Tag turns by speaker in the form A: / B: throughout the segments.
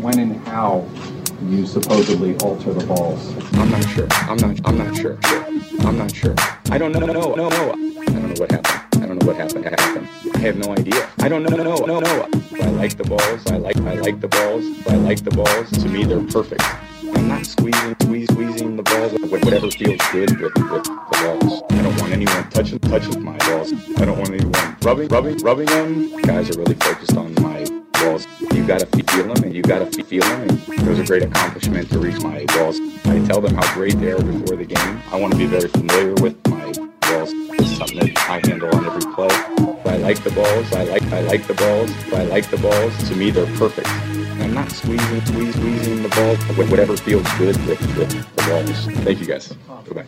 A: when and how you supposedly alter the balls.
B: I'm not sure. I'm not. I'm not sure. I'm not sure. I don't know. No. No. No. I don't know what happened. I don't know what happened. Happened. I have no idea. I don't know. No. No. No. I like the balls. I like. I like the balls. I like the balls. To me, they're perfect. I'm not squeezing, squeeze, squeezing the balls. Whatever feels good with, with the balls. I don't want anyone touching, touching my balls. I don't want anyone rubbing, rubbing, rubbing them. Guys are really focused on my balls. You gotta fe- feel them, and you gotta fe- feel them. And it was a great accomplishment to reach my balls. I tell them how great they are before the game. I want to be very familiar with my balls. It's something that I handle on every play. I like the balls. I like. I like the balls. I like the balls. To me, they're perfect. I'm not squeezing, squeeze, squeezing the balls. Wh- Whatever feels good with, with the balls. Thank you guys. Goodbye.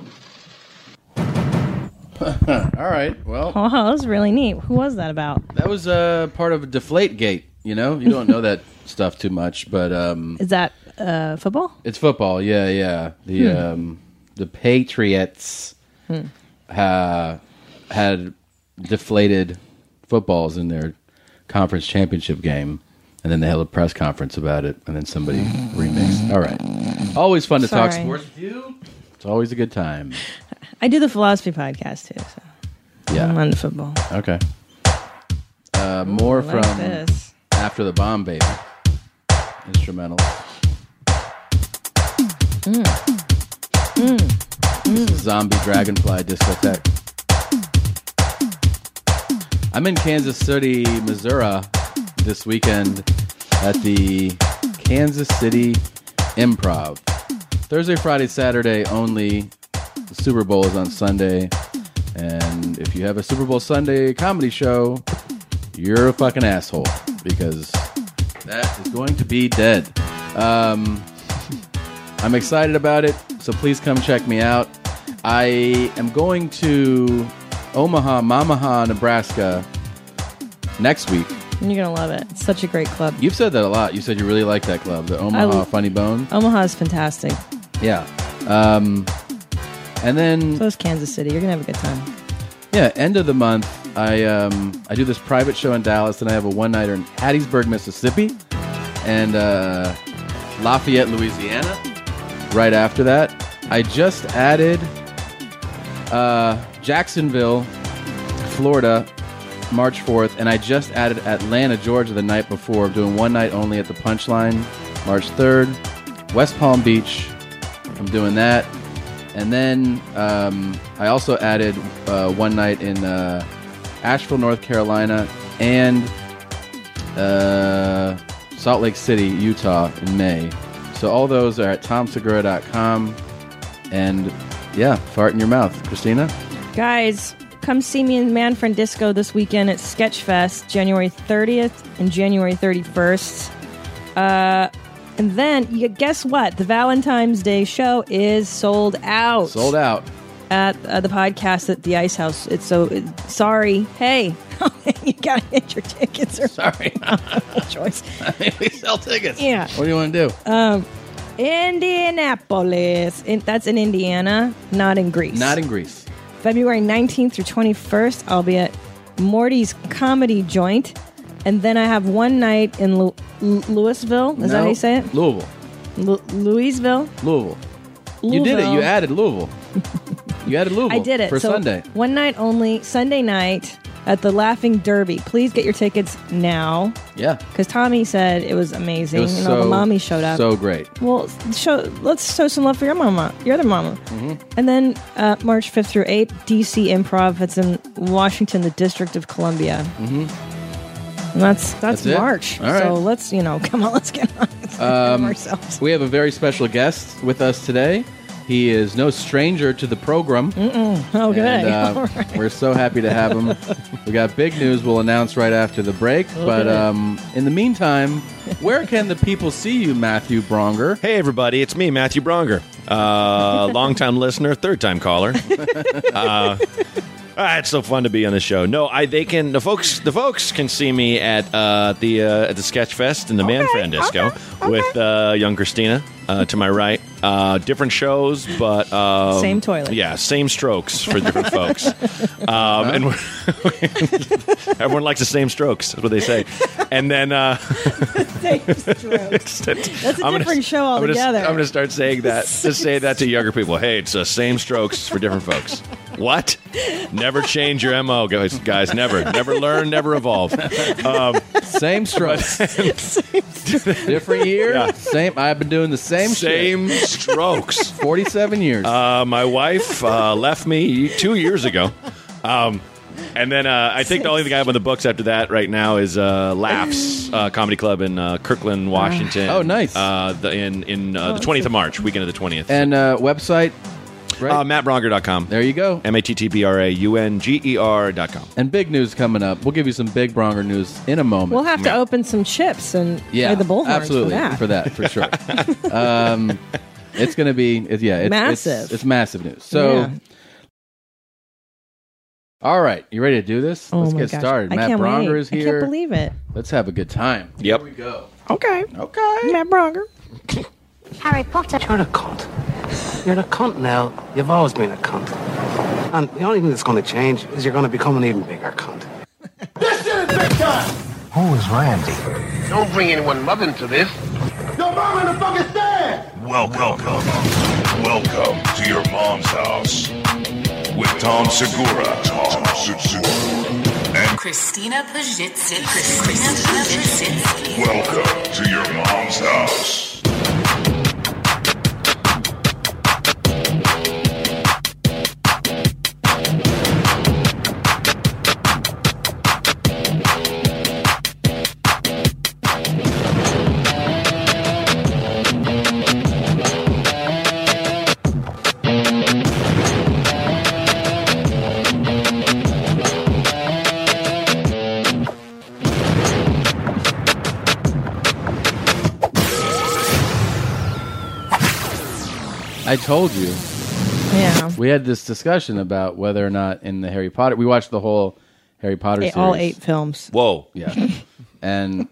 C: All right. Well,
D: Wow, that was really neat. Who was that about?
C: that was uh, part of Deflate Gate. You know, you don't know that stuff too much, but um,
D: Is that uh, football?
C: it's football. Yeah, yeah. The
D: Hmm.
C: um, the Patriots uh, had deflated footballs in their conference championship game, and then they held a press conference about it, and then somebody remixed. All right. Always fun to talk
D: Hmm. Sorry.
C: sports with you. It's always a good time.
D: I do the philosophy podcast too. So I'm
C: Yeah.
D: on the football.
C: Okay. Uh, more
D: Mm. I like
C: from
D: this.
C: After the Bomb Baby. Instrumental. This is Zombie Dragonfly Discotheque. I'm in Kansas City, Missouri this weekend at the Kansas City Improv. Thursday, Friday, Saturday only. The Super Bowl is on Sunday. And if you have a Super Bowl Sunday comedy show, you're a fucking asshole because that is going to be dead. Um, I'm excited about it, so please come check me out. I am going to Omaha, Mamaha, Nebraska next week.
D: And you're gonna love it. It's such a great club.
C: You've said that a lot. You said you really like that club, the Omaha
D: l-
C: Funny Bone.
D: Omaha is fantastic.
C: Yeah. Um, and then
D: So is Kansas City. You're gonna have a good time.
C: Yeah, end of the month, I um, I do this private show in Dallas, and I have a one nighter in Hattiesburg, Mississippi, and uh, Lafayette, Louisiana. Right after that, I just added uh, Jacksonville, Florida, March fourth, and I just added Atlanta, Georgia, the night before. doing one night only at the Punchline, March third, West Palm Beach. I'm doing that. And then um, I also added uh, one night in uh, Asheville, North Carolina, and uh, Salt Lake City, Utah, in May. So all those are at tomsegura.com. And yeah, fart in your mouth, Christina.
D: Guys, come see me in Manfred Disco this weekend at Sketchfest, January 30th and January 31st. Uh, and then, you, guess what? The Valentine's Day show is sold out.
C: Sold out.
D: At uh, the podcast at the Ice House. It's so sorry. Hey, you gotta get your tickets or
C: Sorry,
D: choice.
C: we sell tickets.
D: Yeah. Uh,
C: What do you want to do?
D: Indianapolis. In, that's in Indiana, not in Greece.
C: Not in Greece.
D: February 19th through 21st, I'll be at Morty's Comedy Joint. And then I have one night in Lu- Lu- Louisville. Is that how you say it?
C: Louisville.
D: Lu- Louisville?
C: Louisville. You did it. You
D: Louisville.
C: added Louisville. You added Louisville.
D: I did it.
C: for
D: so
C: Sunday.
D: One night only, Sunday night at the Laughing Derby. Please get your tickets now
C: Yeah.
D: because Tommy said it was amazing.
C: It was
D: and
C: so
D: all the mommies showed up.
C: So great.
D: Well, show let's show some love for your mama, your other mama.
C: Mm-hmm.
D: And then uh, March 5th through 8th, DC Improv. It's in Washington, the District of Columbia. Mm-hmm. And that's that's,
C: Mm-hmm. That's it?
D: March.
C: All right. Um,
D: So let's you know, come on, let's get on let's get on ourselves.
C: We have a very special guest with us today. He is no stranger to the program.
D: Oh, good.
C: And, uh,
D: All right.
C: We're so happy to have him. we got big news we'll announce right after the break. But um, in the meantime, where can the people see you, Matthew Bronger?
E: Hey, everybody, it's me, Matthew Bronger. Uh, longtime listener, third time caller. Uh, Ah, it's so fun to be on the show. No, I they can the folks the folks can see me at uh, the uh, at the Sketch Fest and the Man Manfriend Disco with uh, young Christina uh, to my right. Uh, different shows, but um,
D: Same toilet.
E: Yeah, same strokes for different folks. Um, and we're everyone likes the same strokes. That's what they say. And then uh,
D: That's a different show
E: I'm gonna-
D: altogether.
E: I'm going to start saying that. Just say that to younger people. Hey, it's the same strokes for different folks. What? Never change your mo, guys. Guys, never, never learn, never evolve. Um,
C: Same strokes. Different year.
E: Yeah.
C: Same. I've been doing the same. Shit.
E: same strokes.
C: Forty-seven years.
E: Uh, my wife uh, left me two years ago. Um, and then uh, I think the only thing I have on the books after that right now is uh, Laughs uh, Comedy Club in uh, Kirkland, Washington.
C: Oh, nice. Oh,
E: Uh, the, in in uh, the 20th of March, weekend of the 20th.
C: and uh, website. Right.
E: uh, MattBronger.com.
C: there you go.
E: M A T T B R A U N G E R dot com.
C: And big news coming up. We'll give you some big Bronger news in a moment.
D: we'll have to open some chips and
C: yeah,
D: play the bullhorns
C: absolutely
D: for that.
C: for sure. um, it's going to be it's, yeah, it's, It's,
D: Massive.
C: it's massive news. So,
D: Yeah.
C: all right, you ready to do this?
D: Oh
C: Let's
D: my
C: get
D: gosh.
C: started.
D: I
C: Matt
D: can't
C: Bronger
D: wait.
C: is
D: I can't
C: here.
D: believe it.
C: Let's have a good time.
E: Yep.
C: Here we go.
D: Okay.
C: Okay.
D: Matt Bronger.
F: Harry Potter.
G: You're a cunt. You're a cunt now. You've always been a cunt. And the only thing that's going to change is you're going to become an even bigger cunt.
F: Who is Randy?
H: Don't bring anyone mother into this. Your mom in the fucking stand!
I: Welcome. Welcome to your mom's house with Tom Segura. Tom Segura. And
J: Christina Pajitsky. Christina Pajitsky.
I: welcome to your mom's house.
C: I told you.
D: Yeah.
C: We had this discussion about whether or not in the Harry Potter we watched the whole Harry Potter
D: They
C: series.
D: all eight films.
E: Whoa.
C: Yeah. and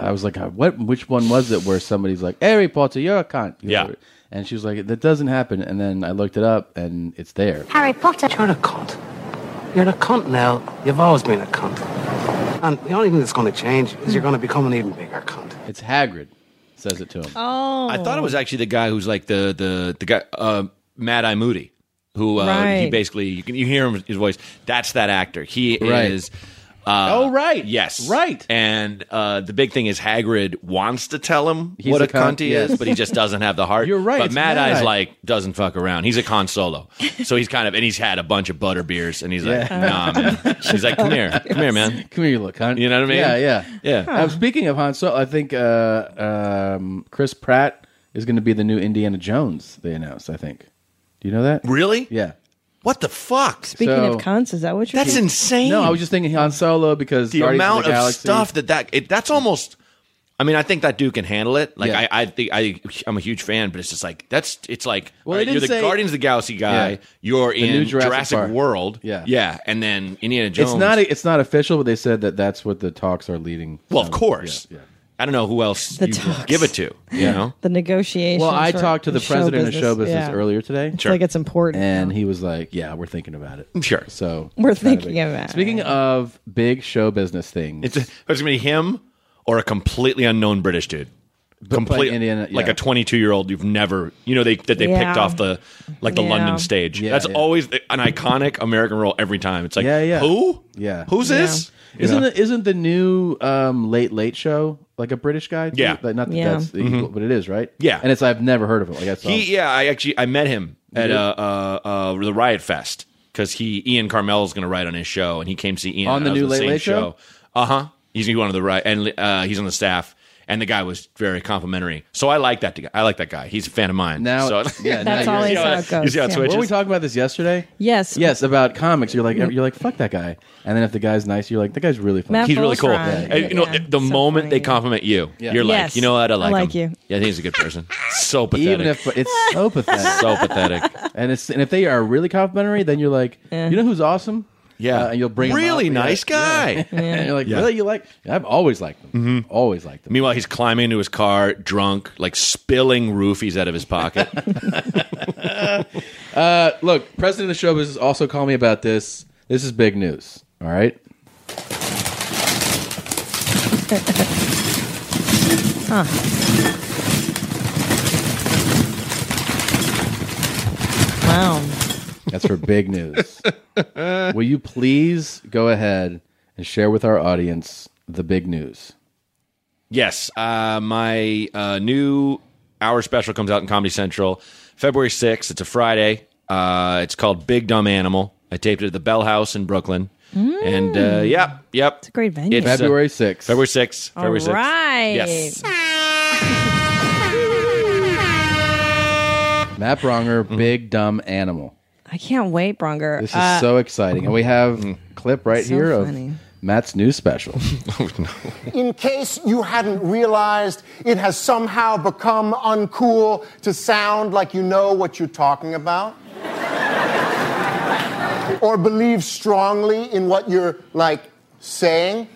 C: I was like, "Uh, what? Which one was it where somebody's like, Harry Potter, you're a cunt? You
E: Yeah.
C: know? And she was like, that doesn't happen. And then I looked it up and it's there.
F: Harry Potter.
G: You're a cunt. You're a cunt now. You've always been a cunt. And the only thing that's going to change is you're going to become an even bigger cunt.
C: It's Hagrid says it to him.
D: Oh.
E: I thought it was actually the guy who's like the the the guy uh, Mad Eye Moody, who uh, he
D: Right.
E: basically you can you hear him his voice. That's that actor. He
C: Right.
E: is. Uh,
C: Oh, right.
E: Yes.
C: Right.
E: And uh, the big thing is Hagrid wants to tell him
C: He's
E: what
C: a
E: a,
C: cunt,
E: cunt he
C: yes.
E: is, but he just doesn't have the heart.
C: You're right,
E: But
C: it's
E: Mad
C: Mad Eye.
E: Eye's like doesn't fuck around. He's a con solo, so he's kind of and he's had a bunch of butter beers, and he's like, nah, man. He's like, come here, come here, man.
C: Come here, you little cunt.
E: You know what I mean?
C: Yeah, yeah,
E: Yeah.
C: Um, speaking of Han Solo, I think uh, um, Chris Pratt is going to be the new Indiana Jones. They announced. I think. Do you know that?
E: Really?
C: Yeah.
E: What the fuck?
D: Speaking
C: So-
D: of cons, is that what you're
E: That's insane.
C: No, I was just thinking Han Solo because
E: the
C: Guardians
E: amount
C: of, the
E: of,
C: Galaxy,
E: stuff that that it, that's almost. I mean, I think that dude can handle it. Like,
C: Yeah.
E: I, I think I, I'm a huge fan, but it's just like that's. It's like,
C: Well,
E: all
C: they
E: right, you're the
C: didn't say-
E: Guardians of the Galaxy guy.
C: Yeah.
E: You're in
C: new Jurassic
E: Jurassic,
C: Park.
E: World.
C: Yeah.
E: yeah, and then Indiana Jones.
C: It's not. It's not official, but they said that that's what the talks are leading.
E: well, of
C: um,
E: course.
C: yeah, yeah.
E: I don't know who else
D: The
E: you would
D: talks.
E: give it to. You know,
D: the negotiations.
C: Well, I
D: for-
C: talked to the
D: show
C: president of show business
D: Yeah.
C: earlier today,
D: It's like it's important.
C: and he was like, "Yeah, we're thinking about it."
E: Sure.
C: So
D: We're
C: it's kinda
D: thinking
C: big.
D: about it.
C: Speaking of big show business things,
E: it's it's gonna be him or a completely unknown British dude. Complete,
C: playing Indiana-
E: like
C: yeah.
E: a 22 year old you've never you know they that they
D: Yeah.
E: picked off the like the
D: Yeah.
E: London stage.
C: Yeah,
E: That's
C: yeah.
E: always the- an iconic American role every time. It's like
C: Yeah, yeah.
E: who
C: Yeah.
E: who's this? You
C: Isn't
E: know?
C: the, isn't the new um, Late Late Show like a British guy? too?
E: Yeah.
C: like, not that
D: Yeah.
C: that's the equal, but it is right.
E: Yeah.
C: and it's I've never heard of it. Like I saw
E: he? Yeah, I actually I met him at uh, uh, uh, the Riot Fest because he Ian Carmel's going to write on his show and he came to see Ian
C: On the
E: and I was
C: new
E: on
C: Late
E: same
C: Late Show?
E: Uh huh. He's one of the right and uh, he's on the staff. And the guy was very complimentary, so I like that. guy. I like that guy. He's a fan of mine.
C: now.
E: so,
C: yeah, now
D: That's
C: you're-
D: always
E: You know,
D: how it goes.
E: you see how it
D: yeah.
E: switches?
C: Were we talking about this yesterday?
D: Yes.
C: Yes, about comics. You're like you're like fuck that guy, and then if the guy's nice, you're like that guy's really funny.
D: Matt-
E: he's really cool.
D: Fulsrod.
E: And, you know,
D: Yeah.
E: the
D: So
E: moment
D: funny.
E: they compliment you,
C: Yeah.
E: you're like,
D: Yes.
E: you know what, I like,
D: like
E: him.
D: you.
E: Yeah, I think he's a good person. So pathetic.
C: Even if Uh, it's so pathetic,
E: so pathetic.
C: and it's and if they are really complimentary, then you're like, you know who's awesome?
E: Yeah.
C: Uh, and you'll bring him
E: Really
C: up.
E: nice guy.
C: Yeah. And you're like,
E: Yeah. Mm-hmm.
C: really? You like? I've always liked them. Always liked them.
E: Meanwhile, he's climbing into his car, drunk, like spilling roofies out of his pocket.
C: Uh, look, president of the showbiz is also calling me about this. This is big news. All right.
D: Huh. Wow.
C: That's for big news. Will you please go ahead and share with our audience the big news?
E: Yes, uh, my uh, new hour special comes out in Comedy Central February 6th. It's a Friday. Uh, it's called Big Dumb Animal. I taped it at the Bell House in Brooklyn. And uh,
D: Mm.
E: yep, yep. It's a
D: great venue.
C: February 6th.
E: February 6th.
D: All
E: February 6th.
D: right.
E: Yes.
C: Matt Bronger,
E: Mm-hmm.
C: big dumb animal.
D: I can't wait, Bronger.
C: This is
D: Uh,
C: so exciting. And we have a
E: Mm-hmm.
C: clip right
D: So
C: here
D: funny.
C: of Matt's new special.
K: In case you hadn't realized, it has somehow become uncool to sound like you know what you're talking about. or believe strongly in what you're, like, saying.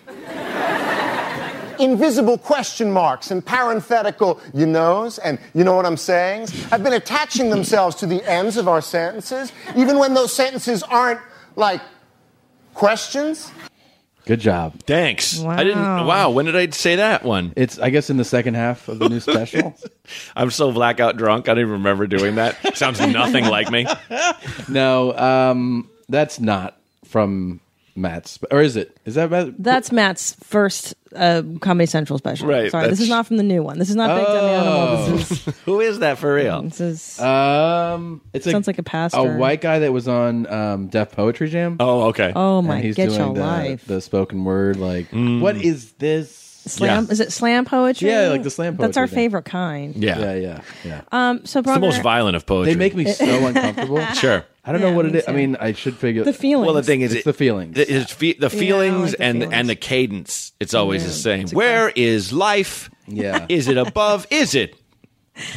K: Invisible question marks and parenthetical you knows and you know what I'm saying have been attaching themselves to the ends of our sentences, even when those sentences aren't, like, questions.
C: Good job.
E: Thanks. I didn't. Wow. When did I say that one?
C: It's, I guess, in the second half of the new special.
E: I'm so blackout drunk. I don't even remember doing that. Sounds nothing like me.
C: no, um, that's not from Matt's, or is it? Is that Matt?
D: that's Matt's first uh, Comedy Central special.
C: Right,
D: Sorry,
C: that's-
D: this
C: Oh.
D: is not from the new one. This is not Big Dumb Animal. This is
E: Who is that for real?
D: This is
C: um, it's
D: Sounds like a pastor.
C: Uh, a white guy that was on um, Deaf Poetry Jam.
E: Oh, okay.
D: Oh, my,
C: he's
D: get
C: doing
D: your
C: the,
D: life.
C: the spoken word. Like,
E: Mm.
C: what is this?
D: slam. Is it slam poetry?
C: Yeah, like the slam
D: That's our
C: poetry thing.
D: favorite kind.
E: Yeah.
C: yeah, yeah, yeah.
D: Um. So
E: It's the
D: Bronger-
E: most violent of poetry.
C: They make me so uncomfortable.
E: Sure.
C: I don't know what it is. I mean, I should figure
D: The feelings.
E: Well, the thing is,
C: It's the feelings.
E: The, it's fe-
C: Yeah,
E: the
C: I like
E: feelings
C: the
E: and
C: feelings.
E: and the cadence. It's always the same.
C: It's a
E: Where is life?
C: Yeah.
E: Is it above? is it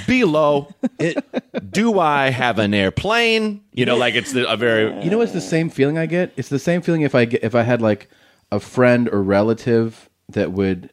E: below? It. Do I have an airplane? You know, like it's the, a very.
C: You know what's the same feeling I get? It's the same feeling if I get, if I had like a friend or relative that would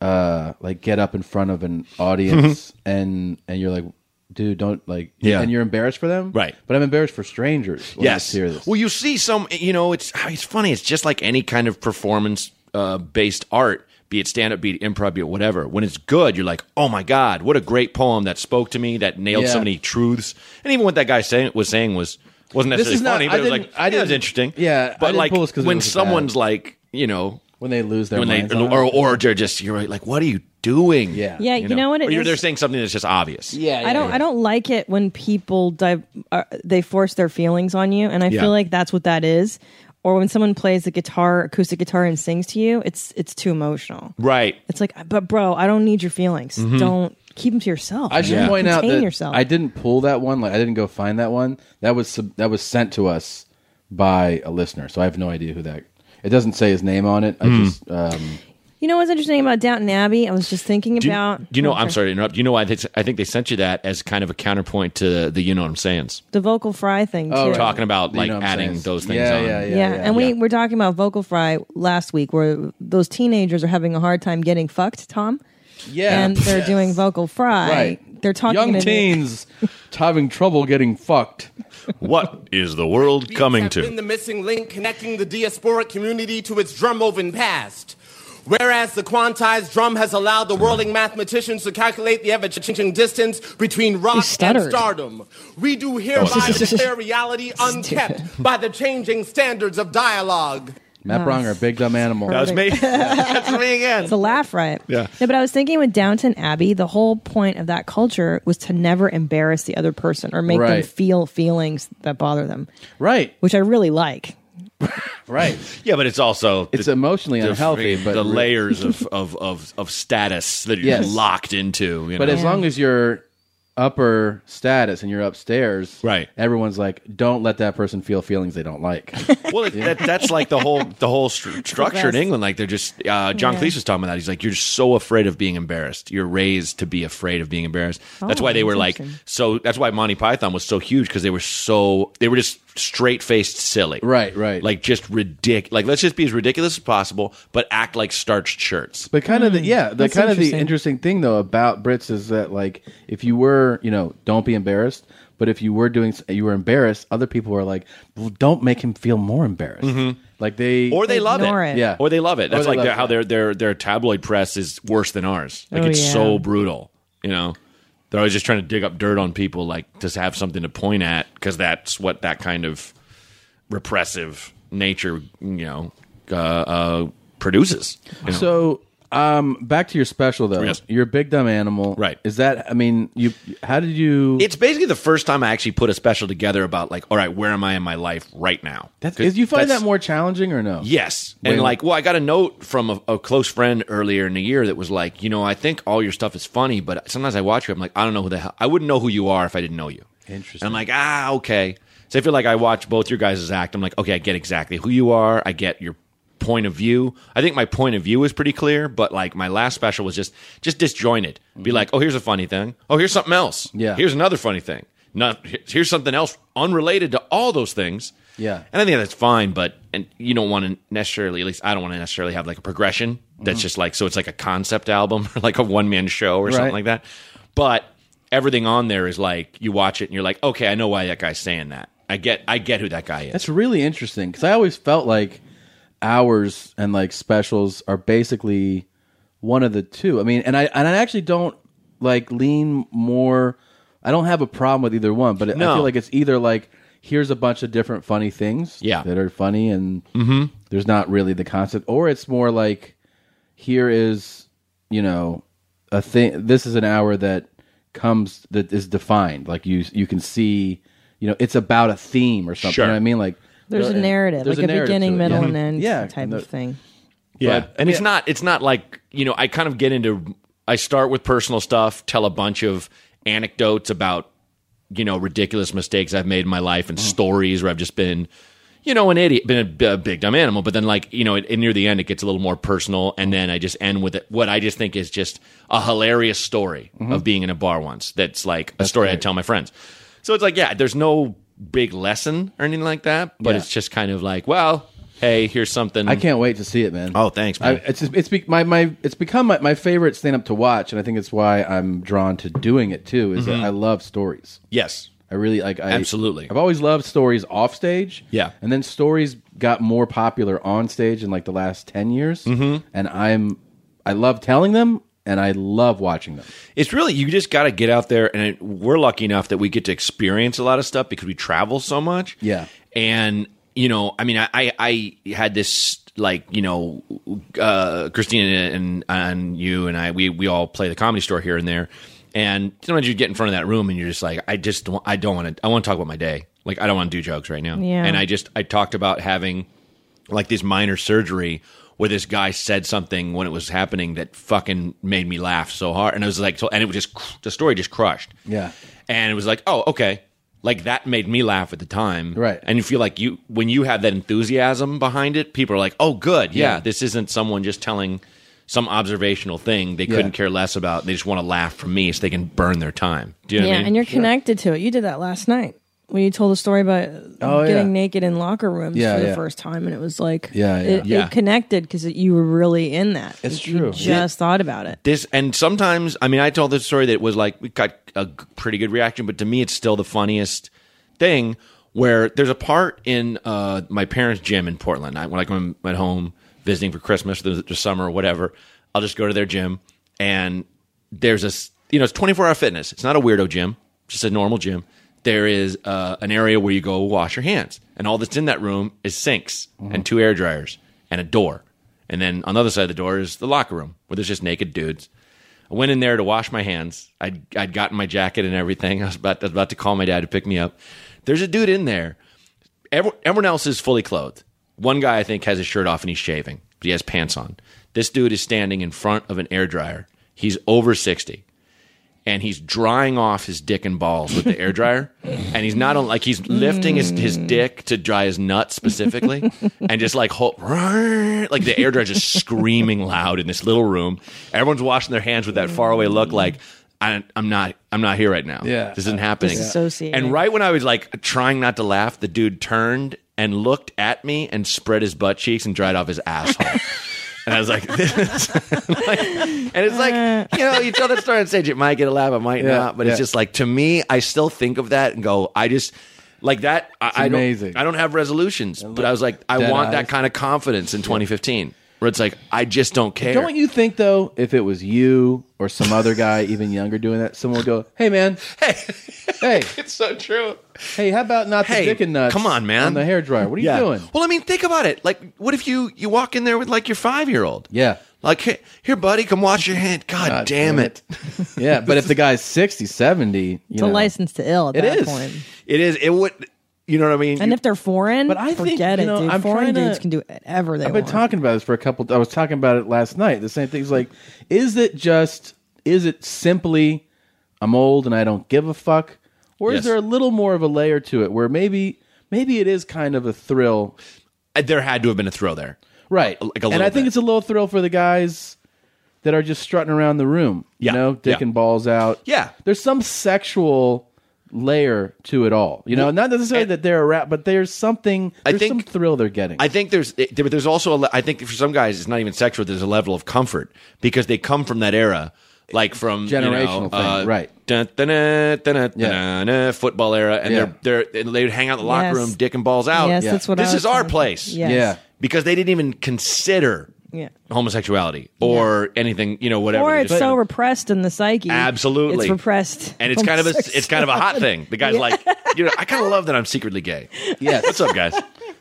C: uh like get up in front of an audience and and you're like dude don't like
E: Yeah.
C: and you're embarrassed for them
E: Right.
C: but i'm embarrassed for strangers when I
E: yes.
C: hear this.
E: Well, you see some. You know, it's ah, it's funny. It's just like any kind of performance uh, based art, be it stand up, be it improv, be it whatever. When it's good, you're like, oh my god, what a great poem that spoke to me, that nailed
C: Yeah.
E: so many truths. And even what that guy saying, was saying was wasn't
C: This
E: necessarily
C: is not-
E: funny,
C: I
E: but it was
C: didn't-
E: like
C: I
E: yeah, it was
C: didn't-
E: interesting.
C: yeah, I
E: but
C: didn't
E: like
C: pull this 'cause it
E: when
C: was bad.
E: someone's like, you know,
C: when they lose their
E: when they
C: minds on
E: or
C: it.
E: or they're just you're right, like, what are you doing?
D: Yeah, you know what it
E: Or you're-
D: is?
E: They're saying something that's just obvious.
D: I don't. I don't like it when people dive, uh, they force their feelings on you, and I
E: Yeah.
D: feel like that's what that is. Or when someone plays the guitar, acoustic guitar, and sings to you, it's it's too emotional.
E: Right.
D: It's like, but bro, I don't need your feelings.
E: Mm-hmm.
C: Mhm.
D: Don't keep them to yourself.
C: I should
D: man.
C: point out
D: Contain
C: that
D: yourself.
C: I didn't pull that one. Like I didn't go find that one. That was sub- that was sent to us by a listener. So I have no idea who that. It doesn't say his name on it. I
E: Hmm.
C: just um,
D: you know what's interesting about Downton Abbey? I was just thinking
E: Do you,
D: about.
E: do you know? I'm sorry to interrupt. Do you know why? They, I think they sent you that as kind of a counterpoint to the you know what I'm saying.
D: the vocal fry thing. too.
E: Oh, talking about
C: You
E: like
C: know what I'm
E: adding
C: saying.
E: those things
C: Yeah,
E: on.
C: yeah,
D: Yeah, and we were talking about vocal fry last week, where those teenagers are having a hard time getting fucked, Tom.
C: Yeah.
D: and they're
C: Yes.
D: doing vocal fry.
C: Right.
D: They're talking
C: young
D: in-
C: teens having trouble getting fucked.
E: What is the world
L: coming have been the missing link connecting the diasporic community to its drumlovin past. Whereas the quantized drum has allowed the whirling mathematicians to calculate the ever-changing distance between rock and
M: stuttered.
L: stardom, we do hereby
M: Oh, yeah.
L: declare reality unkept by the changing standards of dialogue.
C: Matt Bronger, big dumb animal.
D: That was me.
L: That's me again.
D: It's a laugh riot.
C: Yeah.
D: No, but I was thinking with Downton Abbey, the whole point of that culture was to never embarrass the other person or make them
C: Right.
D: feel feelings that bother them.
C: Right.
D: Which I really like.
C: Right.
E: Yeah, but it's also it's
C: emotionally unhealthy, but
E: the
C: re-
E: layers of, of of of status that you're
C: Yes.
E: locked into. You know?
C: But as long as you're upper status and you're upstairs, right? Everyone's like, don't let that person feel feelings they don't like.
E: well, it, that, that's like the whole the whole stru- structure in
C: best.
E: England. Like they're just uh, John
C: Yeah.
E: Cleese was talking about that. He's like, you're just so afraid of being embarrassed. You're raised to be afraid of being embarrassed. that's
C: Oh,
E: why they were
C: that's
E: like
C: interesting.
E: so. That's why Monty Python was so huge because they were so they were just straight faced silly.
C: Right, right.
E: Like just ridiculous. Like let's just be as ridiculous as possible, but act like starched shirts.
C: But kind of the yeah, the
E: mm, That's
C: kind of the
E: interesting.
C: interesting thing though about Brits is that like if you were you know don't be embarrassed, but if you were doing s- you were embarrassed, other people are like well, don't make him feel more embarrassed. Like they
E: Mm-hmm. Or they love it.
C: Yeah,
E: Or they love it. That's
C: Or they
E: like
C: love
E: their,
C: it.
E: how their their their tabloid press is worse than ours. Like
C: Oh,
E: it's
C: yeah.
E: so brutal. You know, they're always just trying to dig up dirt on people, like to have something to point at, because that's what that kind of repressive nature, you know, uh, uh, produces. you know?
C: So um, back to your special though.
E: Yes.
C: You're a big dumb animal, right? Is that I mean you? How did you?
E: It's basically the first time I actually put a special together about like, all right, where am I in my life right now?
C: That's, is you find
E: that's-
C: that more challenging or no?
E: Yes.
C: Wait.
E: And like, well, I got a note from a, a close friend earlier in the year that was like, you know, I think all your stuff is funny, but sometimes I watch you, I'm like, I don't know who the hell, I wouldn't know who you are if I didn't know you.
C: Interesting.
E: And I'm like, ah, okay. So I feel like I watch both your guys' act. I'm like, okay, I get exactly who you are. I get your point of view. I think my point of view is pretty clear, but like my last special was just just disjointed. Be like, oh, here's a funny thing. Oh, here's something else.
C: Mm-hmm. Yeah.
E: Here's another funny thing. Not here- here's something else unrelated to all those things.
C: Yeah.
E: And I think that's fine, but and you don't want to necessarily, at least I don't want to necessarily have like a progression that's
C: Mhm.
E: just like so it's like a concept album or like a one man show or
C: Right.
E: something like that. But everything on there is like you watch it and you're like, okay, I know why that guy's saying that. I get I get who that guy is.
C: That's really interesting because I always felt like hours and like specials are basically one of the two. I mean, and I and I actually don't like lean more. I don't have a problem with either one, but I
E: No.
C: feel like it's either like here's a bunch of different funny things,
E: Yeah.
C: that are funny, and
E: Mhm.
C: there's not really the concept, or it's more like here is you know a thing. This is an hour that comes that is defined. Like you you can see, you know, it's about a theme or something. You know
E: Sure.
C: what I mean, like
D: There's a narrative,
C: there's
D: like a,
C: narrative to
D: beginning,
C: it,
D: middle,
C: yeah.
D: and end
C: Yeah,
D: type
C: and
D: of thing.
E: Yeah.
C: But-
E: and it's not it's not like, you know, I kind of get into I start with personal stuff, tell a bunch of anecdotes about, you know, ridiculous mistakes I've made in my life and
C: Mm-hmm.
E: stories where I've just been you know, an idiot, been a, b- a big dumb animal, but then like, you know, it, near the end, it gets a little more personal. And then I just end with it, what I just think is just a hilarious story
C: Mm-hmm.
B: Mhm.
E: of being in a bar once. That's like a story I tell my friends. So it's like, yeah, there's no big lesson or anything like that, but
C: Yeah.
E: it's just kind of like, well, hey, here's something.
C: I can't wait to see it, man.
E: Mm-hmm. Oh, thanks,
C: I,
E: man.
C: it's just, it's be, my, my it's become my, my favorite stand up to watch, and I think it's why I'm drawn to doing it too. Is
E: Mhm.
C: that I love stories.
E: Yes.
C: I really like. I,
E: Absolutely.
C: I've always loved stories off stage.
E: Yeah.
C: and then stories got more popular on stage in like the last ten years, mm-hmm. and I'm I love telling them, and I love watching them.
E: It's really you just got to get out there, and it, we're lucky enough that we get to experience a lot of stuff because we travel so much.
C: Yeah.
E: and you know, I mean, I I, I had this like you know, uh, Christina and and you and I we we all play the comedy store here and there, and sometimes you get in front of that room and you're just like, I just don't, I don't want to I want to talk about my day. Like I don't want to do jokes right now.
B: Yeah.
E: and I just I talked about having like this minor surgery where this guy said something when it was happening that fucking made me laugh so hard and I was like so and it was just cr- the story just crushed
C: Yeah,
E: and it was like oh okay like that made me laugh at the time
C: Right.
E: and you feel like you when you have that enthusiasm behind it people are like oh good yeah,
C: Yeah.
E: this isn't someone just telling some observational thing they
C: Yeah.
E: couldn't care less about they just want to laugh from me so they can burn their time do you know
D: yeah,
E: what I mean?
D: and you're connected to it. You did that last night when you told a story about
E: Oh, yeah.
D: getting naked in locker rooms
E: Yeah,
D: for the
E: yeah.
D: first time, and it was like,
E: Yeah, yeah.
D: It,
E: Yeah.
D: it connected because you were really in that.
E: It's
D: You
E: true.
D: Just
E: Yeah.
D: thought about it.
E: This and sometimes I mean I told this story that it was like we got a g- pretty good reaction, but to me it's still the funniest thing. Where there's a part in uh, my parents' gym in Portland. I, when like when I'm at home visiting for Christmas, the, the summer, or whatever, I'll just go to their gym, and there's a s- you know it's 24 hour fitness. It's not a weirdo gym, just a normal gym. There is uh, an area where you go wash your hands, and all that's in that room is sinks and two air dryers and a door. And then on the other side of the door is the locker room where there's just naked dudes. I went in there to wash my hands. I'd, I'd gotten my jacket and everything. I was, about, I was about to call my dad to pick me up. There's a dude in there. Every, everyone else is fully clothed. One guy, I think, has his shirt off and he's shaving, but he has pants on. This dude is standing in front of an air dryer. He's over 60 and he's drying off his dick and balls with the air dryer. And he's not on, like, he's lifting his, his dick to dry his nuts specifically and just like, ho- like the air dryer just screaming loud in this little room. Everyone's washing their hands with that faraway look, like, I, I'm not. I'm not here right now.
C: Yeah.
E: this isn't happening.
C: Disassociating.
E: And right when I was like trying not to laugh, the dude turned and looked at me and spread his butt cheeks and dried off his asshole. and I was like, this. and it's like you know, you tell that story on stage, it might get a laugh, it might
C: Yeah,
E: not, but
C: yeah.
E: it's just like to me, I still think of that and go, I just like that. I, I
C: amazing.
E: Don't, I don't have resolutions, but I was like, I
C: dead
E: want
C: eyes.
E: that kind of confidence in 2015, where it's like I just don't care.
C: Don't you think though, if it was you or some other guy, even younger, doing that, someone would go, "Hey, man, hey, hey,
E: it's so true.
C: hey, how about not
E: Hey,
C: the dick and nuts?
E: come on, man.
C: on the hair dryer. What are you
E: Yeah.
C: doing?
E: Well, I mean, think about it. Like, what if you you walk in there with like your five year old?
C: Yeah,
E: Like, "Hey- here, buddy, come wash your hand. God, damn it.
C: yeah, but if the guy's 60, 70, you
D: It's
C: know,
D: a license to ill at
C: It
D: that
C: is.
D: point.
E: It is. It would. You know what I mean?
D: And if they're foreign,
C: But I think,
D: forget
C: you know,
D: it, dude.
C: I'm trying
D: foreign
C: to-
D: dudes can do whatever they
C: I've been
D: want.
C: talking about this for a couple. I was talking about it last night. The same thing's like, is it just? Is it simply? I'm old and I don't give a fuck, or
E: Yes.
C: is there a little more of a layer to it where maybe maybe it is kind of a thrill,
E: Uh, there had to have been a throw there.
C: right?
E: Like a
C: and
E: little
C: I think
E: bit.
C: it's a little thrill for the guys that are just strutting around the room, you know, dick and balls out.
E: Yeah,
C: there's some sexual layer to it all, you know,
E: Well,
C: not necessarily that they're a rap, but there's something. There's
E: think-
C: some thrill they're getting.
E: I think there's it- there- there's also a le- I think for some guys it's not even sexual. There's a level of comfort because they come from that era, like from you know,
C: Generational thing,
E: uh,
C: right.
E: dun, dun, dun, dun, dun, dun, dun, football era, and
C: Yeah.
E: they're they're and they would hang out in the locker
D: Yes.
E: room, dick and balls out.
D: Yes, Yeah. that's what I
E: this
D: was
E: is our
D: thinking.
E: place.
D: Yes. Yeah.
E: because they didn't even consider
D: Yeah.
E: homosexuality or anything. You know, whatever.
D: or
E: They
D: it's
E: just
D: so
E: said-
D: repressed in the psyche.
E: Absolutely,
D: it's repressed,
E: and it's kind of a it's kind of a hot
D: homosexuality.
E: thing. The guy's
D: Yeah.
E: like, you know, I kind of love that I'm secretly gay.
C: Yes.
E: what's up, guys?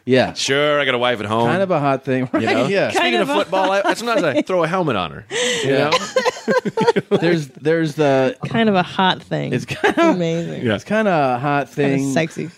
C: Yeah,
E: sure, I got a wife at home.
C: kind of a hot thing, right?
E: You know?
C: Yeah.
E: Speaking of,
D: of a
E: football, I, sometimes I throw a helmet on her. You
C: Yeah.
E: know?
C: there's there's the
D: kind of a hot thing. It's kind of amazing.
C: it's kind of a hot
D: Kind of
C: thing,
D: sexy.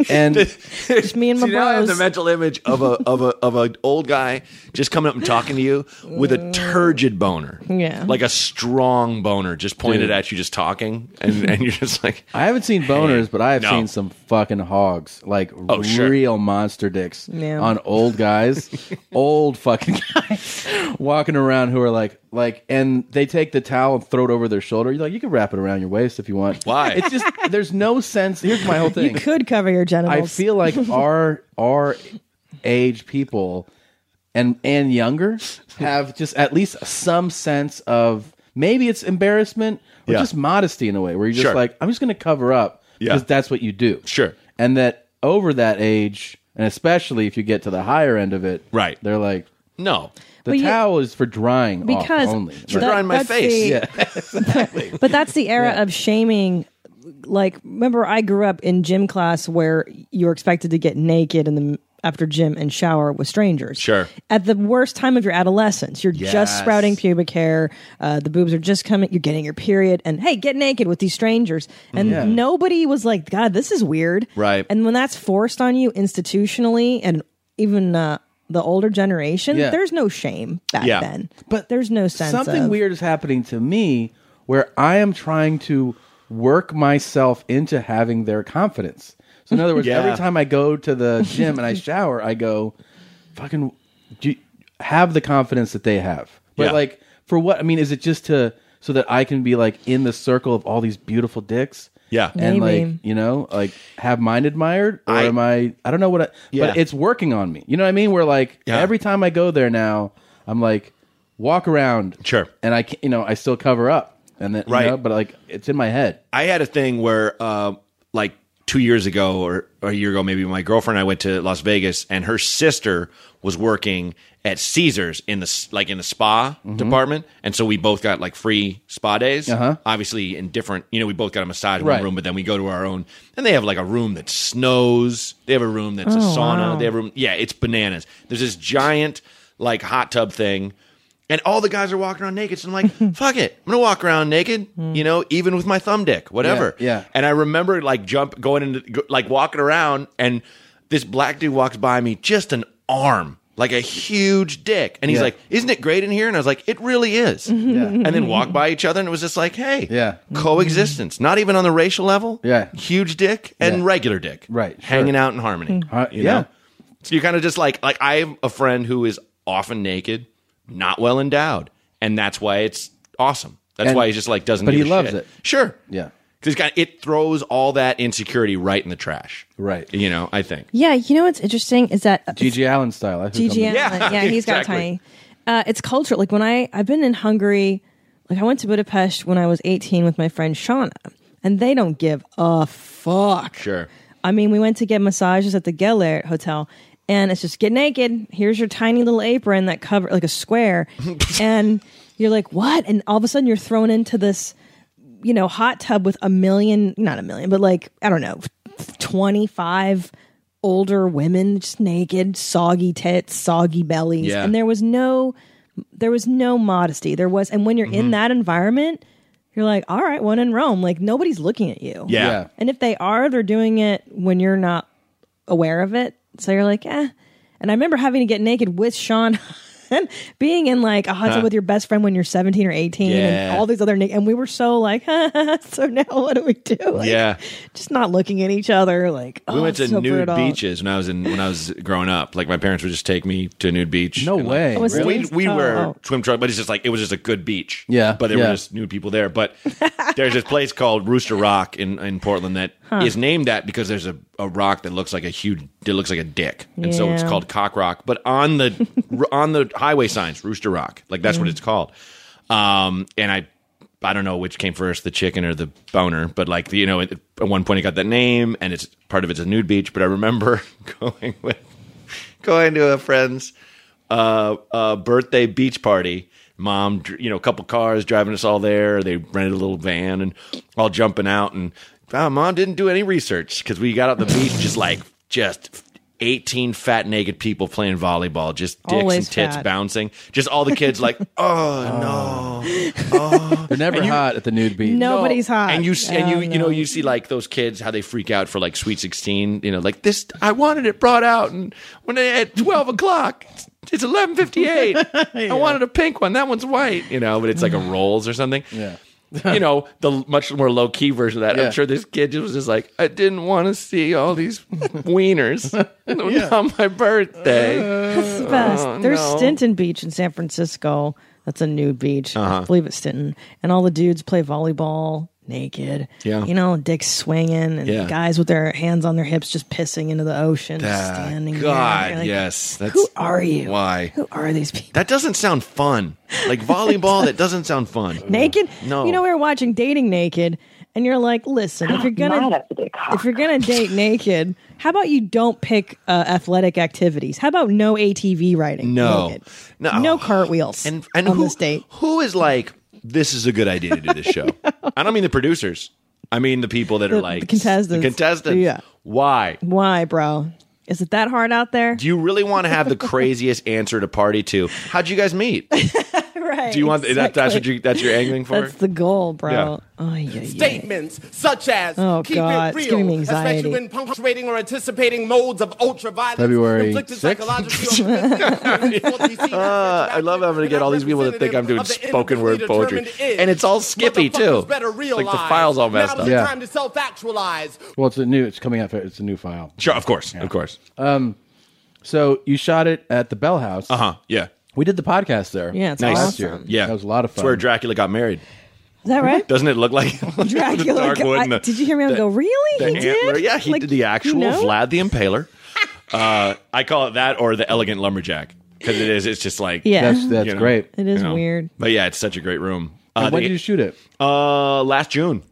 C: and
D: Just me and my
E: See, now I have
D: bros.
E: the mental image of a of a of an old guy just coming up and talking to you with a turgid boner,
D: yeah.
E: like a strong boner, just pointed
C: Dude.
E: at you, just talking, and, and you're just like,
C: I haven't seen boners, but I have
E: No.
C: seen some fucking hogs, like
E: Oh, sure.
C: real monster dicks
D: Yeah.
C: on old guys, old fucking guys walking around who are like, like, and they take the towel and throw it over their shoulder. You're like, you can wrap it around your waist if you want.
E: why?
C: It's just there's no sense. Here's my whole
D: you
C: thing.
D: could cover your genitals.
C: I feel like our our age people and and younger have just at least some sense of maybe it's embarrassment or
E: Yeah.
C: just modesty in a way where you're just
E: Sure.
C: like I'm just going to cover up
E: Yeah.
C: because that's what you do.
E: Sure.
C: And that over that age and especially if you get to the higher end of it,
E: Right.
C: They're like
E: no,
C: the
D: Well, you-
C: towel is for drying off
D: because
C: only.
E: Sure. Drying my
D: that's
E: face.
D: the-
C: Yeah.
D: But that's the era of shaming. Like, remember, I grew up in gym class where you were expected to get naked in the after gym and shower with strangers.
E: Sure.
D: At the worst time of your adolescence, you're
E: Yes.
D: just sprouting pubic hair. Uh, the boobs are just coming. You're getting your period, and hey, get naked with these strangers. And
C: Yeah.
D: nobody was like, "God, this is weird."
E: Right.
D: And when that's forced on you institutionally, and even uh, the older generation,
C: Yeah.
D: there's no shame back
E: Yeah.
D: then. But there's no sense.
C: something
D: of,
C: weird is happening to me where I am trying to work myself into having their confidence. So in other words,
E: Yeah.
C: every time I go to the gym and I shower, I go, "Fucking, do have the confidence that they have." But
E: Yeah.
C: like, for what? I mean, is it just to so that I can be like in the circle of all these beautiful dicks?
E: Yeah.
C: and
D: Maybe.
C: like you know, like have mine admired, or
E: I-
C: am I? I don't know what. I,
E: Yeah.
C: But it's working on me. You know what I mean? Where like
E: Yeah.
C: every time I go there now, I'm like, walk around,
E: sure.
C: and I, ca- you know, I still cover up, and then you
E: Right.
C: know, but like it's in my head.
E: I had a thing where, uh, like two years ago or, or a year ago, maybe my girlfriend and I went to Las Vegas, and her sister was working at Caesars in the s- like in the spa department, and so we both got like free spa days.
C: Mm-hmm. Uh-huh.
E: Obviously, in different, you know, we both got a massage in
C: Right.
E: one room, but then we go to our own, and they have like a room that snows. They have a room that's
C: Oh,
E: a sauna. They have a room, yeah, it's bananas. There's this giant like hot tub thing. And all the guys are walking around naked. So I'm like, fuck it. I'm going to walk around naked, you know, even with my thumb dick, whatever.
C: Hmm. Yeah, yeah.
E: And I remember like jump going into go- like walking around, and this black dude walks by me, just an arm, like a huge dick, and he's
C: Yeah.
E: like, "Isn't it great in here?" And I was like, "It really is." And then walk by each other, and it was just like, "Hey,
C: Yeah.
E: coexistence, not even on the racial level,
C: Yeah.
E: huge dick and
C: Yeah.
E: regular dick,
C: Right, sure.
E: hanging out in harmony,
D: Mm-hmm.
C: Uh,
E: you
C: yeah.
E: know." So you're kind of just like like I have a friend who is often naked, not well endowed, and that's why it's awesome. That's
C: And-
E: why he just like doesn't.
C: but
E: give
C: he
E: a
C: loves
E: shit.
C: it.
E: Sure.
C: Yeah.
E: Because it throws all that insecurity right in the trash.
C: Right.
E: You know, I think.
D: Yeah, you know what's interesting is that uh,
C: G.G. Allen style. I think
D: GG
C: I'm-
D: Allen. Yeah, he's got
C: exactly.
D: tiny. Uh, it's cultural. Like when I I've been in Hungary. Like I went to Budapest when I was 18 with my friend Shauna, and they don't give a fuck.
E: Sure.
D: I mean, we went to get massages at the Gellert Hotel, and it's just get naked. Here's your tiny little apron that cover like a square, and you're like, what? And all of a sudden, you're thrown into this, you know, hot tub with a million, not a million, but like I don't know, twenty five older women, just naked, soggy tits, soggy bellies,
J: Yeah.
D: and there was no, there was no modesty. There was, and when you're in
J: Mhm.
D: that environment. You're like, all right, one in Rome. Like nobody's looking at you.
J: Yeah. Yeah.
D: And if they are, they're doing it when you're not aware of it. So you're like, eh. And I remember having to get naked with Sean and being in like a hot tub
J: Huh.
D: with your best friend when you're 17 or 18
J: Yeah.
D: and all these other naked. And we were so like, so now what do we do? Like,
E: yeah.
D: Just not looking at each other. Like,
E: We
D: oh,
E: went to
D: it's so
E: nude
D: brutal.
E: beaches when I was in when I was growing up. Like my parents would just take me to a nude beach. No
C: way. Oh, it's
E: we
C: nudes?
E: we were
C: Oh.
E: swim trunks, but it's just like it was just a good beach.
C: Yeah,
E: but there
C: yeah.
E: were just nude people there. But there's this place called Rooster Rock in, in Portland that is
C: Huh.
E: named that because there's a, a rock that looks like a huge that looks like a dick, and so it's
C: Yeah.
E: called Cock Rock. But on the on the highway signs, Rooster Rock, like that's what
C: Mm.
E: it's called. Um, and I I don't know which came first, the chicken or the boner, but like you know, at, at one point it got that name, and it's part of it's a nude beach. But I remember going with going to a friend's uh, uh, birthday beach party. Mom, dr- you know, a couple cars driving us all there. They rented a little van and all jumping out. And uh, mom didn't do any research because we got out the beach just like just eighteen fat naked people playing volleyball, just dicks
C: Always
E: and tits
C: fat.
E: bouncing. Just all the kids like, oh no, oh.
C: They're never hot at the nude beach.
D: Nobody's hot.
E: And you see, and you
D: Oh,
E: you know you see like those kids how they freak out for like sweet sixteen. You know, like this. I wanted it brought out, and when it, at twelve o'clock, it's- it's eleven fifty eight. I wanted a pink one. That one's white. You know, but it's like a rolls or something. Yeah. you know the much more low key version of that.
C: Yeah.
E: I'm sure this kid just was just like, I didn't want to see all these wieners on my birthday.
D: That's the best.
E: Oh,
D: There's
E: no.
D: Stinton Beach in San Francisco. That's a nude beach.
E: Uh-huh.
D: I believe it's Stinton. And all the dudes play volleyball naked.
J: Yeah.
D: You know, dicks swinging and
J: Yeah.
D: guys with their hands on their hips just pissing into the ocean, just
E: Ah,
D: standing there.
E: God,
D: You're like,
E: yes. That's,
D: who are you?
E: Why? Who
D: are these people?
E: That doesn't sound fun. Like volleyball, that doesn't sound fun.
D: Naked?
E: No.
D: You know, we were watching Dating Naked, and you're like, listen, if you're gonna if you're gonna date naked, how about you don't pick uh, athletic activities? How about no ATV riding?
E: No.
D: naked?
E: No.
D: no cartwheels.
E: And, and
D: on
E: who,
D: this date,
E: who is like, this is a good idea to do this show? I, don't mean the producers. I mean the people that are
D: The-
E: like
D: the contestants.
E: The contestants.
D: Yeah.
E: Why?
D: why, bro? Is it that hard out there?
E: Do you really want to have the craziest answer to party to? How'd you guys meet?
D: right.
E: Do you want that? That's what
D: exactly.
E: you. That's your angling for.
D: That's the goal, bro.
E: Yeah.
D: Oh, yeah, yeah.
L: Statements such as
D: Oh,
L: keep it
D: God, it's
L: real,
D: giving me anxiety.
L: especially when punctuating or anticipating modes of ultraviolence,
E: February
L: inflicted
E: 6th?
L: psychological
E: Uh, I love I'm going to get all these people that think I'm doing spoken word poetry, and it's all Skippy too.
L: Motherfuckers better
E: It's like
L: realize
E: the files all messed
L: now
E: up.
L: is the time to self-actualize.
C: Well, it's a new. It's coming out. It's a new file.
E: Sure, of course, of course.
C: Um, so you shot it at the Bell House. Uh
E: huh. Uh-huh, Yeah.
C: We did the podcast there.
D: Yeah, it's
C: last
D: awesome.
C: year.
E: Yeah,
C: that was a lot of
E: It's
C: fun.
E: where Dracula got married.
D: Is that right?
E: Doesn't it look like
D: Dracula.
E: The dark
D: go-
E: wood
D: I-
E: and the-
D: did you hear me
E: the-
D: go, really?
E: The
D: he
E: antler.
D: did?
E: Yeah, he
D: Like,
E: did the actual
D: you know?
E: Vlad the Impaler. Uh, I call it that or the elegant lumberjack because it is. It's just like
D: Yeah. That's-
E: you
D: that's
E: know,
C: great. It
D: is
E: you know.
D: weird.
E: But yeah, it's such a great room.
C: And when
E: the-
C: did you shoot it?
E: Uh, last June.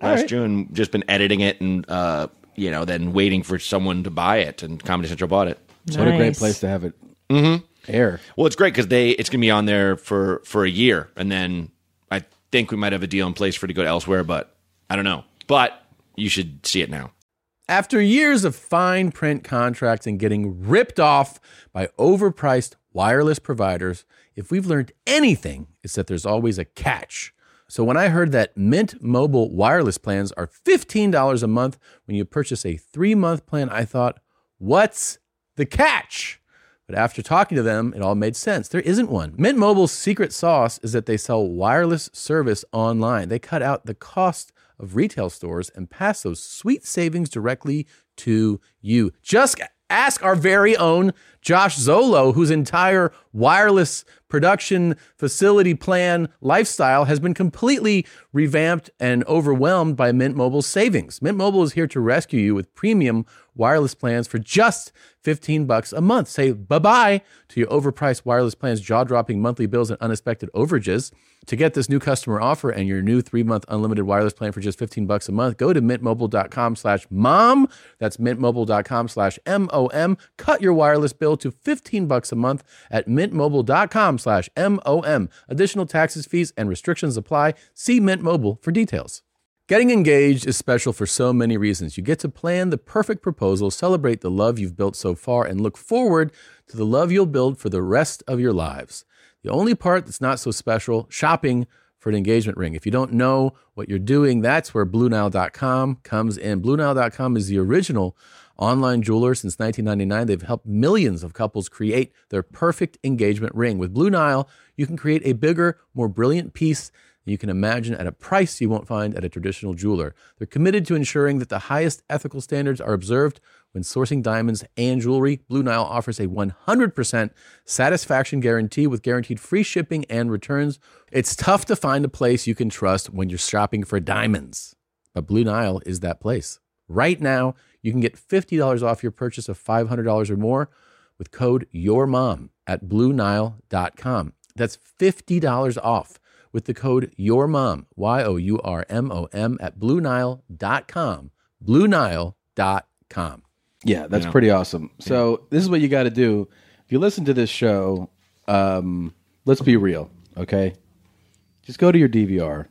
C: All
E: Last
C: right.
E: June, just been editing it and uh, you know, then waiting for someone to buy it, and Comedy Central bought it.
C: What a great place to have it
E: Mm-hmm.
C: air.
E: Well, it's great because they it's gonna be on there for for a year, and then I think we might have a deal in place for it to go to elsewhere, but I don't know. But you should see it now.
M: After years of fine print contracts and getting ripped off by overpriced wireless providers, if we've learned anything, it's that there's always a catch. So when I heard that Mint Mobile wireless plans are $15 a month when you purchase a three month plan, I thought, what's the catch? But after talking to them, it all made sense. There isn't one. Mint Mobile's secret sauce is that they sell wireless service online. They cut out the cost of retail stores and pass those sweet savings directly to you. Just ask our very own Josh Zolo, whose entire
C: wireless production facility plan lifestyle has been completely revamped and overwhelmed by Mint Mobile's savings. Mint Mobile is here to rescue you with premium wireless plans for just 15 bucks a month. Say bye-bye to your overpriced wireless plans, jaw-dropping monthly bills and unexpected overages. To get this new customer offer and your new 3-month unlimited wireless plan for just 15 bucks a month, go to mintmobile.com/mom. slash mom. That's mintmobile.com/mom. slash M-O-M. Cut your wireless bill to 15 bucks a month at mintmobile.com/mom. slash M-O-M. Additional taxes, fees and restrictions apply. See Mint Mobile for details. Getting engaged is special for so many reasons. You get to plan the perfect proposal, celebrate the love you've built so far, and look forward to the love you'll build for the rest of your lives. The only part that's not so special shopping for an engagement ring. If you don't know what you're doing, that's where BlueNile.com comes in. BlueNile.com is the original online jeweler since 1999. They've helped millions of couples create their perfect engagement ring. With Blue Nile, you can create a bigger, more brilliant piece than you can imagine at a price you won't find at a traditional jeweler. They're committed to ensuring that the highest ethical standards are observed when sourcing diamonds and jewelry. Blue Nile offers a 100% satisfaction guarantee with guaranteed free shipping and returns. It's tough to find a place you can trust when you're shopping for diamonds, but Blue Nile is that place. Right now, you can get $50 off your purchase of $500 or more with code YOURMOM at BlueNile.com. That's $50 off with the code YOURMOM, Y O U R M O M, at BlueNile.com. BlueNile.com.
N: Yeah, that's
C: Yeah.
N: pretty awesome. So this is what you got to do. If you listen to this show, um, let's be real, okay? Just go to your DVR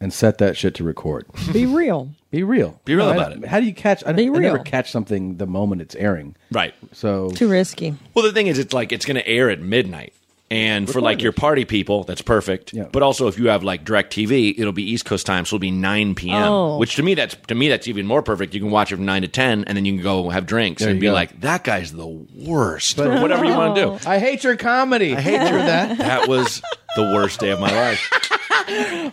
N: and set that shit to record.
D: Be real.
N: Be real.
D: Be real
N: I-
D: about it.
N: How do you catch? I,
D: Be
N: I never
D: real.
N: catch something the moment it's airing.
E: Right.
N: So
D: Too risky.
E: Well, the thing is, it's like it's going to air at midnight, and for like your party people, that's perfect. But also, if you have like Direct TV, it'll be East Coast time, so it'll be nine p.m.
O: Oh.
E: Which to me, that's to me that's even more perfect. You can watch it from nine to ten, and then you can go have drinks
N: There
E: and
N: you
E: be
N: go.
E: like, "That guy's the worst," or whatever you want to do.
N: I hate your comedy. I hate your that.
E: That was the worst day of my life.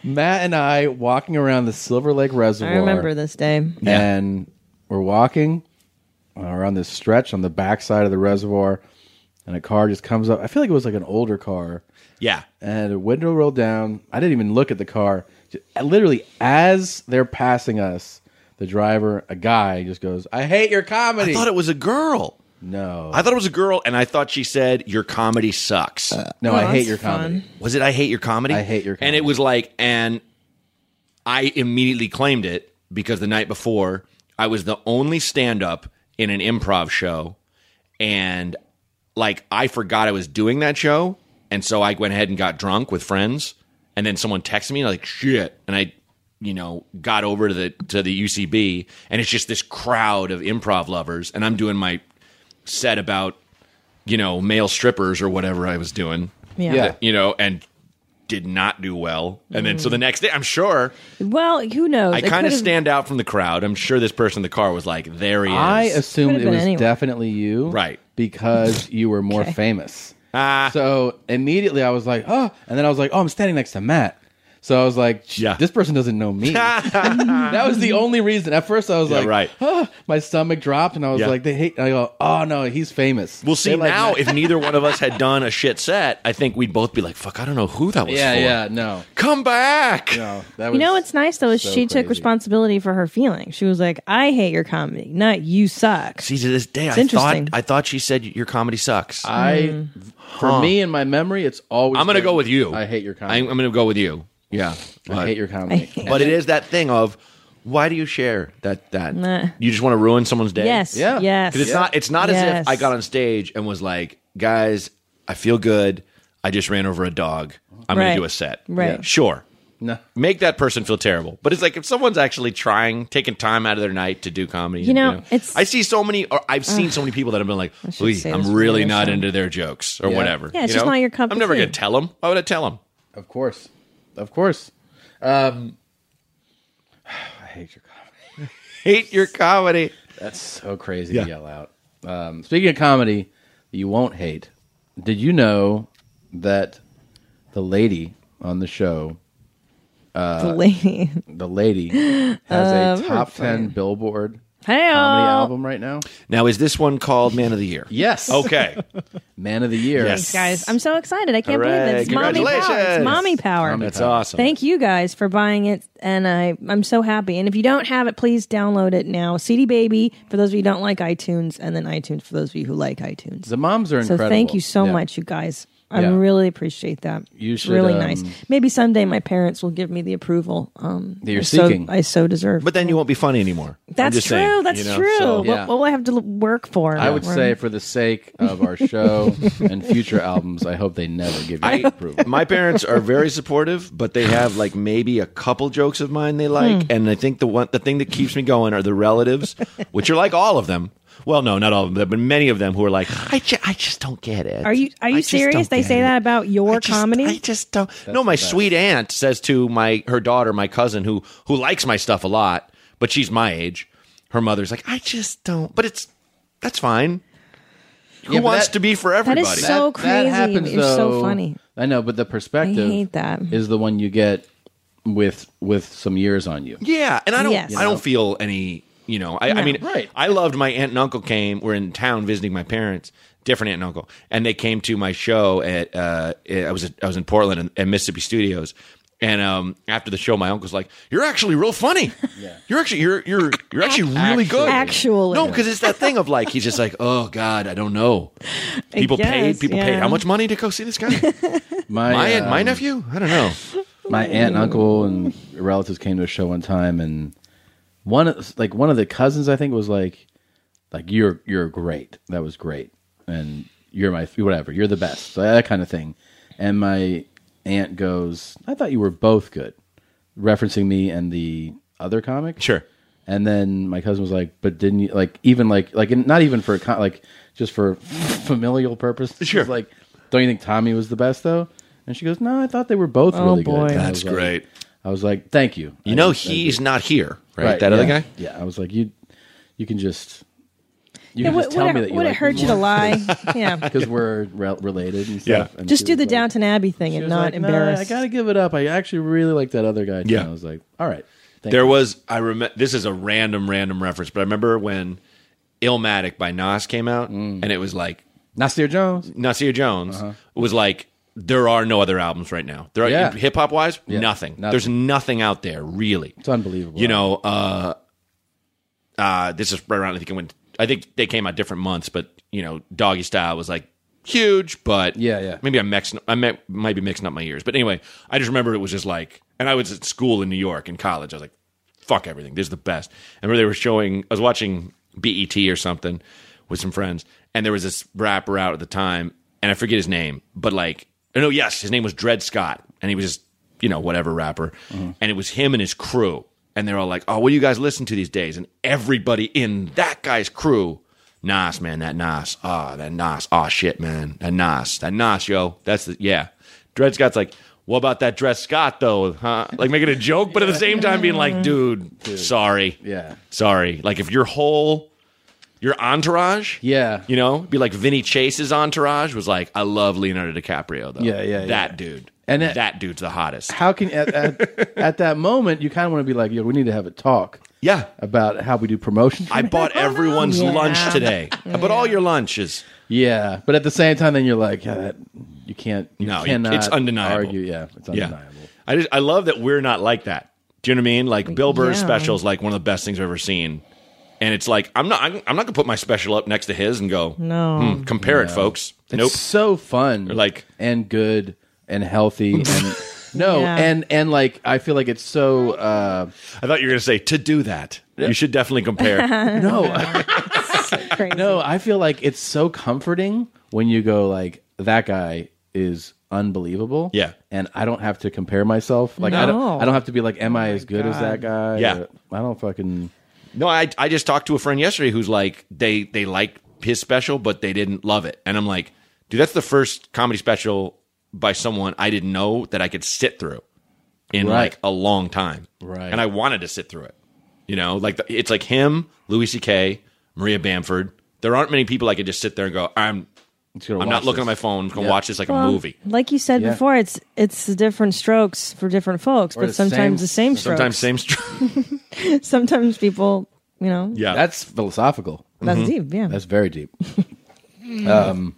N: Matt and I walking around the Silver Lake Reservoir.
D: remember this day. Yeah.
N: And we're walking uh, around this stretch on the backside of the reservoir, and a car just comes up. I feel like it was like an older car.
E: Yeah.
N: And a window rolled down. I didn't even look at the car. Ju- Literally, as they're passing us, the driver, a guy, just goes, I hate your comedy.
E: I thought it Oh, was a girl.
N: No.
E: I thought it was a girl, and I thought she said your comedy sucks.
N: no, Oh, I hate that's your comedy.
E: Was it I hate your comedy? I hate your comedy. And it was like, and I immediately claimed it because the night before I was the only stand up in an improv show, and like I forgot I was doing that show, and so I went ahead and got drunk with friends, and then someone texted me like shit, and I you know got over to the to the UCB, and it's just this crowd of improv lovers, and I'm doing my set about you know male strippers or whatever I was doing,
D: Yeah. Yeah.
E: you know, and did not do well, and then so the next day I'm sure
D: Well, who knows?
E: I
D: It
E: kind of
D: could've-
E: stand out from the crowd. I'm sure this person in the car was like, "There he is."
N: I assumed
D: Could've
N: it
D: been
N: was
D: anyone.
N: definitely you, right? Because you were more famous.
E: Ah,
N: So immediately I was like, oh, and then I was like, oh, I'm standing next to Matt. So I was like, yeah. this person doesn't know me. that was the only reason. At first I was
E: Yeah,
N: like,
E: right.
N: "Oh," my stomach dropped, and I was
E: Yeah.
N: like, they hate. I go, oh no, he's famous.
E: We'll see
N: They like
E: now.
N: Matt.
E: if neither one of us had done a shit set, I think we'd both be like, "Fuck, I don't know who that was."
N: yeah,
E: for.
N: yeah, no,
E: come back.
N: No, that
D: You know what's nice though is
E: so
D: she took
E: crazy.
D: responsibility for her feelings. She was like, "I hate your comedy, not you suck."
E: See to this day,
D: It's
E: I
D: interesting.
E: thought I thought she said your comedy sucks.
N: I, for
E: Hmm. Huh.
N: me in my memory, it's always.
E: I'm gonna
N: been,
E: go with you.
N: I hate your comedy.
E: I'm, I'm gonna go with you. Yeah, but,
N: hate your comedy. I-
E: but it is that thing of why do you share that that
D: Nah.
E: you just want to ruin someone's day?
D: Yes, Yeah. yes,
E: 'Cause it's not it's not as
D: yes.
E: if I got on stage and was like, guys, I feel good. I just ran over a dog. I'm
D: Right.
E: gonna do a set.
D: Right. Yeah.
E: Sure.
N: No.
E: Make that person feel terrible. But it's like if someone's actually trying, taking time out of their night to do comedy.
D: You know, it's-
E: I see so many, or I've seen so many people that have been like,
D: should
E: "Ooh,
D: say this
E: I'm
D: for
E: really
D: the
E: not
D: show.
E: into their jokes or
N: Yeah.
E: whatever.
D: Yeah, it's
E: you
D: just
E: know?
D: not your cup
E: I'm
D: of
E: never
D: tea.
E: going to tell them. Why would I tell them?
N: Of course, of course. Um, I hate your comedy.
E: hate your comedy.
N: That's so crazy
E: Yeah.
N: to yell out. Um, speaking of comedy, that you won't hate. Did you know that the lady on the show, uh,
D: The lady.
N: the lady has
D: Uh,
N: a
D: very
N: top
D: funny. Oh.
N: ten Billboard
D: Hey,
C: comedy album right now.
E: Now, is this one called Man of the Year?
C: Yes.
E: Okay.
C: Man of the Year.
E: Yes.
D: guys. I'm so excited. I can't believe
E: Hooray.
D: it. It's mommy power. It's
E: Congratulations.
D: mommy power.
E: Mommy That's power. awesome.
D: Thank you guys for buying it, and I I'm so happy. And if you don't have it, please download it now. CD Baby for those of you who don't like iTunes, and then iTunes for those of you who like iTunes.
C: The moms are
D: So
C: incredible.
D: thank you so
C: Yeah.
D: much, you guys. I
C: Yeah.
D: really appreciate that.
C: You
D: It's
C: should,
D: really
C: um,
D: nice. Maybe someday my parents will give me the approval. Um,
E: That you're
D: I so-
E: seeking.
D: I so deserve.
E: But then you won't be funny anymore. I'm
D: that's true.
E: just saying,
D: that's
E: you know,
D: true.
E: so-
D: What, what will I have to l- work for? Um,
C: I would
D: We're-
C: say, for the sake of our show and future albums, I hope they never give you
E: I-
C: approval.
E: my parents are very supportive, but they have like maybe a couple jokes of mine they like,
C: Hmm.
E: and I think the one the thing that keeps me going are the relatives, which are like all of them. Well, no, not all of them, but many of them who are like, I, ju- I just don't get it.
D: Are you are you serious?
E: don't
D: They
E: get
D: say
E: it.
D: that about your comedy. I
E: just don't. no, my sweet aunt says to my her daughter, my cousin who who likes my stuff a lot, but she's my age. Her mother's like, I just don't. But it's that's fine. Who
C: Yeah, but
E: wants
C: that-
E: to be for everybody?
D: That is so crazy. You're so funny.
C: I know, but the perspective
D: I hate that.
C: is the one you get with with some years on you.
E: Yeah, and I don't
C: Yes.
E: I don't feel any you know I, I
C: No.
E: mean
C: Right.
E: I loved my aunt and uncle came were in town visiting my parents different aunt and uncle and they came to my show at uh I was I was in Portland and- at Mississippi Studios and um after the show my uncle's like you're actually real funny yeah. you're actually you're you're you're actually really good
D: Actually.
E: no because it's that thing of like he's just like oh god I don't know
D: I
E: people paid
D: guess,
E: people
D: yeah.
E: paid how much money to go see this guy my my, aunt- my
C: um,
E: nephew I don't know
C: my aunt and uncle and relatives came to a show one time and one of- like one of the cousins I think was like like you're you're great that was great and you're my whatever you're the best so that kind of thing and my aunt goes I thought you were both good referencing me and the other comic
E: sure
C: and then my cousin was like but didn't you like even like like not even for a con- like just for familial purposes sure like don't you think Tommy was the best though and she goes no I thought they were both
E: Oh,
C: really
E: boy.
C: good And I was
E: That's
C: like-
E: great.
C: I was like thank you
E: you
C: I
E: know
C: was- I was-
E: he's not here right, that other
C: yeah.
E: guy
C: Yeah, I was like, you, you can just, you
D: Yeah,
C: can
D: would-
C: just tell
D: would it-
C: me that you
D: would it
C: like
D: hurt
C: me
D: you to
C: more.
D: lie? Yeah.
C: because we're rel related and
E: Yeah.
C: stuff. And
D: Just
C: she
D: do
C: was
D: the
C: like-
D: Downton Abbey thing
C: she
D: and
C: was
D: not
C: like, "Nah, I
D: embarrass.
C: gotta give it up. I actually really like that other guy. too."
E: Yeah.
C: And I was like, all right, thank
E: there
C: you."
E: was I remember this is a random random reference, but I remember when Illmatic by Nas came out, and it was like
C: Nasir Jones.
E: Nasir Jones
C: Mm. Uh-huh.
E: was like, there are no other albums right now. There,
C: Yeah.
E: are hip hop wise,
C: Yeah,
E: nothing.
C: nothing.
E: There's nothing out there really.
C: It's unbelievable.
E: You know, uh, uh, this is right around. I think it went. I think they came out different months, but you know, Doggy Style was like huge, but yeah, yeah. Maybe I'm mixing. I might, might be mixing up my years, but anyway, I just remember it was just like, and I was at school in New York in college. I was like, fuck everything. This is the best. I remember they were showing. I was watching BET or something with some friends, and there was this rapper out at the time, and I forget his name, but like, oh, no, yes, his name was Dred Scott, and he was just you know whatever rapper, and it was him and his crew and they're all like, "Oh, what do you guys listen to these days?" And everybody in that guy's crew, Nas, man, that Nas, ah, that Nas, ah, shit, man, that Nas, that Nas, yo, that's the yeah. Dred Scott's like, "What about that Dred Scott though?" Huh? Like making a joke, but at the same time being like, "Dude, sorry,
C: Yeah.
E: sorry." Like if your whole your entourage,
C: yeah,
E: you know, be like Vinny Chase's entourage was like, "I love Leonardo DiCaprio though,
C: Yeah, yeah,
E: that
C: yeah.
E: dude."
C: And
E: And
C: it-
E: that dude's the hottest.
C: How can at, at, at that moment you kind of want to be like, yo, we need to have a talk.
E: Yeah,
C: about how we do promotion.
E: I bought everyone's
C: Yeah.
E: lunch today. I bought all your lunches.
C: Yeah, but at the same time, then you're like, yeah, that, you can't, you
E: No, you-
C: cannot
E: it's undeniable.
C: Argue, yeah, it's
E: Yeah.
C: undeniable.
E: I just I love that we're not like that. Do you know what I mean? Like Bill Burr's
C: yeah.
E: special is like one of the best things I've ever seen. And it's like I'm not I'm, I'm not gonna put my special up next to his and go
C: No.
E: "Hmm, compare it,
C: No.
E: folks.
C: It's
E: nope.
C: so fun,
E: like
C: and good and healthy. And, no,
E: Yeah.
C: and and like I feel like it's so. Uh,
E: I thought you were gonna say to do that. You should definitely compare.
C: no, no, I feel like it's so comforting when you go like that guy is unbelievable.
E: Yeah.
C: and I don't have to compare myself. Like I
E: No. Oh
C: don't. I don't have to be like, am I as good as
E: God.
C: that guy?
E: Yeah.
C: Or- I don't fucking.
E: No, I I just talked to a friend yesterday who's like they they like his special but they didn't love it, and I'm like, dude, that's the first comedy special by someone I didn't know that I could sit through in
C: Right.
E: like a long time,
C: Right.
E: And I wanted to sit through it, you know, like the, it's like him, Louis C.K., Maria Bamford. There aren't many people I could just sit there and go, I'm I'm
C: watch
E: not looking
C: this.
E: at my phone, I'm gonna
C: Yeah.
E: watch this like
D: Well,
E: a movie.
D: Like you said
E: Yeah.
D: before, it's it's the different strokes for different folks,
E: Or
D: but sometimes the same strokes.
E: Sometimes same stroke.
D: Sometimes people You know,
E: Yeah. Mm-hmm.
P: That's philosophical.
D: That's Mhm. deep, yeah.
P: That's very deep. um,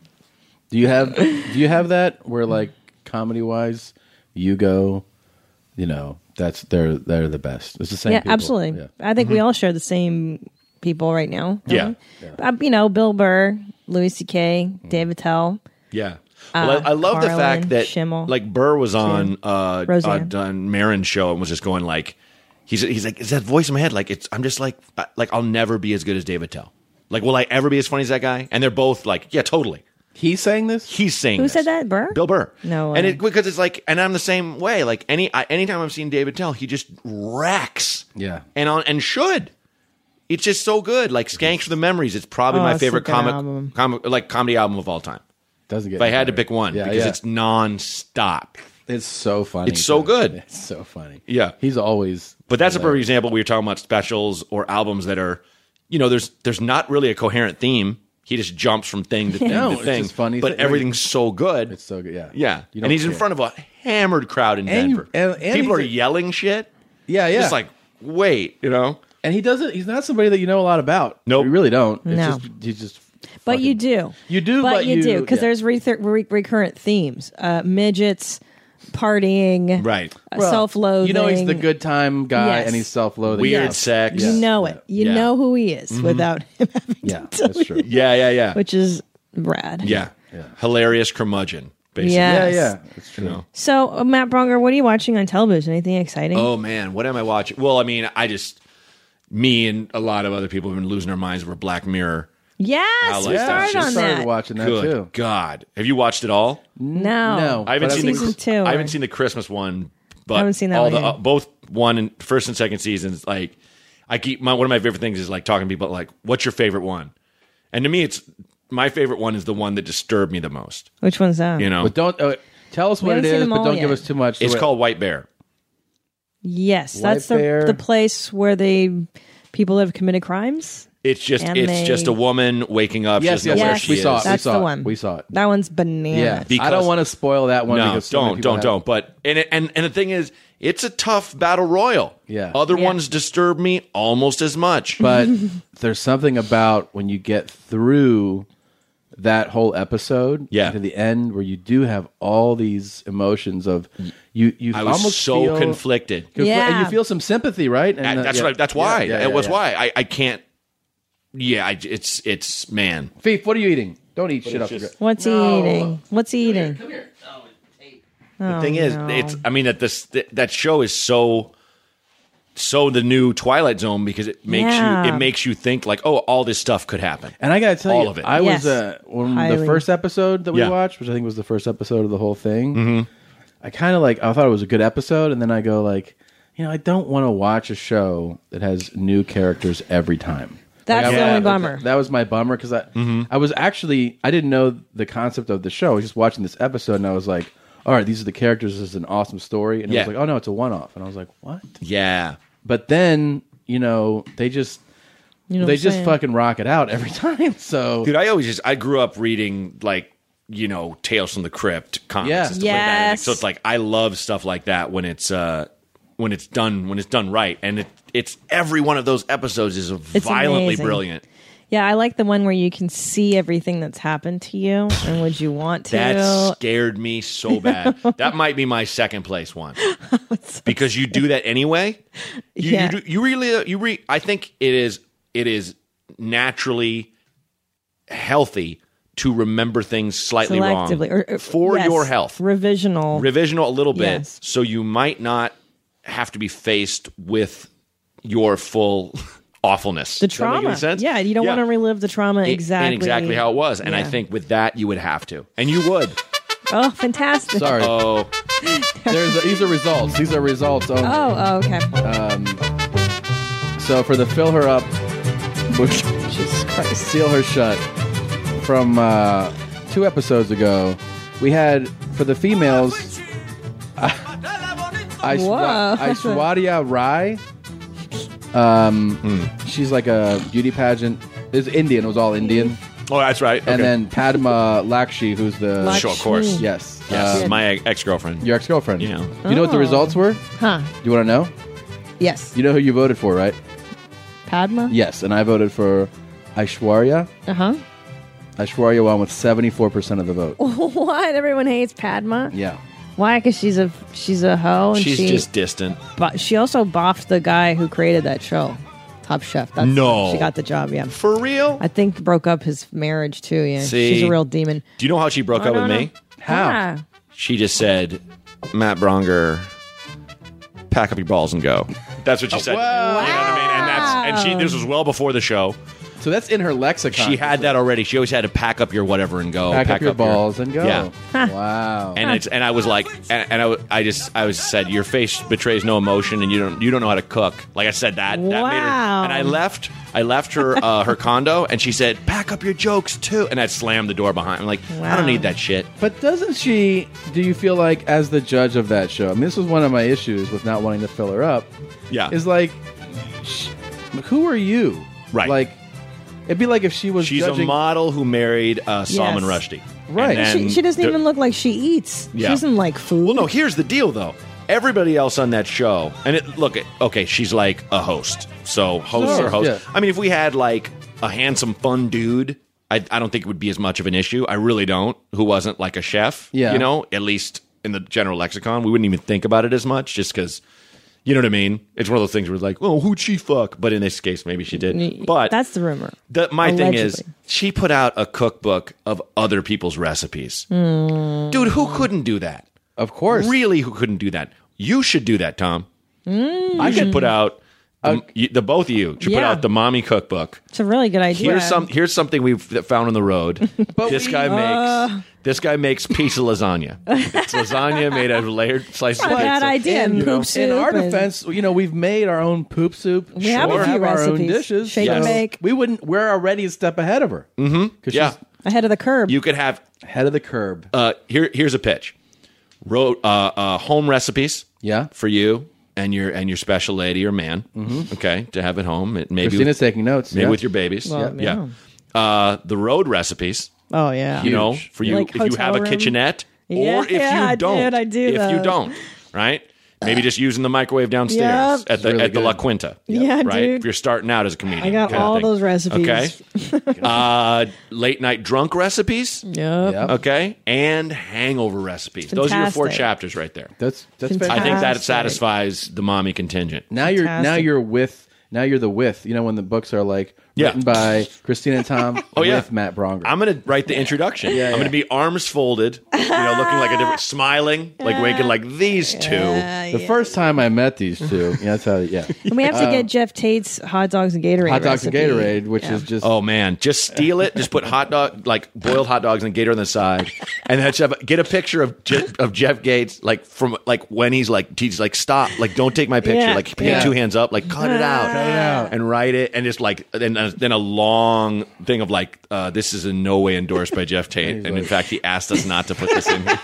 P: do you have do you have that where like comedy wise you go, you know, that's they're they're the best. It's the same.
D: yeah,
P: people.
D: absolutely.
P: Yeah.
D: I think we all share the same people right now. don't
E: Mm-hmm. Yeah. Mm-hmm.
D: we? Uh, you know, Bill Burr, Louis C.K., Dave Attell.
E: Yeah. Well,
D: Uh,
E: I, I love the
D: Carlin,
E: fact that
D: Schimmel.
E: like Burr was on uh, uh
D: Roseanne.
E: Don Marin's show and was just going like he's he's like is that voice in my head like it's I'm just like I- like I'll never be as good as David Tell. Like will I ever be as funny as that guy? And they're both like yeah, totally.
P: He's saying this?
E: He's saying
D: Who
E: this.
D: said that? Burr?
E: Bill Burr.
D: No.
E: And
D: way.
E: it because it's like and I'm the same way. Like any I, anytime I've seen David Tell, he just racks
P: Yeah.
E: and on and should. It's just so good. Like Skanks for the Memories, it's probably
P: Oh,
E: my
P: it's a
E: favorite
P: good
E: comic,
P: album.
E: comic like comedy album of all time.
P: Doesn't get
E: If I had to
P: better.
E: pick one,
P: Yeah,
E: because
P: yeah.
E: it's non-stop.
P: It's so funny.
E: It's so
P: too.
E: good.
P: It's so funny.
E: Yeah,
P: he's always.
E: But that's a perfect example. We were talking about specials or albums that are, you know, there's there's not really a coherent theme. He just jumps from thing to thing
P: No,
E: to
P: it's
E: thing.
P: just funny
E: but
P: thing.
E: everything's so good. It's
P: so good. Yeah,
E: yeah.
P: You don't
E: And he's in
P: care.
E: front of a hammered crowd in
P: And you-
E: Denver.
P: and- and
E: People are
P: he's-
E: yelling shit.
P: Yeah, yeah.
E: Just like wait, you know.
P: And he doesn't. He's not somebody that you know a lot about. No, you really don't. It's
D: No.
P: just he's just
D: But you do.
P: You do,
D: But,
P: but
D: you,
P: you-
D: do because
P: yeah.
D: there's re- re- recurrent themes: uh, midgets, partying,
E: right,
D: uh, self-loathing.
P: You know he's the good time guy,
D: Yes.
P: and he's self-loathing.
E: Weird sex.
D: You know it. You
E: Yeah.
D: know who he is
E: Mhm.
D: without him,
P: Yeah,
D: that's
P: true.
E: Yeah, yeah, yeah.
D: which is rad.
E: yeah. Hilarious curmudgeon. Basically.
D: Yes. Yeah, yeah.
E: It's true.
D: So uh, Matt Bronger, what are you watching on television? Anything exciting?
E: Oh man, what am I watching? Well, I mean, I just me and a lot of other people have been losing our minds over Black Mirror.
D: yes,
E: I
D: we
E: like
D: started
E: that.
D: on that.
E: Good God, have you watched it all?
D: No,
E: I haven't seen
D: season
E: the,
D: two.
E: I haven't seen the Christmas one, but
D: haven't seen that
E: all
D: one
E: the
D: either.
E: uh, both one and first and second seasons. Like, I keep my one of my favorite things is like talking to people like, "What's your favorite one?" And to me, it's my favorite one is the one that disturbed me the most.
D: Which one's that?
E: You know,
P: But don't uh, tell us
D: We
P: what it
D: haven't seen
P: is,
D: them
P: but
D: all
P: don't
D: yet.
P: give us too much.
E: it's
P: So-
E: called White Bear.
D: Yes,
P: White
D: that's the,
P: Bear.
D: the place where they people have committed crimes.
E: It's just
D: And
E: it's
D: they-
E: just a woman waking up.
P: Yes,
E: she doesn't
P: yes,
E: know where
P: yes.
E: she
P: We saw
E: is.
P: it. We
D: That's
P: saw
D: the
P: it.
D: one.
P: We saw it.
D: That one's bananas.
P: Yeah, I don't want to spoil that one.
E: no,
P: because so many
E: don't,
P: people
E: don't,
P: have-
E: don't. But and it, and and the thing is, it's a tough battle royal.
P: Yeah.
E: Other ones disturb me almost as much.
P: But there's something about when you get through that whole episode yeah. to the end where you do have all these emotions of you you
E: I was
P: almost
E: so
P: feel-
E: conflicted.
P: confl- and
E: Yeah.
P: you feel some sympathy right
E: I-
P: and uh,
E: that's
P: yeah.
E: what I, that's why.
P: Yeah, yeah,
E: it
P: yeah,
E: was
P: yeah.
E: why I, I can't. Yeah, I, it's it's man.
P: Fief, what are you eating? Don't eat
E: But
P: shit
E: it's
P: off your
E: just-
D: What's he eating? What's he eating?
E: The
D: Oh,
E: thing is,
D: no.
E: it's I mean that this th- that show is so so the new Twilight Zone because it makes
P: Yeah.
E: you it makes you think like oh all this stuff could happen.
P: And I gotta tell
E: all
P: you,
E: of it.
P: I
E: Yes.
P: was uh, when
E: Highly.
P: the first episode that we
E: Yeah. Mm-hmm.
P: watched, which I think was the first episode of the whole thing. I kind of like I thought it was a good episode, and then I go like, you know, I don't want to watch a show that has new characters every time.
D: That's
P: Like, I-
D: the only
P: I-
D: bummer.
P: That was my bummer because I
E: Mm-hmm.
P: I was actually I didn't know the concept of the show. I was just watching this episode, and I was like, all right, these are the characters. This is an awesome story, and it
E: Yeah.
P: was like, oh no, it's a one off, and I was like, what?
E: Yeah.
P: But then you know they just
E: You know what
P: they
E: I'm
P: just
E: saying?
P: fucking rock it out every time. So
E: Dude, I always just I grew up reading like you know Tales from the Crypt comics and
P: Yeah.
E: stuff like that. And
P: Yes.
E: so it's like I love stuff like that when it's uh when it's done when it's done right, and it it's every one of those episodes is
D: It's
E: violently
D: amazing.
E: brilliant.
D: Yeah, I like the one where you can see everything that's happened to you and would you want to?
E: That scared me so bad. that might be my second place one because you do that anyway. You,
D: Yeah.
E: you, do, you really uh, you re. I think it is it is naturally healthy to remember things slightly
D: selectively uh,
E: wrong for
D: yes,
E: your health.
D: Revisional.
E: Revisional a little bit,
D: Yes.
E: so you might not have to be faced with your full awfulness.
D: the
E: Does that make any
D: trauma.
E: sense?
D: Yeah, you don't
E: Yeah.
D: want to relive the trauma
E: And-
D: exactly.
E: and exactly how it was. And I
D: Yeah.
E: think with that, you would have to, and you would.
D: Oh, fantastic.
E: Oh,
P: There's these are results. These are results only.
D: Oh, oh, okay.
P: Um, so for the fill her up, which seal her shut from uh, two episodes ago, we had for the females. I
D: Whoa.
P: Aishwarya Rai. Um,
E: Hmm.
P: she's like a beauty pageant. It's Indian. It was all Indian.
E: Oh, that's right.
P: And
E: Okay.
P: then Padma Lakshmi, who's the
E: Sure, of course. Lakshmi.
P: Yes,
E: Yes,
P: Um,
E: my ex girlfriend.
P: your ex girlfriend.
E: Yeah.
P: Do you know what the
D: Oh.
P: results were?
D: Huh.
P: Do you want to know?
D: Yes.
P: You know who you voted for, right?
D: Padma?
C: Yes, and I voted for Aishwarya.
D: Uh huh.
C: Aishwarya won with 74% of the vote.
D: what? Everyone hates Padma?
C: Yeah.
D: Why? Because she's a she's a hoe. And
E: She's
D: she,
E: just distant.
D: Bo- she also boffed the guy who created that show, Top Chef. That's
E: No.
D: she got the job. Yeah,
E: for real.
D: I think broke up his marriage too. Yeah,
E: See?
D: she's a real demon.
E: Do you know how she broke
D: Oh,
E: up
D: no,
E: with
D: no.
E: me?
D: Yeah.
E: She just said, Matt Bronger, pack up your balls and go. That's
D: Oh,
E: what she said. You know what I mean? And that's and she this was well before the show.
C: So that's in her lexicon.
E: She had that already. She always had to pack up your whatever and go.
C: Pack up your balls and go.
E: Yeah.
C: Wow.
E: And it's and I was like and, and I, w- I just I was said your face betrays no emotion and you don't you don't know how to cook. Like I said that that made her
D: Wow.
E: and I left I left her uh, her condo and she said pack up your jokes too and I slammed the door behind. I'm like I
C: Wow.
E: don't need that shit.
C: But doesn't she? Do you feel like as the judge of that show? I mean, this was one of my issues with not wanting to fill her up.
E: Yeah,
C: is like, sh- who are you? Right. Like, it'd be like if she was.
E: She's
C: judging-
E: a model who married uh, Salman
C: Yes.
E: Rushdie.
C: Right.
E: And
D: She,
E: then
D: she doesn't
E: the-
D: even look like she eats.
E: Yeah.
D: She doesn't like food. Well,
E: no, here's the deal, though. Everybody else on that show, and it, look, it- okay, she's like a host. So hosts
C: Sure,
E: are hosts.
C: yeah.
E: I mean, if we had like a handsome, fun dude, I, I don't think it would be as much of an issue. I really don't. Who wasn't like a chef?
C: Yeah.
E: You know, at least in the general lexicon, we wouldn't even think about it as much, just because. You know what I mean? It's one of those things where it's like, oh, who'd she fuck? But in this case, maybe she did. But
D: That's the rumor.
E: the, my thing is,
D: Allegedly.
E: she put out a cookbook of other people's recipes.
D: Hmm.
E: Dude, who couldn't do that?
C: Of course.
E: Really, who couldn't do that? You should do that, Tom.
D: Mm.
E: I should put out the, you- the both of you should put
D: Yeah.
E: out the mommy cookbook.
D: It's a really good idea.
E: Here's some. Here's something we've th- found on the road. this guy makes
D: Uh.
E: this guy makes pizza lasagna. It's lasagna made out of layered slices. of
D: Not a bad
E: pizza.
D: idea.
E: You
D: Poop
E: know?
D: soup
C: In our
D: and-
C: defense, you know, we've made our own poop soup.
D: We have a
C: Sure.
D: few
C: have our own
D: recipes.
C: dishes.
D: Shake and bake.
C: We wouldn't. We're already a step ahead of her. Mm-hmm.
E: Yeah.
D: ahead of the curb.
E: You could have
C: head of the curb.
E: Uh, here, here's a pitch. Wrote uh, uh, home recipes.
C: Yeah,
E: for you and your and your special lady or man. Okay, to have at home. It, maybe
C: Christina's taking notes,
E: Maybe
C: yeah.
E: with your babies.
C: Well,
E: yeah. Uh, the road recipes.
D: Oh yeah.
E: You know, for you
D: Like
E: if you
D: hotel
E: have a
D: room.
E: kitchenette,
D: Yeah,
E: or if
D: yeah, I
E: you
D: did,
E: don't,
D: I do
E: If you
D: those.
E: don't, right? Maybe just using the microwave downstairs
D: Yep.
E: at the at the La Quinta.
D: Yeah,
E: right.
D: dude.
E: If you're starting out as a comedian,
D: I got
E: kinda
D: all
E: thing.
D: those recipes.
E: Okay, uh, late night drunk
D: Mm-hmm.
E: recipes.
D: Yep. Yep.
E: Okay, and hangover recipes. Those are your four
C: Fantastic.
E: chapters right there.
C: That's that's.
E: I think that
C: fantastic.
E: satisfies the mommy contingent.
C: Now you're now
E: Fantastic.
C: you're with now you're the with. You know when the books are like
E: Yeah.
C: written by Christina and Tom
E: Oh,
C: with
E: yeah.
C: Matt Bronger.
E: I'm gonna write the introduction.
C: Yeah,
E: I'm
C: yeah.
E: gonna be arms folded, you know, looking like a different, smiling, like waking like these two.
C: the first time I met these two, yeah, that's how. Yeah,
D: And we have to
C: Uh,
D: get Jeff Tate's hot dogs and Gatorade.
C: hot dogs
D: recipe.
C: and Gatorade, which is just
E: oh man, just steal it. Just put hot dog like boiled hot dogs and Gator on the side, and then Jeff- get a picture of Je- of Jeff Gates like from like when he's like he's like stop like don't take my picture
C: Yeah.
E: like put
C: Yeah.
E: two hands up like cut it out
C: Cut it out.
E: and write it and just like then a, then a long thing of like uh, this is in no way endorsed by Jeff Tate and in fact he asked us not to put this in. here.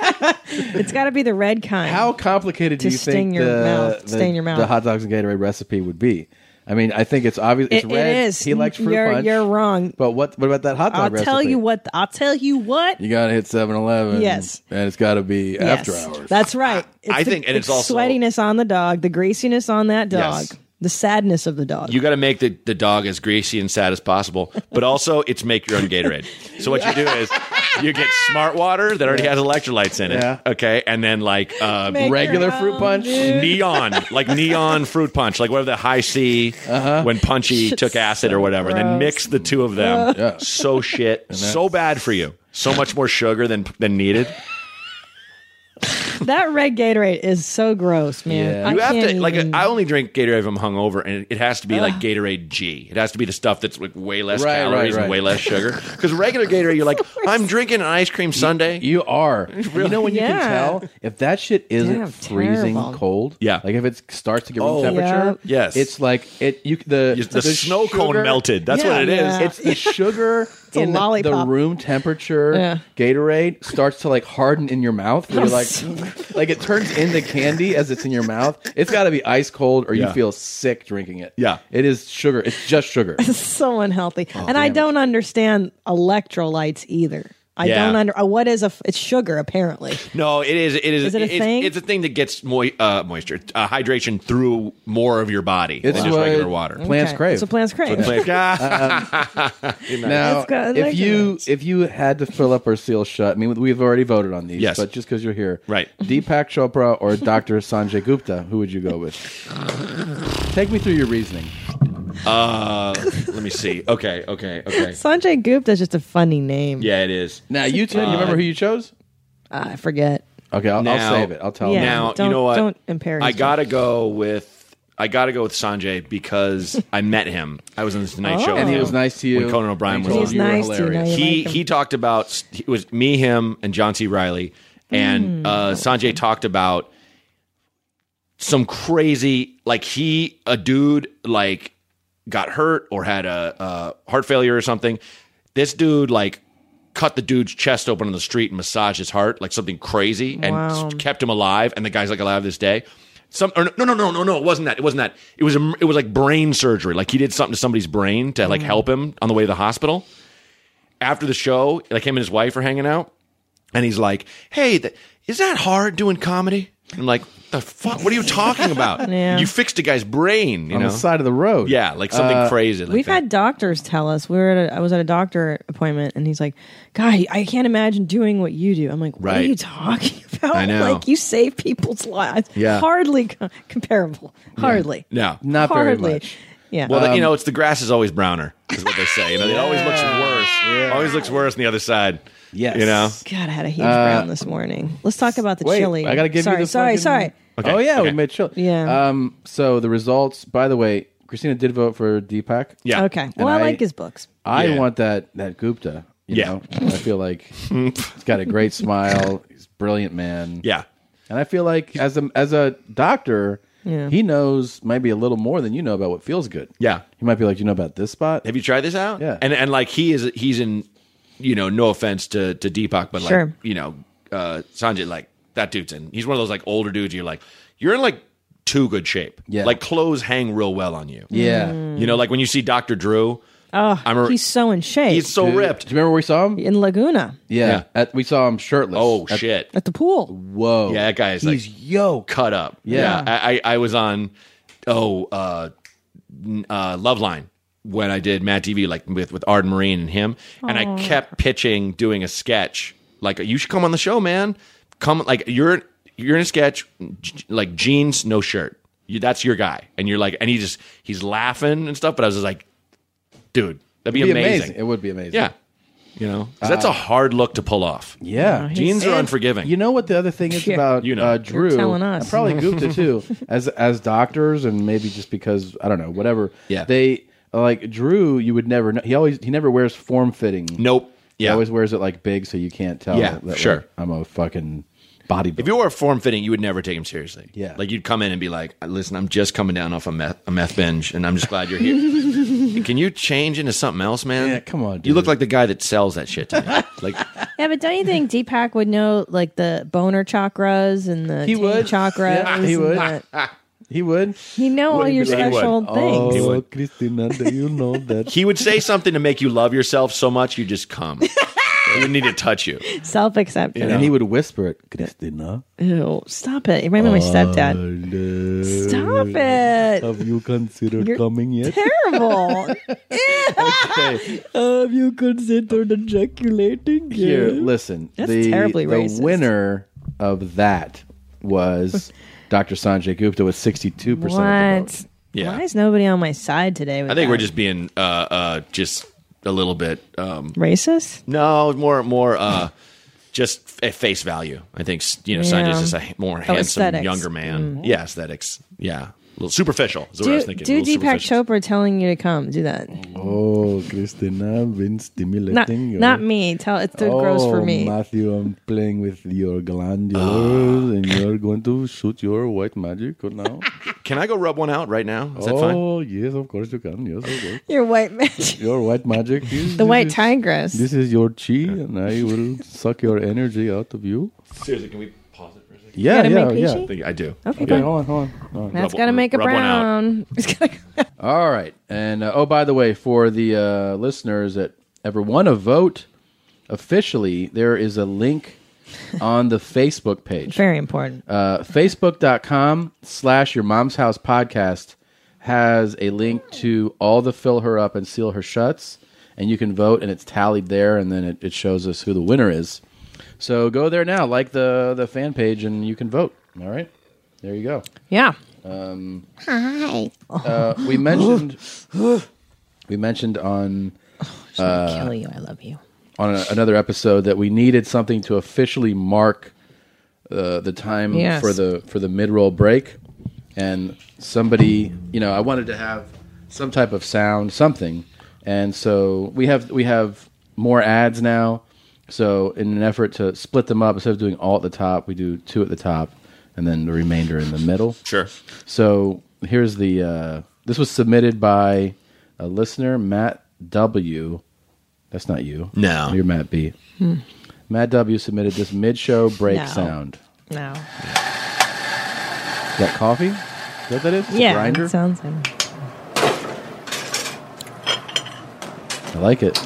D: It's got to be the red kind.
C: How complicated
D: to
C: do you
D: sting
C: think
D: your
C: the,
D: mouth?
C: the-
D: stain your mouth.
C: the hot dogs and Gatorade recipe would be? I mean, I think it's obvious. It's
D: It- it
C: red.
D: is.
C: He likes fruit
D: You're-
C: punch.
D: you're wrong.
C: But what? What about that hot dog
D: I'll
C: recipe?
D: tell you what. I'll tell you what.
C: You gotta hit 7-Eleven.
D: Yes.
C: and it's got to be after
D: yes,
C: hours.
D: That's right.
E: I think- and it's also-
D: sweatiness on the dog, the greasiness on that dog,
E: Yes.
D: the sadness of the dog.
E: You got to make the, the dog as greasy and sad as possible, but also it's make your own Gatorade. So what you do is you get smart water that already has electrolytes in it.
C: Yeah.
E: Okay, and then like uh,
C: Make Regular your fruit own, punch? dude.
E: neon, like neon fruit punch, like whatever the high C
C: Uh-huh.
E: when Punchy took acid or whatever, and then
C: gross.
E: mix the two of them.
C: Yeah.
E: So shit, so bad for you. So much more sugar than than needed.
D: that red Gatorade is so gross, man. I
E: you have
D: can't
E: to like.
D: even-
E: I only drink Gatorade if I'm hungover, and it has to be like Gatorade G. It has to be the stuff that's like way less
C: Right, right,
E: calories
C: right.
E: and way less sugar. Because regular Gatorade, you're like, I'm drinking an ice cream sundae.
C: You are. You know when you can tell if that shit isn't
E: Damn,
C: freezing
E: terrible.
C: cold. Yeah, like if it starts to get room
E: Oh.
C: temperature.
E: Yeah. Yes.
C: it's like it. You the
E: the snow cone melted. That's what it is. Yeah.
C: It's the sugar
D: a
C: in the, the
D: lollipop.
C: room temperature.
D: Yeah.
C: Gatorade starts to like harden in your mouth. You're like, like it turns into candy as it's in your mouth. It's got to be ice cold, or you
E: Yeah.
C: feel sick drinking it.
E: Yeah,
C: it is sugar. It's just sugar.
E: Oh,
D: It's so unhealthy. and I
C: damn it.
D: don't understand electrolytes either. I
E: Yeah.
D: don't under. Uh, what is a? f- It's sugar apparently.
E: No, it is. It is.
D: Is it a
E: it's,
D: thing?
E: It's a thing that gets moi- uh, moisture, uh, hydration through more of your body
C: It's
E: than just
C: what
E: regular water.
C: plants Okay. crave. It's what plants
E: It's what
C: crave.
E: plants- You know.
C: Now, if you if you had to fill up or seal shut, I mean, we've already voted on these.
E: Yes.
C: but just because you're here,
E: Right.
C: Deepak Chopra or Dr. Sanjay Gupta, who would you go with? Take me through your reasoning.
E: Uh, let me see. Okay, okay, okay.
D: Sanjay Gupta is just a funny name.
E: Yeah, it is.
C: Now you two, you remember who you chose?
D: Uh, I forget.
C: Okay, I'll,
E: Now-
C: I'll save it. I'll tell
D: Yeah,
C: them.
E: Oh, now
D: don't-
E: you know what?
D: don't impair his
E: I gotta go with I gotta go with Sanjay because I met him. I was on this Tonight Show,
C: Oh. And he
E: with
C: was
E: him
C: nice to you.
E: When Conan O'Brien
C: He
E: was
C: told you
E: on.
C: you were He's nice to you. Now hilarious. you
E: He
C: like him.
E: he talked about it was me, him, and John C. Riley,
C: Hmm.
E: and uh, Sanjay talked about some crazy like he a dude like got hurt or had a uh, heart failure or something. This dude like cut the dude's chest open on the street and massaged his heart like something crazy and
Q: Wow.
E: s- kept him alive. And the guy's like alive this day. Some or no no no no no it wasn't that it wasn't that it was a, it was like brain surgery like he did something to somebody's brain to like
Q: Mm.
E: help him on the way to the hospital. After the show, like him and his wife are hanging out, and he's like, "Hey, th- is that hard doing comedy?" I'm like, "The fuck? What are you talking about?
D: Yeah.
E: You fixed a guy's brain, you
C: On
E: know,
C: the side of the road.
E: Yeah, like something
C: Uh,
E: crazy. Like
D: We've
E: that.
D: had doctors tell us. We were at a, I was at a doctor appointment, and he's like, "Guy, I can't imagine doing what you do." I'm like, "What are
E: Right.
D: you talking about?
E: I know.
D: Like you save people's lives.
E: Yeah.
D: hardly co- comparable. Hardly.
E: no,
D: hardly. Yeah.
E: Well,
C: Um,
E: you know, it's the grass is always browner, is what they say. You know, it always looks worse. Always looks worse on the other side. Yes, you know.
D: God, I had a huge
E: Uh,
D: brown this morning. Let's talk about the
C: Wait,
D: chili.
C: I gotta give
D: sorry,
C: you the
D: Sorry,
C: fucking-
D: sorry,
C: Oh yeah, we made chill.
D: Yeah.
C: Um. So the results. By the way, Christina did vote for Deepak.
D: Okay.
C: And
D: Well, I, like his books.
C: I
D: Yeah.
C: want that that Gupta. You yeah. Know? I feel like he's got a great smile. He's a brilliant man.
E: Yeah.
C: And I feel like as a as a doctor,
E: Yeah.
C: he knows maybe a little more than you know about what feels good.
E: Yeah.
C: He might be like, you know about this spot?
E: Have you tried this out?
C: Yeah.
E: And and like he is he's in you know, no offense to to Deepak, but like
C: Sure.
E: you know, uh Sanjay, like that dude's in he's one of those like older dudes you're like you're in like too good shape.
C: Yeah.
E: Like clothes hang real well on you.
C: Yeah. Mm.
E: You know, like when you see Dr. Drew,
D: Oh,
E: I'm a-
D: he's so in shape.
E: he's so ripped.
C: Do you remember where we saw him?
D: In Laguna.
C: Yeah.
E: Yeah.
C: At, we saw him shirtless.
E: Oh shit.
D: At the pool.
C: Whoa.
E: Yeah, that guy is
C: He's
E: like
C: yo
E: cut up.
C: Yeah.
E: I, I I was on oh uh n- uh Loveline when I did Matt TV like with with Arden Marine and him and
Q: Aw.
E: I kept pitching doing a sketch like you should come on the show man. Come like you're you're in a sketch j- like jeans no shirt. You, that's your guy and you're like and he just he's laughing and stuff but I was just like dude that'd be,
C: It'd be
E: amazing.
C: amazing. It would be amazing.
E: Yeah. You know. 'Cause that's a
C: Uh,
E: hard look to pull off.
C: Yeah,
E: Jeans are unforgiving.
C: You know what the other thing is about
E: You know.
C: uh,
E: You're
C: Drew,
E: telling us.
C: and probably Gupta too, as as doctors, and maybe just because I don't know, whatever. Yeah, they like Drew. You would never. know. He always he never wears form fitting.
E: Nope.
C: Yeah, he always wears it like big, so you can't tell.
E: Yeah,
C: that, like,
E: sure.
C: I'm a fucking bodybuilder.
E: If you were form fitting, you would never take him seriously.
C: Yeah.
E: Like you'd come in and be like, listen, I'm just coming down off a meth, a meth binge and I'm just glad you're here. Can you change into something else, man? Yeah, come on, You look like the guy that sells that shit to me. like,
D: Yeah, but don't you think Deepak would know like the boner chakras and the
C: He
D: taint
C: would.
D: chakras?
C: Yeah, he
D: and
C: would.
D: that?
C: He would.
D: He know all your special
C: Oh.
D: things.
E: He would.
C: Christina, do you know that?
E: he would say something to make you love yourself so much you just come. he would need to touch you.
D: Self acceptance.
E: You know?
C: And he would whisper it, Christina.
D: Ew, stop it! You remind me of my stepdad. Stop it.
C: Have you considered
D: You're
C: coming yet?
D: Terrible.
C: Okay.
D: Have you considered ejaculating?
C: Here, listen.
D: Mm-hmm. That's
C: the,
D: terribly
C: the
D: racist.
C: winner of that was Dr. Sanjay Gupta with 62%
D: What?
C: of the vote.
E: Yeah.
D: Why is nobody on my side today? With
E: I think
D: that?
E: we're just being uh, uh, just a little bit um,
D: racist.
E: No, more more uh, just at face value. I think s- you know Sanjay's
D: Yeah.
E: just a more
D: Oh,
E: handsome,
D: aesthetics. Mm-hmm.
E: younger man. Yeah, aesthetics. Yeah, a little superficial. Is what I
D: do
E: was thinking.
D: do
E: A little
D: Deepak
E: superficial.
D: Chopra telling you to come. Do that.
C: Oh, Christina, been stimulating.
D: Not,
C: your-
D: not me. Tell it's too gross for
C: Oh,
D: me.
C: Matthew, I'm playing with your glandules, and
D: Ah.
C: you're going to shoot your white magic now.
E: Can I go rub one out right now? Is that fine?
C: oh, yes, of course you can. Yes, of course.
D: Your white magic.
C: Your white magic is
D: The
C: this
D: white
C: is-
D: tigress.
C: This is your chi, and I will suck your energy out of you.
E: Seriously, can we pause it for a second?
C: Yeah,
D: gotta
C: yeah,
D: make
C: yeah.
D: peachy?
E: I do.
D: Okay, fine.
C: hold on, hold on. Hold on.
D: That's got to make a brown. It's gotta-
C: All right, and uh, oh, by the way, for the uh, listeners that ever want to vote, officially, there is a link on the Facebook page.
D: Very important.
C: Uh, Facebook.com slash your mom's house podcast has a link to all the fill her up and seal her shuts. And you can vote, and it's tallied there, and then it, it shows us who the winner is. So go there now, like the, the fan page, and you can vote. All right? There you go.
D: Yeah.
C: Um,
F: Hi.
C: uh, we mentioned we mentioned on
D: gonna
C: uh,
D: kill you. I love you.
C: on a, another episode that we needed something to officially mark uh, the time
D: Yes.
C: for the for the mid roll break, and somebody you know I wanted to have some type of sound something, and so we have we have more ads now. So in an effort to split them up, instead of doing all at the top, we do two at the top, and then the remainder in the middle.
E: Sure.
C: So here's the. Uh, this was submitted by a listener, Matt W. That's not you.
E: No,
C: you're Matt B.
D: Hmm.
C: Matt W. submitted this mid-show break
D: No.
C: sound.
D: No.
C: Is that coffee? Is that what that is? It's a
D: yeah.
C: grinder.
D: It sounds like.
C: I like it.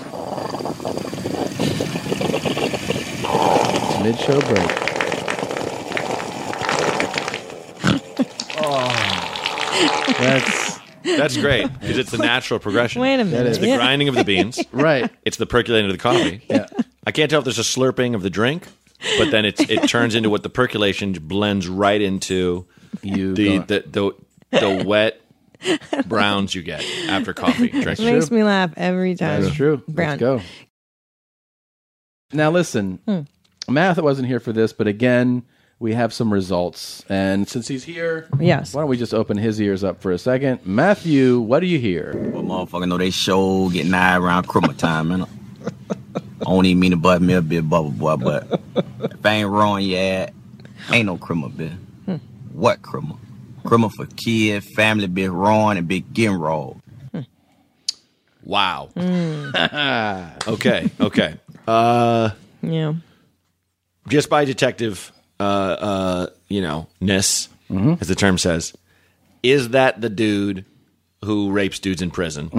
C: Mid show break. That's
E: that's great because it's the natural progression.
D: Wait a minute.
E: It's the
D: Yeah.
E: grinding of the beans.
C: right.
E: It's the percolating of the coffee. Yeah. I can't tell if there's a slurping of the drink, but then it's, it turns into what the percolation blends right into
C: you
E: the,
C: gone.
E: the, the, the wet browns you get after coffee
D: It
E: drinking.
D: makes me laugh every time.
C: That's true. Let's
D: Brown.
C: go. Now listen,
D: Hmm.
C: Math wasn't here for this, but again, we have some results, and since he's here,
D: Yes.
C: why don't we just open his ears up for a second? Matthew, what do you hear?
Q: Well, motherfucker, know they show getting high around Christmas time, man. I don't even mean to butt me a bit, bubble boy, but if I ain't wrong, yeah, ain't no criminal beer.
F: Hmm.
Q: What criminal? Criminal for kid, family beer, wrong, and big getting rolled.
E: Wow.
Q: Mm.
E: okay. Okay. Uh,
D: Yeah.
E: just by detective, uh, uh, you know, ness,
D: Mm-hmm.
E: as the term says, is that the dude who rapes dudes in prison?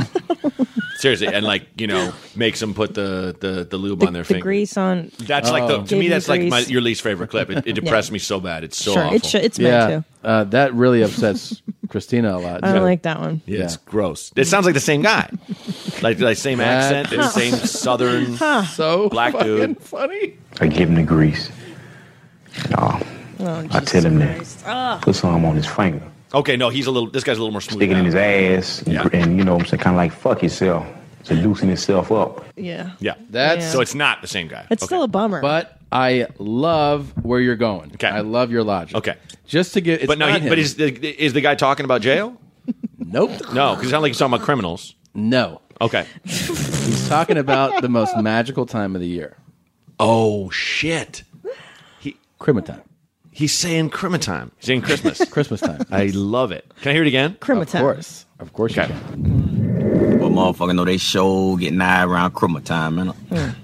E: Seriously, and like you know, makes them put the the, the lube on their
D: The
E: finger.
D: grease on.
E: That's like the to me.
D: Kidney
E: That's like my,
D: grease.
E: your least favorite clip. It, it depressed me so bad. It's so
D: Sure, it
E: awful.
D: should- it's mine
C: yeah,
D: too. Uh,
C: Uh, that really upsets Christina a lot.
D: I don't like that one.
E: Yeah, it's gross. It sounds like the same guy, like like same
C: That-
E: accent, the same southern
D: Huh.
C: so
E: black dude.
C: funny.
R: I give him the grease. No,
D: Oh,
R: I tell him that.
D: Ah.
R: Put some on his finger.
E: Okay, no, he's a little. This guy's a little more smooth.
R: Stick it in his ass. And, and you know what I'm saying? Kind of like fuck yourself. Seducing himself up.
D: Yeah.
E: Yeah,
C: That's
D: Yeah.
E: so it's not the same guy.
D: It's still a bummer.
C: But I love where you're going. Okay, I love your logic. Okay, just to get. It's
E: but no,
C: not
E: he, but
C: him.
E: is the, is the guy talking about jail?
C: Nope.
E: No, because it sounds like he's talking about criminals.
C: No.
E: Okay.
C: He's talking about the most magical time of the year.
E: Oh shit!
C: Crimin time.
E: He's saying crimin time. He's saying Christmas.
C: Christmas time.
E: I love it. Can I hear it again?
D: Crimin time.
Q: Of
C: course. Of course
E: you can.
Q: Well, motherfucker, know they show getting high around Christmas time, man.
D: Mm.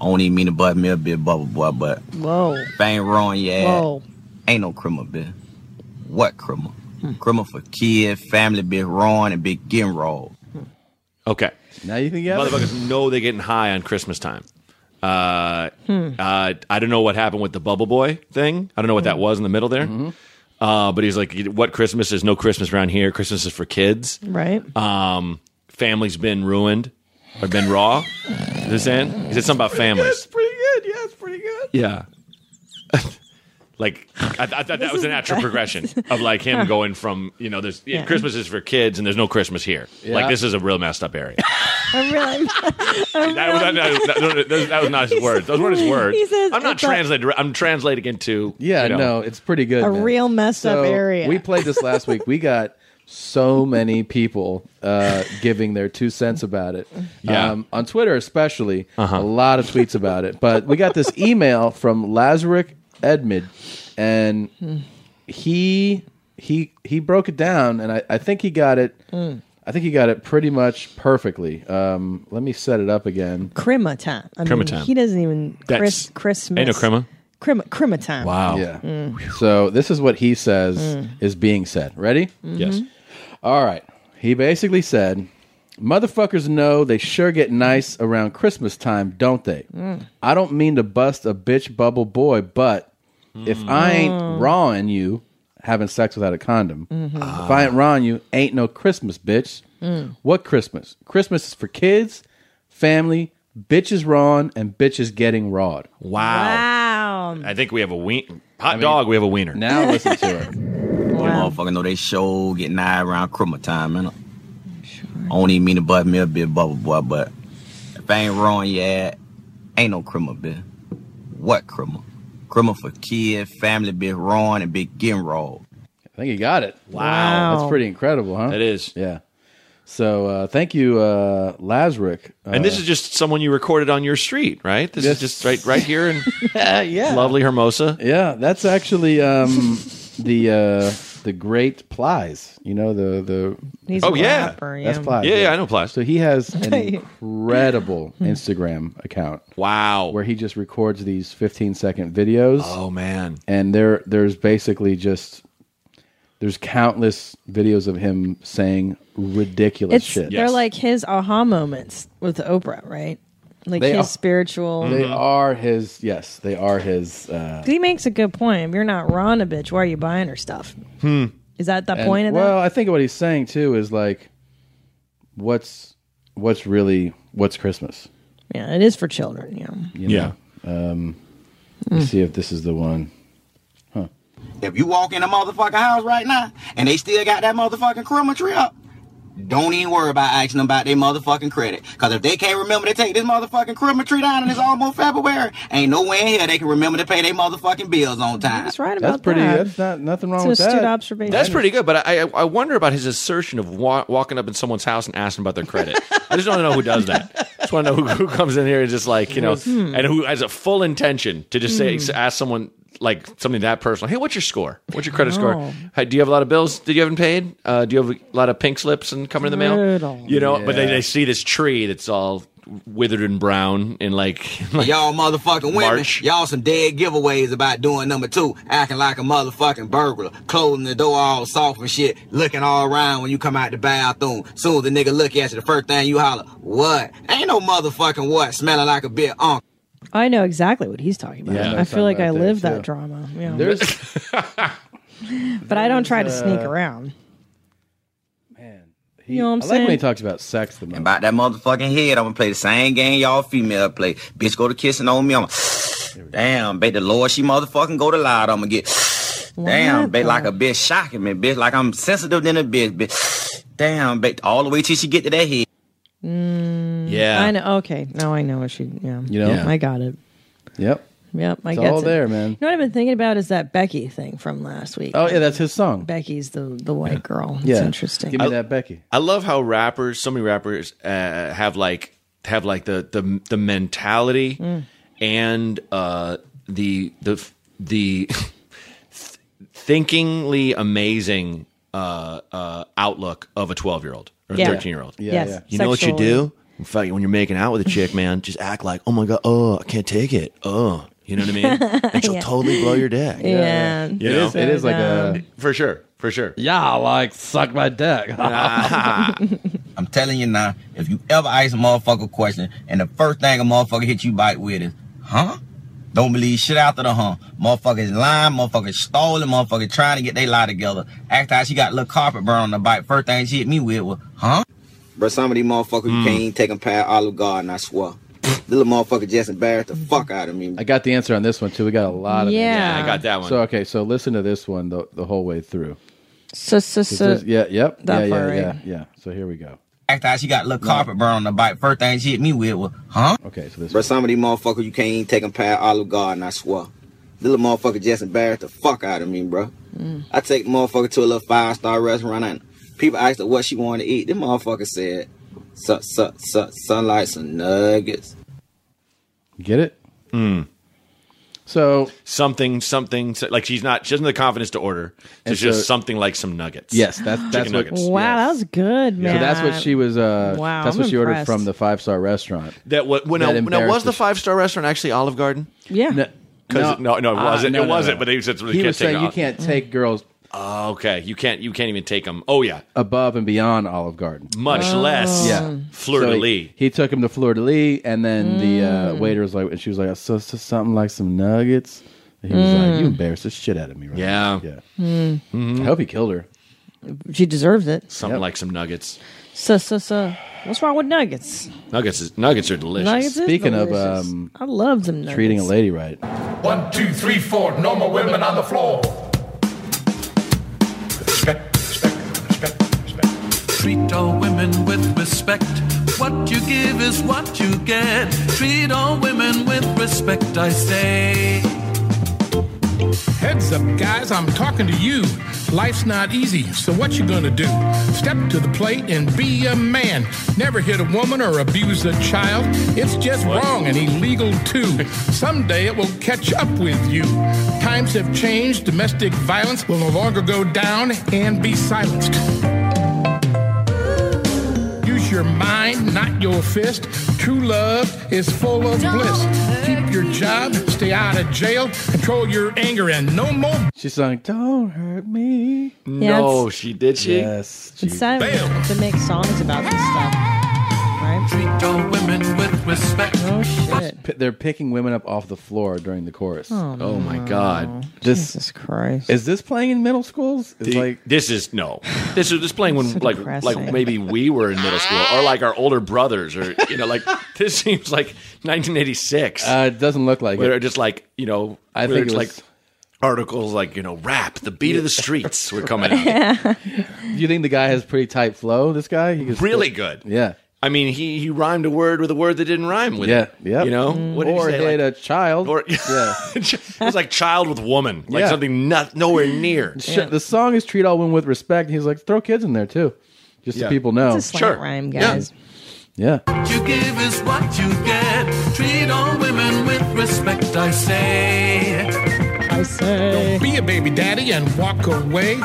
Q: I don't even mean to butt me a bit, bubble boy, but
D: Whoa.
Q: if I ain't wrong, yeah,
D: Whoa.
Q: ain't no criminal beer. What criminal? Criminal for kid, family beer, wrong, and big getting rolled.
E: Okay.
C: Now you think
E: Motherfuckers know they're getting high on Christmas time. Uh, uh, I don't know what happened with the Bubble Boy thing. I don't know what that was in the middle there. Uh, but he's like, "What Christmas? There's no Christmas around here. Christmas is for kids.
D: Right.
C: Uh,
E: Um, family's been ruined or been raw." You know saying? He said something about families.
C: pretty good. Yeah, it's pretty good.
E: Yeah. like I, I thought that was a natural
C: bad.
E: progression of like him
C: Huh.
E: going from you know there's yeah,
D: Yeah.
E: Christmas is for kids and there's no Christmas here.
D: Yeah.
E: Like this is a real messed up area.
D: I'm really. I'm
E: that, was, that, that, that- that- that was not his words. Those weren't his words.
D: he says
E: I'm not
D: it's a-
E: translating. I'm translating into
C: Yeah,
E: you know,
C: no, it's pretty good.
D: A
C: man.
D: real messed up area.
C: We played this last week. We got so many people uh, giving their two cents about it. Um,
E: Yeah.
C: on Twitter especially, a lot of tweets about it. But we got this email from Lazarick Edmid, and he he he broke it down, and I, I think he got it.
D: Mm.
C: I think he got it pretty much perfectly. Um, let me set it up again.
D: Crema time. I mean,
C: Crema time.
D: He doesn't even.
C: That's-
D: Chris, Christmas.
C: ain't no crema.
D: Crema, crema time.
E: Oh.
C: Yeah.
D: Mm.
C: So this is what he says
D: Mm.
C: is being said. Ready?
D: Yes. Mhm.
C: All right. He basically said Motherfuckers know they sure get nice around Christmas time, don't they?
D: Mm.
C: I don't mean to bust a bitch bubble boy, but if I ain't
D: Mm.
C: rawing you, having sex without a condom,
D: Mhm.
C: if I ain't rawing you, ain't no Christmas, bitch.
D: Mm.
C: What Christmas? Christmas is for kids, family, bitches rawing, and bitches getting rawed.
D: Wow.
E: I think we have a ween hot dog. We have a wiener.
C: Now listen to her.
Q: Wow. Motherfucker know they show get nigh around Christmas time, man. I don't even mean to butt me a bit, bubble boy, but if I ain't wrong, yeah, ain't no Christmas, bitch. What Christmas? Christmas for kids, family, bitch, wrong and bitch getting rolled.
C: I think you got it.
Q: Wow.
C: That's pretty incredible, huh? It
E: is.
C: Yeah. So uh, thank you, uh, Lazarick. Uh,
E: and this is just someone you recorded on your street, right? This is just right right here in
C: yeah.
E: lovely Hermosa.
C: Yeah, that's actually um, the uh, the Great Plies. You know the the.
E: He's Oh, a yeah. rapper,
C: that's
E: yeah.
C: Plies.
E: Yeah, yeah, I know Plies.
C: So he has an incredible Instagram account.
E: Wow,
C: where he just records these 15 second videos.
E: Oh man,
C: and there there's basically just there's countless videos of him saying ridiculous
D: It's
C: shit.
D: they're like his aha moments with Oprah, right? Like
C: They
D: his
C: are-
D: spiritual.
C: They are his. Yes, they are his. Uh,
D: He makes a good point. If you're not Ron a bitch, why are you buying her stuff?
C: hmm.
D: Is that the
C: And-
D: point of
C: well, I think what he's saying too is like, what's what's really what's Christmas?
D: that? Yeah, it is for children. Yeah.
C: You know? Yeah. Um, Let's see if this is the one.
Q: If you walk in a motherfucking house right now and they still got that motherfucking criminal tree up, don't even worry about asking them about their motherfucking credit. Cause if they can't remember to take this motherfucking criminal tree down and it's almost February, ain't no way in here they can remember to pay their motherfucking bills on time. That's
D: right
C: That's pretty. That's not nothing wrong with that.
E: That's pretty good, but I I I wonder about his assertion of wa- walking up in someone's house and asking about their credit. I just want to know who does that. just want to know who, who comes in here and just like you know,
B: Hmm.
E: and who has a full intention to just say
B: Hmm.
E: ask someone like something that personal. Hey, what's your score? What's your credit
B: No.
E: score? Hey, do you have a lot of bills that you haven't paid? Uh, do you have a lot of pink slips and coming in the mail?
Q: Brutal.
E: You know, but they,
Q: Yeah.
E: they see this tree that's all withered and brown and like
Q: y'all motherfucking women, y'all some dead giveaways about doing number two, acting like a motherfucking burglar, closing the door all soft and shit, looking all around when you come out the bathroom. Soon as the nigga look at you, the first thing you holler, what? Ain't no motherfucking what, smelling like a bit uh. unk.
D: I know exactly what he's talking about.
Q: Yeah, I know
D: I feel like I
Q: something about
D: live
Q: that,
D: that
Q: too.
D: drama. Yeah.
C: There's-
D: but I don't try to
C: there's,
D: sneak
C: uh,
D: around.
C: He,
D: you know what I'm
Q: I like
D: saying?
Q: when he
C: talks about sex the most.
Q: And about that motherfucking head, I'm gonna play the same game y'all female play. Bitch go to kissing on me, I'm damn, babe, the Lord, she motherfucking go to loud, I'm gonna get damn, babe, like a bitch shocking me, bitch, like I'm sensitive than a bitch, bitch. Damn, babe, all the way till she get to that head.
E: Yeah.
D: I know. Okay. Now I know what she. Yeah.
Q: You know?
D: I got it.
C: Yep.
D: Yep. I
C: It's
D: get
C: all
D: it.
C: there, man.
D: You know what I've been thinking about is that Becky thing from last week.
C: Oh yeah, that's his song.
D: Becky's the the white girl.
C: Yeah.
D: It's interesting.
C: Give me that Becky.
E: I love how rappers, so many rappers, uh, have like have like the the the mentality
B: Mm.
E: and uh, the the the th- thinkingly amazing uh, uh, outlook of a twelve year old or a
B: Yeah.
E: thirteen year old.
B: Yeah, Yes, yeah.
E: You know what you
B: sexual.
E: do? In fact, when you're making out with a chick, man, just act like, oh my god, oh, I can't take it, oh, you know what I mean? And she'll
B: Yeah.
E: totally blow your dick.
B: Yeah.
E: You
B: It
E: know?
B: is- it is like
D: um,
B: a-
E: for sure, for sure.
C: Yeah, like suck my dick.
Q: I'm telling you now, if you ever ask a motherfucker question and the first thing a motherfucker hit you back with is, huh? Don't believe shit after the huh. Motherfuckers lying, motherfuckers stolen, motherfuckers trying to get their lie together. After how she got a little carpet burn on the bike, first thing she hit me with was, huh? Bro, some of these motherfuckers you can't even take them past Olive Garden, I swear. This little motherfucker just embarrassed the fuck out of me.
C: I got the answer on this one too. We got a lot of
Q: Yeah.
C: answers.
Q: Yeah, I got that one.
C: So okay, so listen to this one the, the whole way through.
D: So, so,
C: 'Cause
D: so.
C: this- yeah, yep, yeah,
Q: That
C: yeah,
Q: far,
C: yeah,
Q: right?
C: yeah. So here we go.
Q: After how she got a little carpet burn on the bike, first thing she hit me with was, huh?
C: Okay, so this.
Q: Bro, some of these motherfuckers you can't even take them past Olive Garden, I swear. This little motherfucker just embarrassed the fuck out of me, bro. I take motherfucker to a little five star restaurant and people asked her what she wanted to eat. This motherfucker said, "Sun, sun, sun, sunlight, some nuggets."
C: Get it? Hmm. So
E: something, something so- like she's not. She doesn't have the confidence to order. So
C: And
E: it's just
C: so-
E: something like some nuggets.
C: Yes, that's
E: Chicken
C: that's what.
E: nuggets.
D: Wow, that was good, man.
C: So that's what she was. Uh,
D: Wow,
C: that's
D: I'm
C: what she ordered
D: impressed.
C: from the five star restaurant.
E: That what when I,
C: That
E: when I was
C: embarrassed
E: the five star restaurant actually Olive Garden?
D: Yeah.
E: Because no, no, it
C: Ah,
E: wasn't.
C: no,
E: it
C: no,
E: wasn't.
C: no.
E: But they said something.
C: he
E: can't
C: was
E: take
C: saying
E: it
C: you
E: off.
C: can't take girls
E: Oh, okay, you can't you can't even take them. Oh yeah,
C: above and beyond Olive Garden.
E: Much Oh. less fleur de
C: So he-
E: lis.
C: He, took him to fleur de lis, and then the uh,
D: Mm.
C: waiter was like, and she was like, so, so something like some nuggets. And he was like,
D: Mm.
C: you embarrassed the shit out of me, right?
E: Yeah,
C: yeah.
D: Hmm.
C: I hope he killed her.
D: She deserves it.
E: Something like some nuggets.
D: So, so, so. What's wrong with nuggets?
E: Nuggets is, nuggets are delicious.
D: Nuggets is delicious. I love them nuggets.
C: treating a lady right.
I: One, two, three, four. No more women on the floor.
S: Treat all women with respect. What you give is what you get. Treat all women with respect, I say.
P: Heads up, guys, I'm talking to you. Life's not easy, so what you gonna do? Step to the plate and be a man. Never hit a woman or abuse a child. It's just wrong and illegal too. Someday it will catch up with you. Times have changed, domestic violence will no longer go down and be silenced. Use your mind, not your fist. True love is full of bliss. Keep your job, stay out of jail, control your anger, and no more
C: She sung, "Don't hurt me."
D: Yeah, No, it's-
E: she did. She
C: yes.
D: It's sad to make songs about this stuff.
S: Treat all women with respect.
D: Oh, shit.
C: P- They're picking women up off the floor during the chorus.
D: Oh,
E: Oh, my no. God.
C: This,
D: Jesus Christ!
C: Is this playing in middle schools? It's
E: The-
C: like
E: this is no. This is this playing when like like
C: depressing.
E: maybe we were in middle school or like our older brothers or you know like this seems like 1986.
C: uh, it doesn't look like
E: where
C: it.
E: they're just like you know
C: I
E: where
C: think
E: it's
C: it
E: like
C: was-
E: articles like you know rap the beat of the streets were coming out.
C: Do you think the guy has pretty tight flow? This guy, he gets-
E: Really good.
C: Yeah.
E: I mean, he he rhymed a word with a word that didn't rhyme with
C: Yeah,
E: it.
C: yeah.
E: You know,
C: Mm.
E: what did
C: Or
E: he say?
C: date a child.
E: Or yeah, it was like child with woman, like
C: Yeah.
E: something not nowhere near.
C: Sh- The song is "Treat All Women with Respect." He's like, throw kids in there too, just
E: Yeah.
C: so people know.
E: It's a slant Sure.
D: rhyme, guys.
C: Yeah.
S: What you give is what you get. Treat all women with respect, I say.
D: I say.
P: Don't be a baby daddy and walk away.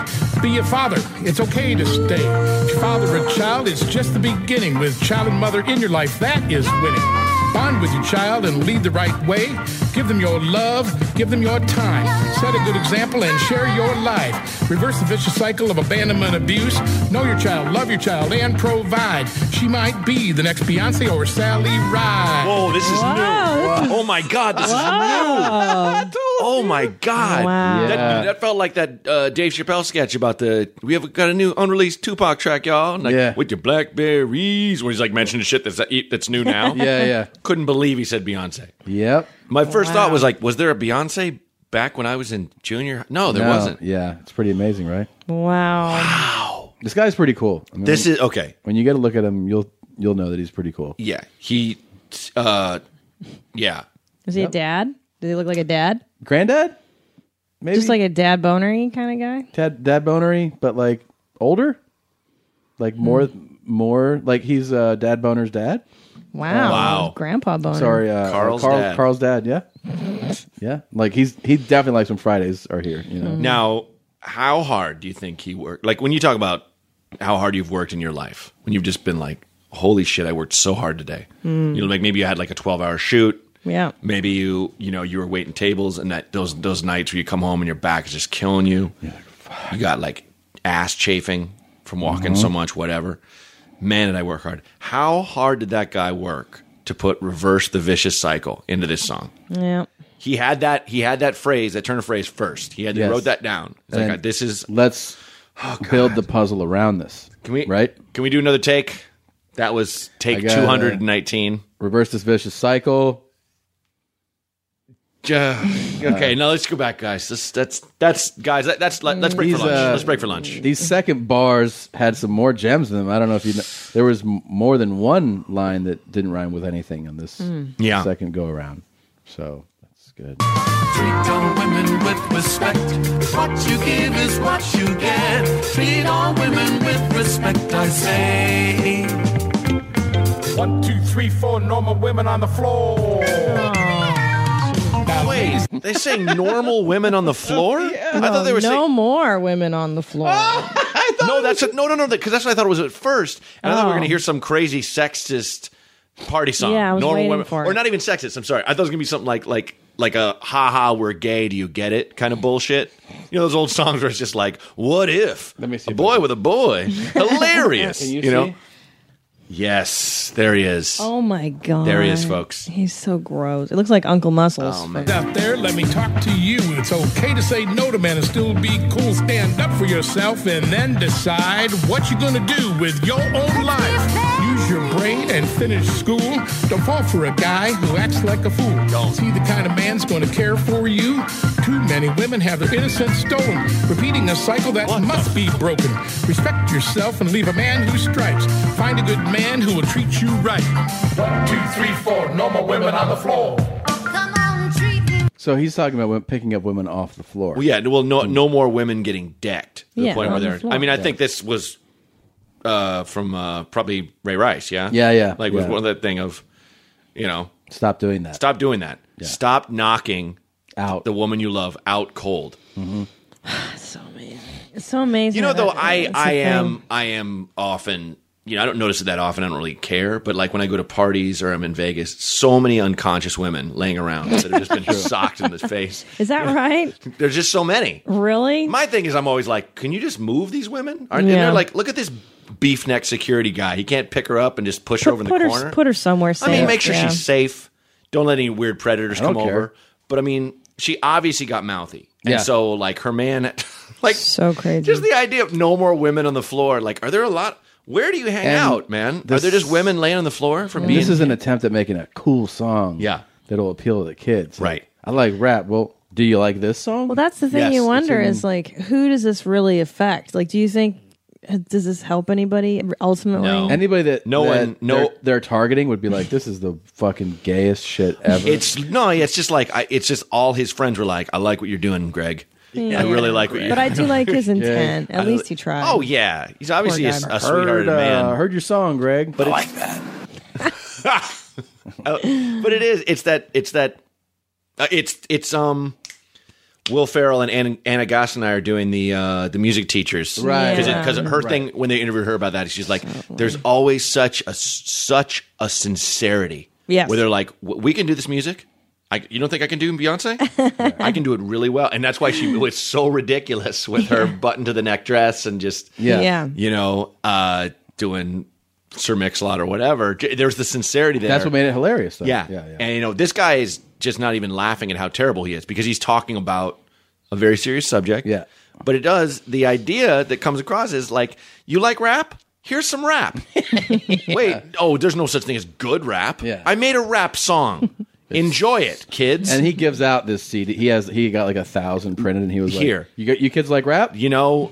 P: Be a father. It's okay to stay. If you father a child, it's just the beginning. With child and mother in your life, that is winning. Bond with your child and lead the right way. Give them your love. Give them your time. Set a good example and share your life. Reverse the vicious cycle of abandonment abuse. Know your child, love your child, and provide. She might be the next Beyonce or Sally Ride.
E: Whoa, this is
P: new.
E: Oh my god, this is new. Oh my god,
P: Wow.
E: that,
P: Yeah.
E: that felt like that uh, Dave Chappelle sketch about the we have got a new unreleased Tupac track, y'all. And like,
C: Yeah.
E: with your blackberries, where he's like mentioning shit that's that's new now.
C: Yeah, yeah.
E: Couldn't believe he said Beyonce.
C: Yep.
E: My first
C: Wow.
E: thought was like, was there a Beyonce back when I was in junior? No, there wasn't.
C: Yeah, it's pretty amazing, right?
D: Wow.
C: This guy's pretty cool. I mean,
E: This
C: when-
E: is- okay.
C: When you get a look at him, you'll you'll know that he's pretty cool.
E: Yeah, he, uh, yeah.
D: Is he a dad? Does he look like a dad?
C: Granddad, Maybe.
D: Just like a dad bonery kind of guy.
C: dad, dad bonery, but like older, like more more like he's uh, dad boner's dad.
D: Wow.
C: Wow.
D: Grandpa boner.
C: Sorry, uh,
E: Carl's
C: Carl,
E: dad.
C: Carl's dad. Yeah, yeah. Like he's he definitely likes when Fridays are here. You know.
E: Hmm. Now, how hard do you think he worked? Like when you talk about how hard you've worked in your life, when you've just been like, "Holy shit, I worked so hard today."
D: Mm.
E: You know, like maybe you had like a twelve-hour shoot.
D: Yeah.
E: Maybe you, you know, you were waiting tables, and that those those nights where you come home and your back is just killing you. You got like ass chafing from walking so
T: Mhm.
E: much, whatever. Man, did I work hard. How hard did that guy work to put "Reverse the Vicious Cycle" into this song?
D: Yeah.
E: He had that. He had that phrase, that turn of phrase first. He had
C: Yes.
E: he wrote that down. It's
C: And
E: like, this is.
C: Let's build the puzzle around this.
E: Can we
C: right?
E: Can we do another take? That was
C: I
E: take
C: got,
E: two hundred and nineteen.
C: Reverse this vicious cycle.
E: Okay, now let's go back, guys. This, that's that's guys. That, that's let, us break for
C: These,
E: lunch.
C: uh,
E: let's break for lunch.
C: These second bars had some more gems in them. I don't know if you know. There was m- more than one line that didn't rhyme with anything on this
S: Mm.
E: Yeah.
C: second go around. So that's good.
S: Treat all women with respect. What you give is what you get. Treat all women with respect, I say.
P: One, two, three, four. Normal women on the floor. Now,
E: Wait, they say normal women on the floor? I thought they were Ah!
D: no
E: saying
D: more women on the floor.
E: no. That's what, no, no, no. Because that's what I thought it was at first, and I thought we were
D: Oh.
E: going to hear some crazy sexist party song.
D: Yeah, I was
E: normal
D: waiting
E: women,
D: for
E: or
D: it.
E: not even sexist. I'm sorry. I thought it was going to be something like like like a ha ha we're gay do you get it kind of bullshit. You know those old songs where it's just like what if Let me see a boy with a boy hilarious.
C: Can you
E: know.
C: see?
E: Yes, there he is.
D: Oh my god!
E: There he is, folks. Oh,
D: He's so gross. It looks like Uncle Muscles.
P: Out there, let me talk to you. It's okay to say no to men and still be cool. Stand up for yourself and then decide what you're gonna do with your own life. Use your brain and finish school. Don't fall for a guy who acts like a fool. Is he the kind of man's gonna care for you? Too many women have their innocence stolen, repeating a cycle that must be broken. Respect yourself and leave a man who strikes. Find a good man who will treat you right. One, two, three, four. No more women on the floor.
C: So he's talking about wo- picking up women off the floor.
E: Well, yeah, well, no, no more women getting decked to
C: Yeah,
E: the point where
C: on the
E: they're.
C: floor.
E: I mean, I
C: Yeah.
E: think this was uh, from uh, probably Ray Rice. Yeah,
C: Yeah, yeah,
E: Like was
C: yeah.
E: one of that thing of, you know,
C: Stop doing that.
E: stop doing that. Stop knocking out the woman you love out cold.
D: It's so amazing.
E: You know, though,
D: that-
E: I
D: that's a
E: I
D: thing.
E: am I am often. You know, I don't notice it that often. I don't really care. But like when I go to parties or I'm in Vegas, so many unconscious women laying around that have just been socked in the face.
D: Is that right?
E: There's just so many.
D: Really?
E: My thing is, I'm always like, can you just move these women? Aren't
D: Yeah.
E: and they're like, look at this beef neck security guy. He can't pick her up and just push her over in the
D: put her
E: corner.
D: put her somewhere safe.
E: I mean, make sure
D: yeah.
E: she's safe. Don't let any weird predators
D: I don't
E: come
D: care.
E: over. But I mean, she obviously got mouthy,
D: Yeah.
E: and so like her man, like
D: so crazy.
E: Just the idea of no more women on the floor. Like, are there a lot? Where do you hang
C: And
E: out, man?
C: this-
E: are there just women laying on the floor from
C: And
E: being?
C: this is an attempt at making a cool song. Yeah. That'll appeal to the kids. right. I like rap. Well, do you like this song?
D: Well, that's the thing
C: Yes,
D: you wonder
C: it's in-
D: is like, who does this really affect? Like, do you think uh, does this help anybody ultimately?
C: Anybody that
E: No
C: that
E: one- no-
C: they're, they're targeting would be like, this is the fucking gayest shit ever.
E: It's no, it's just like I, it's just all his friends were like, "I like what you're doing, Greg. I really like what you."
D: But I do like his
E: Yeah.
D: intent. At
E: I-
D: least he tried.
E: Oh yeah, he's obviously a,
D: Poor guy.
E: a sweethearted
C: heard, uh,
E: man.
C: heard your song, Greg. But I like that.
E: Uh, but it is. It's that. It's that. Uh, it's it's um. Will Farrell and Anna, Anna Goss and I are doing the uh, the music teachers,
C: Right.
E: Because
C: Yeah.
E: her
C: Right.
E: thing when they interviewed her about that, she's like, "There's always such a such a sincerity,
D: Yes.
E: Where they're like, "W- "We can do this music. I, you don't think I can do Beyonce? I can do it really well." And that's why she was so ridiculous with her button to the neck dress and just
D: Yeah. Yeah.
E: you know, uh, doing Sir Mix-a-Lot or whatever. J- There's the sincerity there.
C: That's what made it hilarious. Though.
E: Yeah. And you know, this guy is just not even laughing at how terrible he is because he's talking about a very serious subject. Yeah. But it does the idea that comes across is like, you like rap? Here's some rap. Wait, oh, there's no such thing as good rap. Yeah. I made a rap song. Enjoy it, kids.
C: And he gives out this CD. He has he got like a thousand printed, and he was like,
E: Here.
C: you got you kids like rap?
E: You know,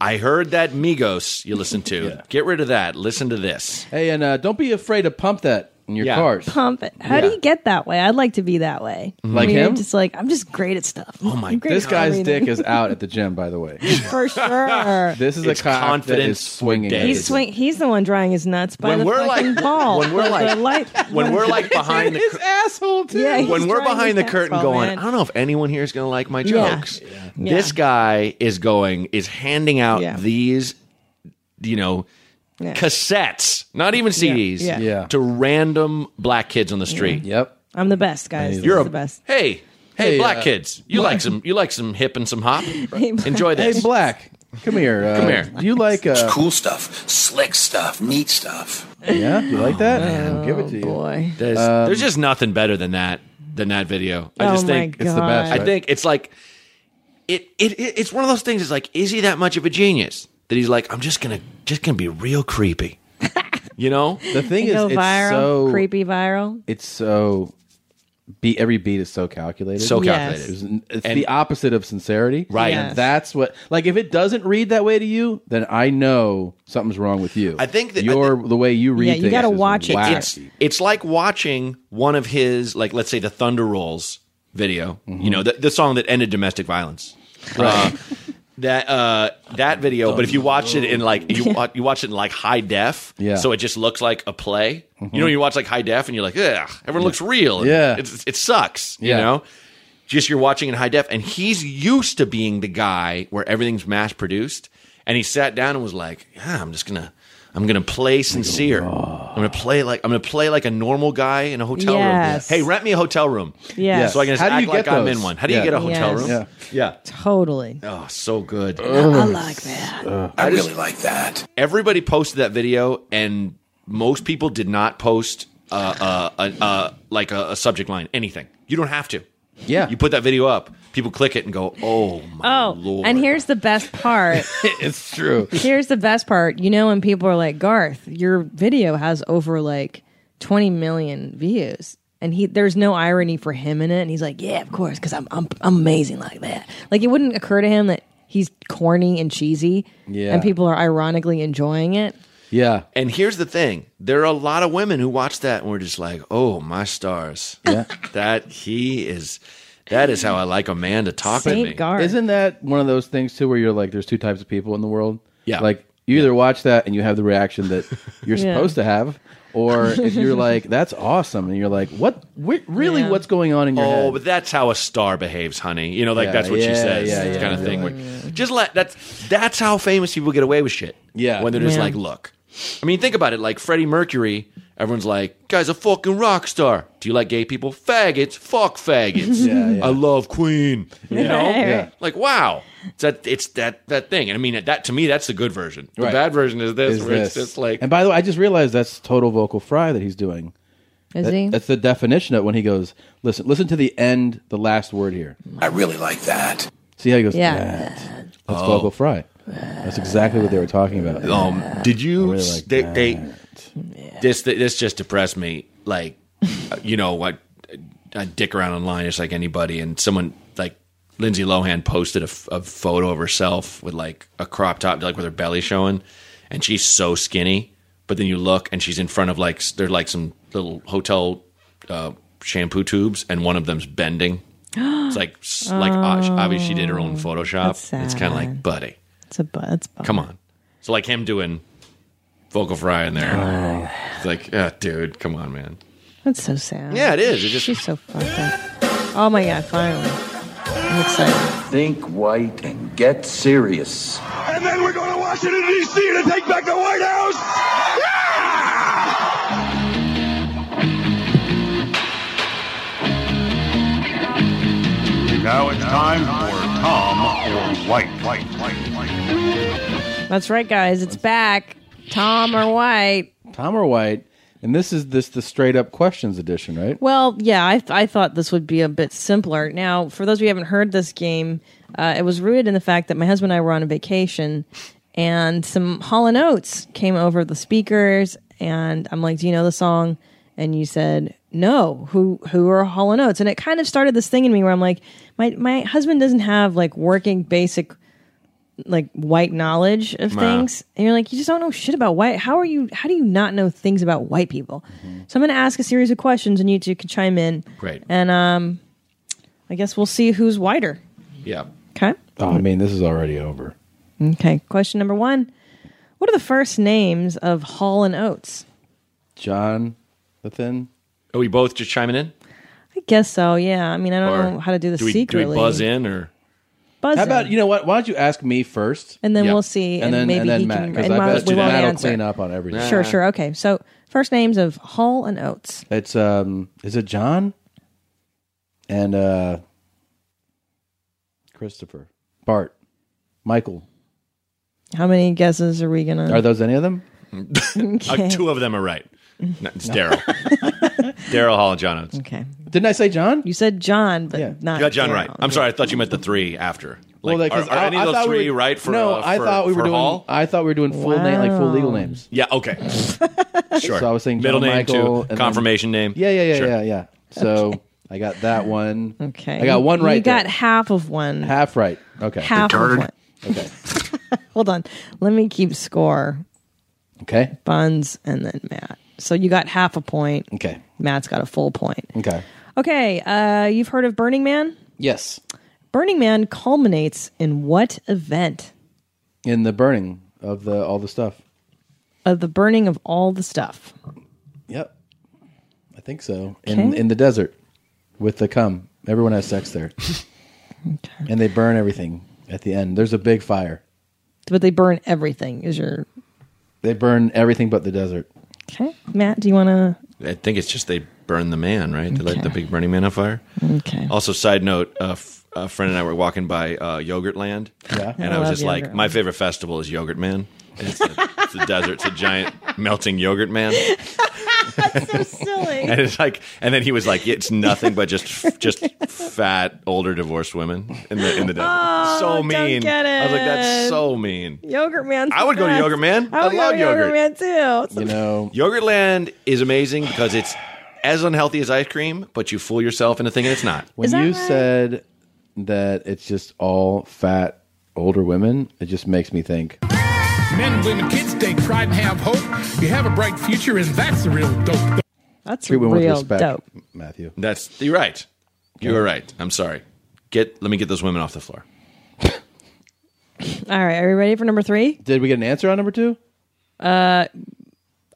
E: I heard that Migos you listen to. Get rid of that. Listen to this.
C: Hey, and uh, don't be afraid to pump that in your
E: Yeah.
C: cars.
D: Pump it. How do
C: Yeah.
D: you get that way? I'd like to be that way.
C: Like
D: I mean,
C: him?
D: I'm just like I'm just great at stuff. Oh my god,
C: This guy's dick is out at the gym, by the way.
D: for sure.
C: This is a cock that is
E: confidence
C: swinging. at
D: He's
C: the-
D: swing. He's the one drying his nuts by
E: When
D: the
E: we're
D: fucking
E: like-
D: ball.
E: when we're
D: The
E: like-
D: light-
E: when we're like behind the
D: his
C: asshole too.
D: Yeah,
E: when
D: he's
E: we're
D: drying
E: behind the
D: his
E: curtain
D: asshole,
E: going,
D: man.
E: I don't know if anyone here is going to like my
D: Yeah.
E: jokes.
D: Yeah.
E: This guy is going is handing out
D: Yeah.
E: these, you know,
D: Yeah.
E: cassettes, not even CDs,
D: Yeah. Yeah.
E: to random black kids on the street.
C: Yep,
D: I'm the best, guys. This
E: you're
D: is
E: a-
D: the best.
E: Hey, hey,
C: Hey,
E: black
C: uh,
E: kids, you like some, you like some hip and some hop. Enjoy this.
C: Hey, black, come here. Uh,
E: Come here.
C: Do you like uh,
T: cool stuff, slick stuff, neat stuff.
C: Yeah, you like that? I'll give it to you.
D: Boy,
E: There's, there's just nothing better than that than that video. I
D: Oh
E: just
D: my
E: think
D: It's the best, God.
E: I
D: right?
E: think it's like it, it it it's one of those things. It's like is he that much of a genius that he's like I'm just gonna just gonna be real creepy, you know?
C: the thing
D: They
C: is,
D: go
C: it's
D: viral,
C: so
D: creepy viral.
C: It's so beat every beat is so calculated.
E: So calculated. Yes.
C: It's- It's
E: And-
C: the opposite of sincerity.
E: Right.
C: And
E: Yes.
C: that's what like if it doesn't read that way to you, then I know something's wrong with you. I think that your the way you read things is wacky.
E: It's it's like watching one of his like let's say the Thunder Rolls video. You know the, the song that ended domestic violence.
C: Mm-hmm. Right.
E: Uh, that uh that video, but if you watch it in like you wa- you watch it in like high def,
C: Yeah.
E: so it just looks like a play.
C: Mhm.
E: You know, you watch like high def, and you're like, ugh, everyone looks real. and
C: Yeah.
E: it's, it sucks.
C: Yeah.
E: You know, just you're watching in high def, and he's used to being the guy where everything's mass produced, and he sat down and was like, yeah, I'm just gonna I'm gonna play sincere. I'm gonna play like I'm gonna play like a normal guy in a hotel
D: Yes.
E: room. Hey, rent me a hotel room.
D: Yes.
E: So I can just
D: How do
E: act
D: you
E: like
D: get
E: I'm in
D: those?
E: one. How do you
D: Yeah.
E: get a hotel
D: Yes.
E: room?
D: Yeah.
E: Yeah.
D: Totally.
E: Oh, so good.
D: I like that.
E: I
T: really
E: like that. Everybody posted that video, and most people did not post uh, uh, uh, uh, like a, a subject line, anything. You don't have to.
C: Yeah.
E: You put that video up, people click it and go, oh my
D: Oh,
E: lord.
D: and here's the best part.
C: it's true.
D: Here's the best part. You know, when people are like, Garth, your video has over like 20 million views. And he, there's no irony for him in it. And he's like, yeah, of course, because I'm, I'm, I'm amazing like that. Like, it wouldn't occur to him that he's corny and cheesy.
E: Yeah.
D: And people are ironically enjoying it.
C: Yeah.
E: And here's the thing there are a lot of women who watch that and were just like, oh my stars.
C: Yeah.
E: that he is, that is how I like a man to talk to me.
C: Isn't that one of those things too, where you're like, there's two types of people in the world?
E: Yeah.
C: Like you either watch that and you have the reaction that you're
E: Yeah.
C: supposed to have, or if you're like, that's awesome, and you're like, what? wh- really,
E: Yeah.
C: what's going on in your
E: oh,
C: head?
E: but that's how a star behaves, honey. You know, like
C: Yeah,
E: that's what she
C: yeah,
E: says,
C: yeah, yeah,
E: kind of thing. Where, just let that's that's how famous people get away with shit. Yeah, when they're just
C: Yeah.
E: like, look. I mean, think about it. Like Freddie Mercury, everyone's like, "Guy's a fucking rock star." Do you like gay people? Faggots, fuck faggots.
C: Yeah, yeah.
E: I love Queen. You
C: Yeah.
E: know,
C: Right, Yeah. right.
E: like wow, it's that it's that that thing. And I mean, that to me, that's the good version. The
C: Right.
E: bad version is this,
C: Is
E: where
C: this.
E: it's just like
C: and by the way, I just realized that's total vocal fry that he's doing.
D: Is
C: That-
D: he?
C: That's the definition of when he goes, listen, listen to the end, the last word here.
T: I really like that.
C: See how he goes,
T: Yeah.
C: that. That's
E: Oh.
C: vocal fry. That's exactly what they were talking about.
E: Um, did you?
C: really like
E: they, they- this this just depressed me. Like, uh, you know what? I dick around online just like anybody, and someone like Lindsay Lohan posted a, f- a photo of herself with like a crop top, like with her belly showing, and she's so skinny. But then you look, and she's in front of like s- they're like some little hotel uh, shampoo tubes, and one of them's bending. It's like s- like ob-
D: Oh,
E: obviously she did her own Photoshop.
D: that's
E: It's kind of like
D: sad.
E: buddy.
D: It's a, bu- it's a
E: Come on. So like him doing vocal fry in there.
D: Uh.
E: It's like, ah, dude, come on, man.
D: That's so sad.
E: Yeah, it is. It just-
D: She's so fucked up. Oh my god! Finally, I'm excited.
T: Think white and get serious.
I: And then we're going to Washington, D.C. to take back the White House.
U: Now it's time for Tom or White. White, White,
D: That's right, guys. It's back. Tom or White?
C: Tom or White? And this is this the straight up questions edition, right?
D: Well, yeah, I, I thought this would be a bit simpler. Now, for those of you who haven't heard this game, uh, it was rooted in the fact that my husband and I were on a vacation, and some Hall and Oates came over the speakers, and I'm like, "Do you know the song?" And you said, "No." Who who are Hall and Oates? And it kind of started this thing in me where I'm like, my my husband doesn't have like working basic like white knowledge of
J: Nah.
D: things and you're like you just don't know shit about white how are you how do you not know things about white people so i'm going to ask a series of questions and you two can chime in
E: Great.
D: and um i guess we'll see who's whiter
E: Yeah.
D: okay
C: Oh, I mean, this is already over.
D: okay question number one what are the first names of hall and oates
C: John the Thin.
E: Are we both just chiming in?
D: i guess so yeah i mean i don't
E: Or
D: know how to do this
E: we,
D: secretly
E: Do we buzz in or
D: Buzz
C: How
D: in.
C: about you know what? Why don't you ask me first,
D: And then Yeah. we'll see, and maybe he
C: Matt,
D: can-
C: 'cause
D: and
C: I
D: Matt-
C: bet
D: we won't
C: Matt will
D: answer.
C: clean up on everything.
D: sure sure okay so first names of hall and oates
C: It's um, is it John and uh, Christopher, Bart, Michael?
D: how many guesses are we gonna
C: Are those any of them?
D: Okay.
E: Uh, two of them are right. No, it's Daryl. Daryl Hall and John Oates.
D: okay
C: didn't i say john
D: you said john but not
E: You got John
D: Daryl.
E: right. I'm sorry, I thought you meant the three after. Like,
C: that- 'cause
E: are, are any of those
C: thought we
E: three
C: were-
E: right for
C: no?
E: uh,
C: I
E: for-
C: thought we were
E: for
C: doing.
E: Hall?
C: I thought we were doing full name, like full legal names.
E: Yeah, okay. sure.
C: So I was saying
E: middle
C: John
E: name
C: Michael, and
E: too,
C: then-
E: confirmation name.
C: Yeah, yeah, yeah,
E: Sure.
C: yeah, yeah. So I got that one.
D: Okay.
C: I got one right.
D: You got
C: there.
D: half of one.
C: half right. Okay.
D: half of one.
C: Okay.
D: Hold on. Let me keep score.
C: Okay.
D: Buns and then Matt. So you got half a point.
C: Okay.
D: Matt's got a full point.
C: Okay.
D: Okay. Uh, you've heard of Burning Man?
C: Yes.
D: Burning Man culminates in what event?
C: In the burning of the all the stuff.
D: Of the burning of all the stuff.
C: Yep. I think so. In in the desert with the cum. Everyone has sex there. And they burn everything at the end. There's a big fire.
D: But they burn everything, is your.
C: They burn everything but the desert.
D: Okay. Matt, do you want to?
E: I think it's just they burn the man, right? They light the big Burning Man on fire.
D: Okay.
E: Also, side note: a, f- a friend and I were walking by uh, Yogurtland,
D: Yeah.
E: and
D: I
E: I, was
D: love
E: just like,
D: Yogurtland.
E: my favorite festival is Yogurt Man. It's a, it's a desert. It's a giant melting yogurt man.
D: Silly.
E: And it's like, and then he was like, "It's nothing but just, just fat older divorced women in the in the desert."
D: Oh,
E: so
D: don't
E: mean.
D: get
E: I was like,
D: it.
E: "That's so mean."
D: Yogurt Man.
E: I would go to Yogurt Man.
D: I would
E: I
D: go
E: love
D: to Yogurt
E: yogurt.
D: Man too. It's
E: You know, Yogurtland is amazing because it's as unhealthy as ice cream, but you fool yourself into thinking it's not.
C: When you said that it's just all fat older women, it just makes me think.
P: Men, women, kids take pride and have hope. You have a bright future, and that's the real dope.
D: That's
C: Treat women with real respect. dope. Matthew.
E: That's you're right. You are right. I'm sorry. Get let me get those women off the floor.
D: All right. Are we ready for number three?
C: Did we get an answer on number two?
D: Uh,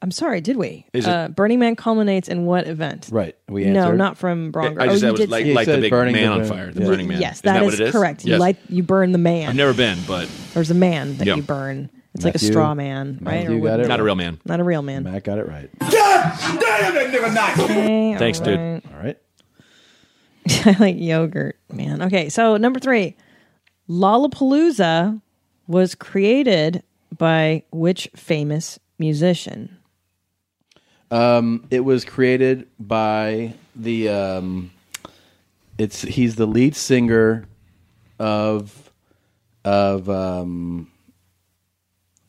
D: I'm sorry. Did we?
C: Is it-
D: uh, Burning Man culminates in what event?
C: Right. We
D: No,
C: answered.
D: not from Bronger.
E: I just
D: oh, you
E: said it was
D: did
E: like-
D: say-
E: like the
C: said
E: big
C: burning
E: man
C: the
E: on
C: burn-
E: fire, the
C: Yeah.
E: burning man.
D: Yes,
E: Isn't
D: that
E: what
D: is
E: it is?
D: correct. You
E: Yes.
D: light, you burn the man.
E: I've never been, but
D: There's a man that
E: Yeah.
D: you burn. It's like a
E: Matthew-
D: straw man, right?
E: Matthew got
D: wooden-
E: it Not a real man.
D: Not a real man.
C: Matt got it right.
S: God damn it, nigga, nice.
D: Okay, all
E: Thanks, dude.
D: right.
C: All right.
D: I like yogurt, man. Okay, so number three, Lollapalooza was created by which famous musician?
C: Um, it was created by the um, it's he's the lead singer of of um,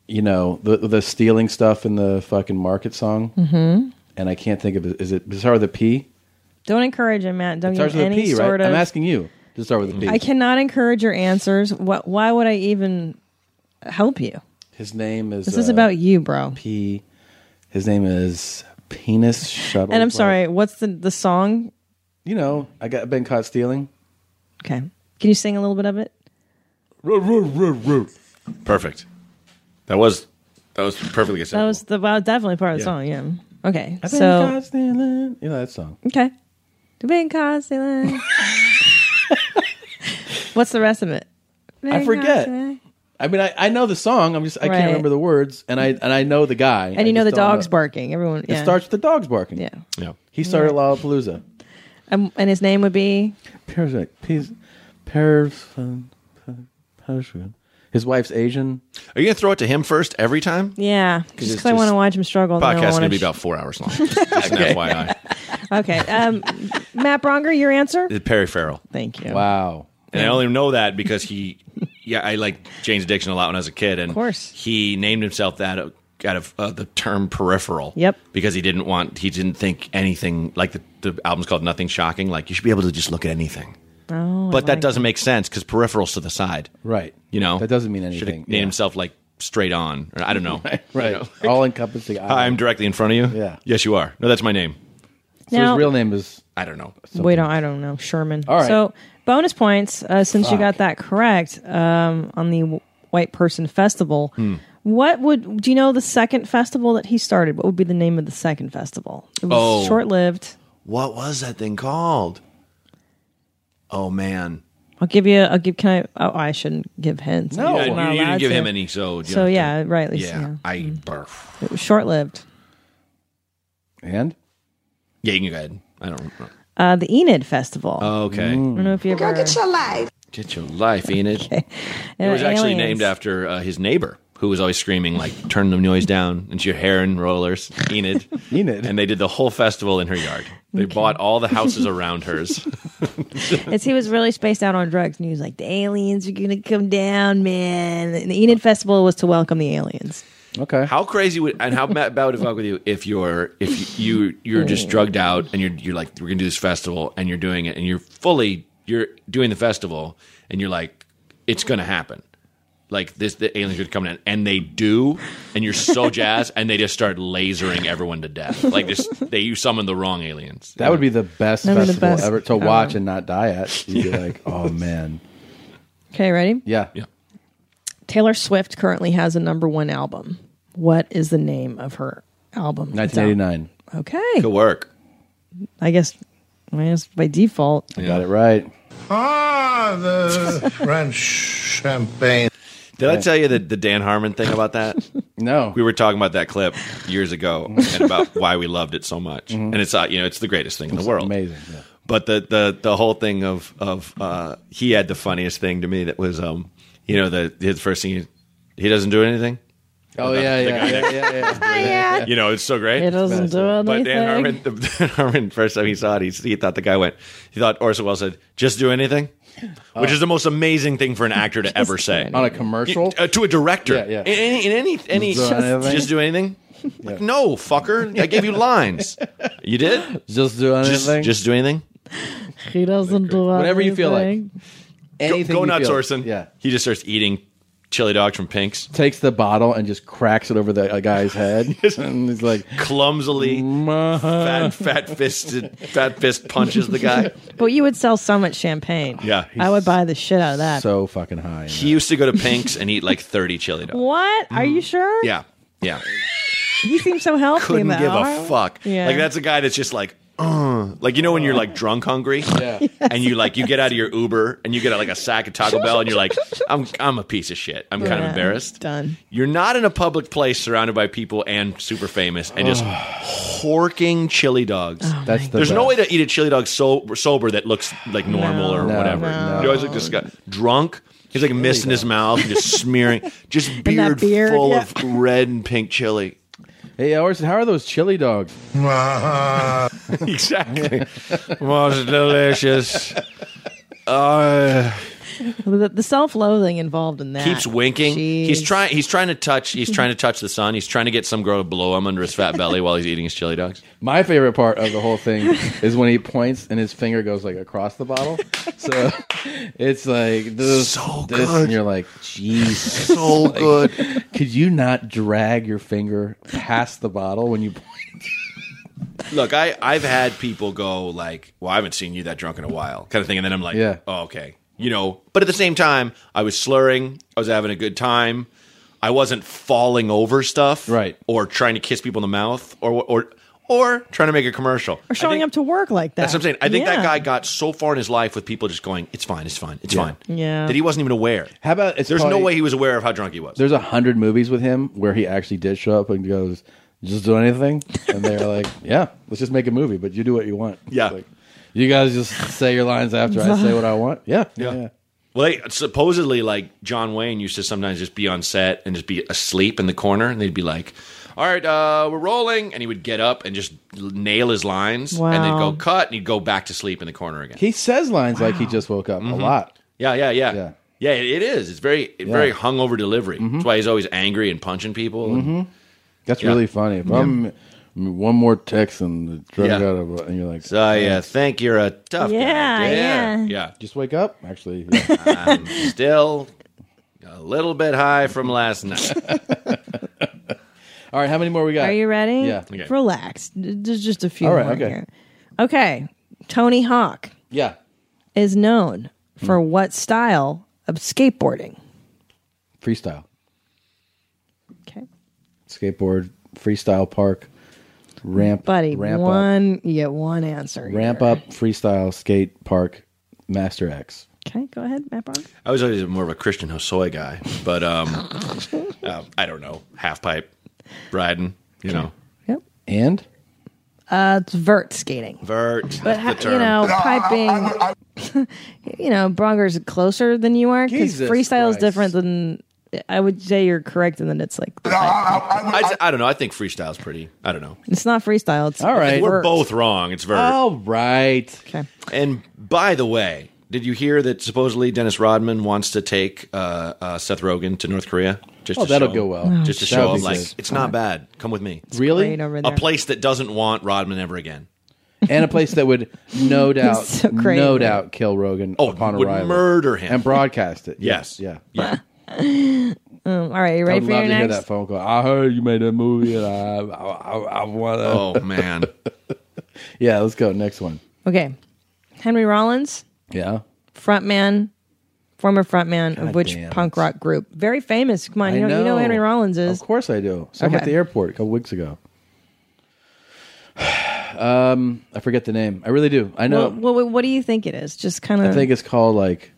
C: you know the the stealing stuff in the fucking market song,
D: Mhm.
C: and I can't think of it. Is it does it start with a P?
D: Don't encourage him, Matt. Don't
C: It
D: give
C: starts with
D: any
C: a P, right?
D: sort of.
C: I'm asking you to start with a P.
D: I cannot encourage your answers. What? Why would I even help you?
C: His name is.
D: This is
C: uh,
D: about you, bro.
C: P. His name is Penis Shuttle.
D: And I'm sorry. What's the the song?
C: You know, I got been caught stealing.
D: Okay. Can you sing a little bit of it?
E: perfect. That was that was perfectly
D: That
E: acceptable.
D: was the well, definitely part of the
E: Yeah.
D: song. Yeah. Okay.
C: I've been
D: so
C: caught stealing. You know that song.
D: okay. Been constantly. What's the rest of it?
C: I forget. I mean, I, I know the song. I'm just I
D: Right.
C: can't remember the words, and I and I know the guy.
D: And you know the dog's barking. Everyone.
C: It
D: Yeah.
C: starts with the dogs barking.
D: Yeah.
E: Yeah.
C: He started Lollapalooza.
D: Um, and his name would be.
C: Parasite. Peas. Person. His wife's Asian.
E: Are you gonna throw it to him first every time?
D: Yeah. Just
E: 'Cause
D: because
E: it's
D: I want to
E: just-
D: watch him struggle. then I
E: Podcast is
D: wanna
E: gonna be
D: sh-
E: about four hours long. Just, just an FYI.
D: okay. Um, Matt Bronger, your answer.
E: It's Perry Farrell.
D: Thank you.
C: Wow.
E: And I only know that because he, yeah, I like Jane's Addiction a lot when I was a kid, and of
D: course
E: he named himself that out of uh, the term peripheral.
D: Yep.
E: Because he didn't want, he didn't think anything like the, the album's called Nothing Shocking. Like you should be able to just look at anything,
D: Oh, I
E: but
D: like
E: that doesn't make sense because peripherals to the side,
C: Right.
E: You know,
C: That doesn't mean
E: Should
C: anything.
E: have named himself like straight on, or I don't know. right.
C: Right. All encompassing.
E: I'm directly in front of you.
C: Yeah.
E: Yes, you are. No, that's my name.
D: So his Now- real
C: name is
E: I don't know.
D: We don't. I don't know. Sherman.
E: All right.
D: So bonus points uh, since you
E: Fuck.
D: got that correct um, on the W- White Person Festival.
E: Hmm.
D: What would do you know the second festival that he started? What would be the name of the second festival? It was
E: Oh.
D: short lived.
E: What was that thing called? Oh man.
D: I'll give you. I'll give. Can I? Oh, I shouldn't give hints. I'm
E: you,
D: not
E: didn't- you
D: allowed
E: didn't give
D: to.
E: him any, so
D: So yeah, right.
E: Yeah,
D: yeah. Mm.
E: I barf.
D: It was short lived.
C: And
E: yeah, you can go ahead. I don't. know.
D: Uh, the Enid Festival.
E: Okay.
D: I don't know if you ever.
J: life.
E: Get your life, Enid. It
D: Uh,
E: was actually
D: aliens.
E: named after uh, his neighbor, who was always screaming like, "Turn the noise down!" And she had hair and rollers, Enid,
C: Enid.
E: And they did the whole festival in her yard. They bought all the houses around hers.
D: It's he was really spaced out on drugs, and he was like, "The aliens are gonna come down, man." And the Enid Festival was to welcome the aliens.
C: Okay.
E: How crazy would and how mad bad would it fuck with you if you're if you you're just drugged out and you're you're like we're gonna do this festival and you're doing it and you're fully you're doing the festival and you're like it's gonna happen. Like this, the aliens are coming in, and they do, and you're so jazzed, and they just start lasering everyone to death. Like this, they you summon the wrong aliens.
C: That would be the best
D: That'd be the
C: festival
D: best
C: ever to
D: ever.
C: watch and not die at. You'd be like, oh man.
D: Okay, ready?
C: Yeah. Yeah.
D: Taylor Swift currently has a number one album. What is the name of her album? that's out?
C: 1989.
D: Okay.
E: Good work.
D: I guess, I guess by default.
C: You got it right.
P: Ah, the French champagne.
E: Did I tell you the, the Dan Harmon thing about that?
C: no.
E: We were talking about that clip years ago and about why we loved it so much.
C: Mhm.
E: And it's uh, you know, it's the greatest thing in the
C: It's
E: world.
C: amazing, yeah.
E: But the the the whole thing of of uh, he had the funniest thing to me that was um you know the his first thing he, he doesn't do anything.
C: Oh yeah, yeah, yeah, yeah, yeah.
E: Yeah. You know, it's so great.
V: It doesn't do anything.
E: But Dan Harmon, the, Dan Harmon, first time he saw it, he, he thought the guy went, he thought Orson Welles said, just do anything, which is the most amazing thing for an actor to ever say.
C: On a commercial?
E: uh, to a director.
C: Yeah, yeah.
E: In any, in any, any
C: Just do anything?
E: just do anything? Like, no, fucker. I gave you lines. You did?
C: Just do
E: anything? Just, do anything?
V: He doesn't do anything.
E: Whatever you feel like.
C: Anything
E: go
C: you
E: nuts,
C: feel.
E: Orson. Yeah. He just starts eating chili dogs from Pink's.
C: Takes the bottle and just cracks it over the uh, guy's head, and he's like,
E: clumsily fat fat fisted fat fist punches the guy.
D: But you would sell so much champagne.
E: Yeah.
D: I would buy the shit out of that.
C: So fucking high.
E: He used to go to Pink's and eat like thirty chili dogs.
D: what? Are you sure?
E: Yeah, yeah.
D: You seem so healthy.
E: Couldn't
D: though.
E: give a fuck.
D: Yeah.
E: Like that's a guy that's just like. "Uh," like you know when you're like drunk hungry, and you like you get out of your Uber and you get like a sack of Taco Bell and you're like, I'm I'm a piece of shit. I'm kind of
D: Yeah.
E: embarrassed.
D: Done.
E: You're not in a public place surrounded by people and super famous and just horking chili dogs.
C: That's the
E: There's no
C: best.
E: way to eat a chili dog so sober that looks like normal or
C: No,
E: whatever.
C: no.
E: You always look this guy drunk. He's like mist in his mouth and just smearing, just beard,
C: beard,
E: full
C: yeah.
E: of red and pink chili.
C: Hey, Orson, how are those chili dogs?
E: exactly. Was delicious. Uh,
V: The, the self-loathing involved in that
E: keeps winking. He's
V: Jeez.
E: trying. He's trying to touch. He's trying to touch the sun. He's trying to get some girl to blow him under his fat belly while he's eating his chili dogs.
C: My favorite part of the whole thing is when he points and his finger goes like across the bottle. So it's like this, so this
E: good.
C: and you're like, Jesus,
E: So
C: Like,
E: good.
C: Could you not drag your finger past the bottle when you?
E: Look, I I've had people go like, "Well, I haven't seen you that drunk in a while," kind of thing, and then I'm like,
C: Yeah.
E: oh, okay, you know." But at the same time, I was slurring. I was having a good time. I wasn't falling over stuff, right? Or trying to kiss people in the mouth, or or or trying to make a commercial.
D: Or showing up to work like that.
E: That's what I'm saying. I think that
D: Yeah.
E: guy got so far in his life with people just going, "It's fine, it's fine, it's
C: Yeah.
E: fine,"
D: Yeah.
E: that he wasn't even aware.
C: How about it's
E: There's no
C: probably-
E: way he was aware of how drunk he was.
C: There's a hundred movies with him where he actually did show up and goes, "Just do anything," and they're like, "Yeah, let's just make a movie, but you do what you want."
E: Yeah.
C: Like, you guys just say your lines after I say what I want. Yeah, yeah. yeah.
E: Well, they, supposedly, like John Wayne used to sometimes just be on set and just be asleep in the corner, and they'd be like, "All right, uh, we're rolling," and he would get up and just nail his lines, and then
C: Wow.
E: go cut, and he'd go back to sleep in the corner again.
C: He says lines like he just woke up a
E: Mhm.
C: lot.
E: Yeah, yeah, yeah, yeah. it, it is. It's very,
C: Yeah. Mm-hmm.
E: very hungover delivery. That's why he's always angry and punching people. and-
C: hmm That's
E: Yeah.
C: really funny. If
E: Yeah.
C: I'm one more text and the drug
E: Yeah.
C: out of, and you're like,
E: So uh, yeah, think you're a tough
C: Yeah,
E: guy.
C: yeah.
E: yeah.
C: Just wake up. Actually, yeah.
E: I'm still a little bit high from last night.
C: all right. How many more we got?
D: Are you ready?
C: Yeah. Okay.
D: Relax. D- There's just a few
C: All right,
D: more
C: okay.
D: here. Okay. Tony Hawk
C: Yeah.
D: is known for
C: Hmm.
D: what style of skateboarding?
C: Freestyle.
D: Okay.
C: Skateboard freestyle park ramp.
D: Buddy,
C: ramp up.
D: one you get one answer.
C: Ramp
D: here.
C: up freestyle skate park master X.
D: Okay, go ahead, map on.
E: I was always more of a Christian Hosoi guy, but um, uh, I don't know, half pipe riding, you know,
C: And
D: Uh, it's vert skating.
E: vert.
D: But
E: that's the
D: ha- you
E: term.
D: know, piping. you know, Bronger's closer than you are because
E: Jesus
D: freestyle is
E: Christ.
D: different than. I would say you're correct, and then it's like
E: I, just- I don't know. I think freestyle's pretty. I don't know.
D: it's not freestyle. It's
E: we're
D: vert.
E: both wrong. It's vert.
D: All
C: right.
D: Okay.
E: And by the way, did you hear that supposedly Dennis Rodman wants to take uh, uh, Seth Rogen to North Korea? Just
C: Oh,
E: to
C: that'll
E: show
C: go
E: him-
C: well.
E: Just to
C: That'd
E: show
C: be
E: him, like,
C: good.
E: it's not bad. Come with me.
C: Really? great over
E: A
C: there.
E: place that doesn't want Rodman ever again.
C: and a place that would no doubt,
E: so crazy.
C: no doubt, kill Rogan upon
E: Oh, would
C: arrival,
E: murder him.
C: and broadcast it.
E: Yes.
C: Yeah.
D: Um, all right,
C: I
D: you ready
C: would
D: for
C: love
D: your
C: to hear that
D: next?
C: phone call. I heard you made a movie, and I, I, I, I want.
E: Oh man.
C: yeah, let's go next one.
D: Okay, Henry Rollins,
C: Yeah,
D: frontman, former frontman
C: God
D: of which
C: damn
D: punk rock group? Very famous. Come on, you
C: I
D: know, you know
C: know.
D: who Henry Rollins is.
C: of course I do. So I'm at
D: Okay.
C: the airport a couple weeks ago. um, I forget the name. I really do. I know.
D: Well, well, what do you think it is? Just kind of.
C: I think it's called like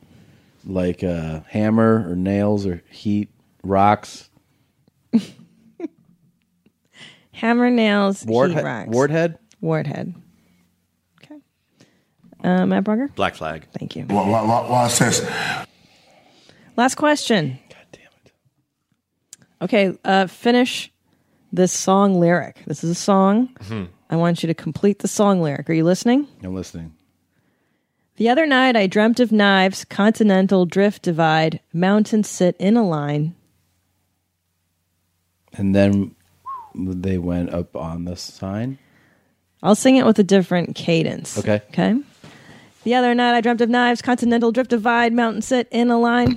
C: like uh, hammer or nails or heat, rocks,
D: Hammer nails,
C: Ward-
D: heat rocks.
C: Wardhead?
D: Wardhead. Okay. Uh, Matt Bronger?
E: Black flag.
D: Thank you.
I: What, what, what, what's this?
D: Last question. God damn it. Okay, uh, finish this song lyric. This is a song.
C: Mhm.
D: I want you to complete the song lyric. Are you listening?
C: I'm listening.
D: The other night I dreamt of knives, continental drift divide, mountains sit in a line.
C: And then they went up on the sign.
D: I'll sing it with a different cadence.
C: Okay.
D: Okay. The other night I dreamt of knives, continental drift divide, mountains sit in a line.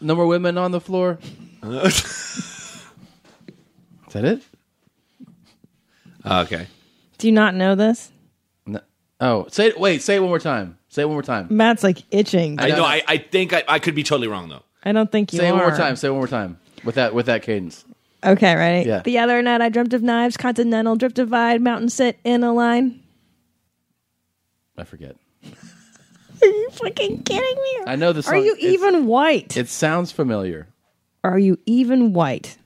C: No more women on the floor.
E: Uh,
C: Is that it?
E: Okay.
D: Do you not know this?
C: No. Oh, say it. Wait, say it one more time. Say it one more time.
D: Matt's like itching.
E: I know. I, I think I, I could be totally wrong though.
D: I don't think you
C: say it one more
D: are.
C: time. Say it one more time with that with that cadence.
D: Okay, ready?
C: Yeah.
D: The other night I dreamt of knives, continental drift divide, mountain sit in a line.
C: I forget.
D: Are you fucking kidding me?
C: I know the
D: Are
C: song.
D: you
C: It's-
D: even white?
C: It sounds familiar.
D: Are you even white?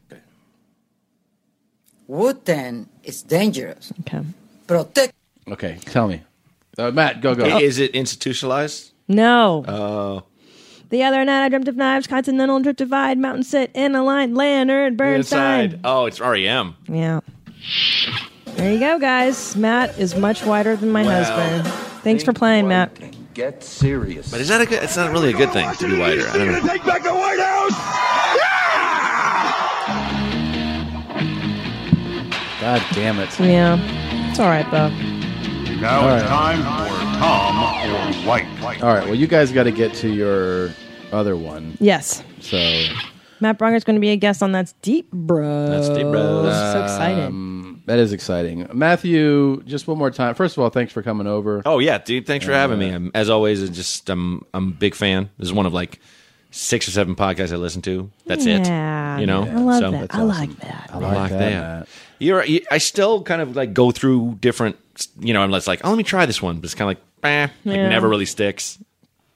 W: Wood then is dangerous.
D: Okay.
W: Protect.
C: Okay, tell me. Uh, Matt, go go.
E: I- Is it institutionalized?
D: No.
E: Oh.
D: The other night I dreamt of knives, continental drift divide, mountain sit in a line, Leonard Bernstein.
E: Inside. Oh, it's REM.
D: Yeah. There you go, guys. Matt is much whiter than my
E: Wow.
D: husband. Thanks for playing, Matt.
T: Get serious.
E: But is that a good? It's not really a good thing to be whiter. I don't know.
T: Take back the White House!
C: God damn it.
D: Yeah. It's all right, though.
U: Now
C: All
U: it's
C: right.
U: time for Tom or White.
C: All right. Well, you guys got to get to your other one.
D: Yes.
C: So
D: Matt Bronger's going to be a guest on That's Deep Bro. So excited.
C: Um, that is exciting. Matthew, just one more time. First of all, thanks for coming over.
E: Oh yeah, dude. Thanks for having me. I'm, as always, it's just I'm I'm a big fan. This is one of like six or seven podcasts I listen to. That's
D: Yeah.
E: it. You know,
D: I love
E: So-
D: that. I like that.
E: I like, that. You're, you, I still kind of like go through different, you know, I'm less like, oh, let me try this one, but it's kind of like, bah, like
D: Yeah.
E: never really sticks,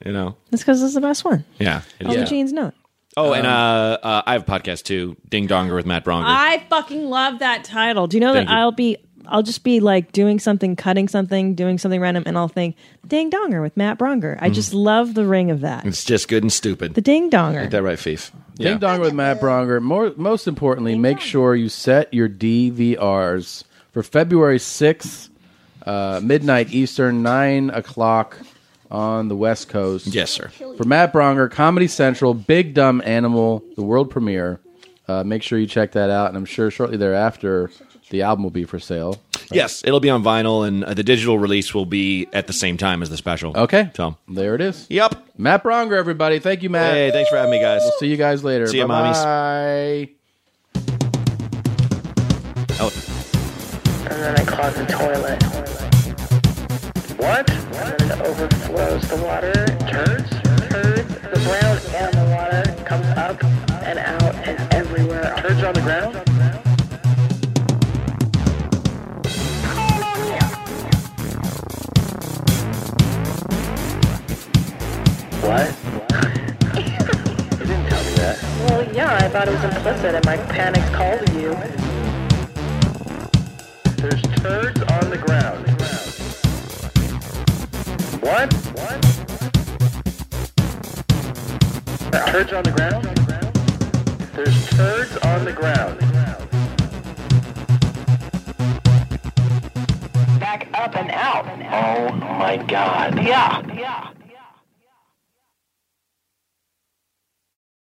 E: you know?
D: That's because it's the best one.
E: Yeah. it
D: All
E: is.
D: the genes know it.
E: Oh, and uh, uh, I have a podcast too, Ding Donger with Matt Bronger.
D: I fucking love that title. Do you know
E: Thank
D: that
E: you.
D: I'll be I'll just be like doing something, cutting something, doing something random, and I'll think Ding Donger with Matt Bronger. I just love the ring of that.
E: Mm. it's just good and stupid.
D: The Ding Donger.
E: Ain't that right, Fief?
C: Ding Dong with Matt Bronger. More, most importantly, make sure you set your DVRs for February 6th, uh, midnight Eastern, 9 o'clock on the West Coast.
E: Yes, sir.
C: For Matt Bronger, Comedy Central, Big Dumb Animal, the world premiere. Uh, make sure you check that out. And I'm sure shortly thereafter, the album will be for sale.
E: Yes, it'll be on vinyl, and uh, the digital release will be at the same time as the special.
C: Okay.
E: So
C: There it is.
E: Yep.
C: Matt Bronger, everybody. Thank you, Matt.
E: Hey, thanks for having me, guys.
C: We'll see you guys later.
E: See ya,
C: Bye-bye.
E: Oh.
X: And then I clog the toilet. What? And then it overflows the water. Turds? Turds. The brown animal water comes up and out and everywhere. Turds on the ground? What? you didn't tell me that. Well, yeah, I thought it was implicit in my panic call to you. There's turds on the ground. What? What? Turds on the ground? There's turds on the ground. Back up and out.
I: Oh my god. Yeah.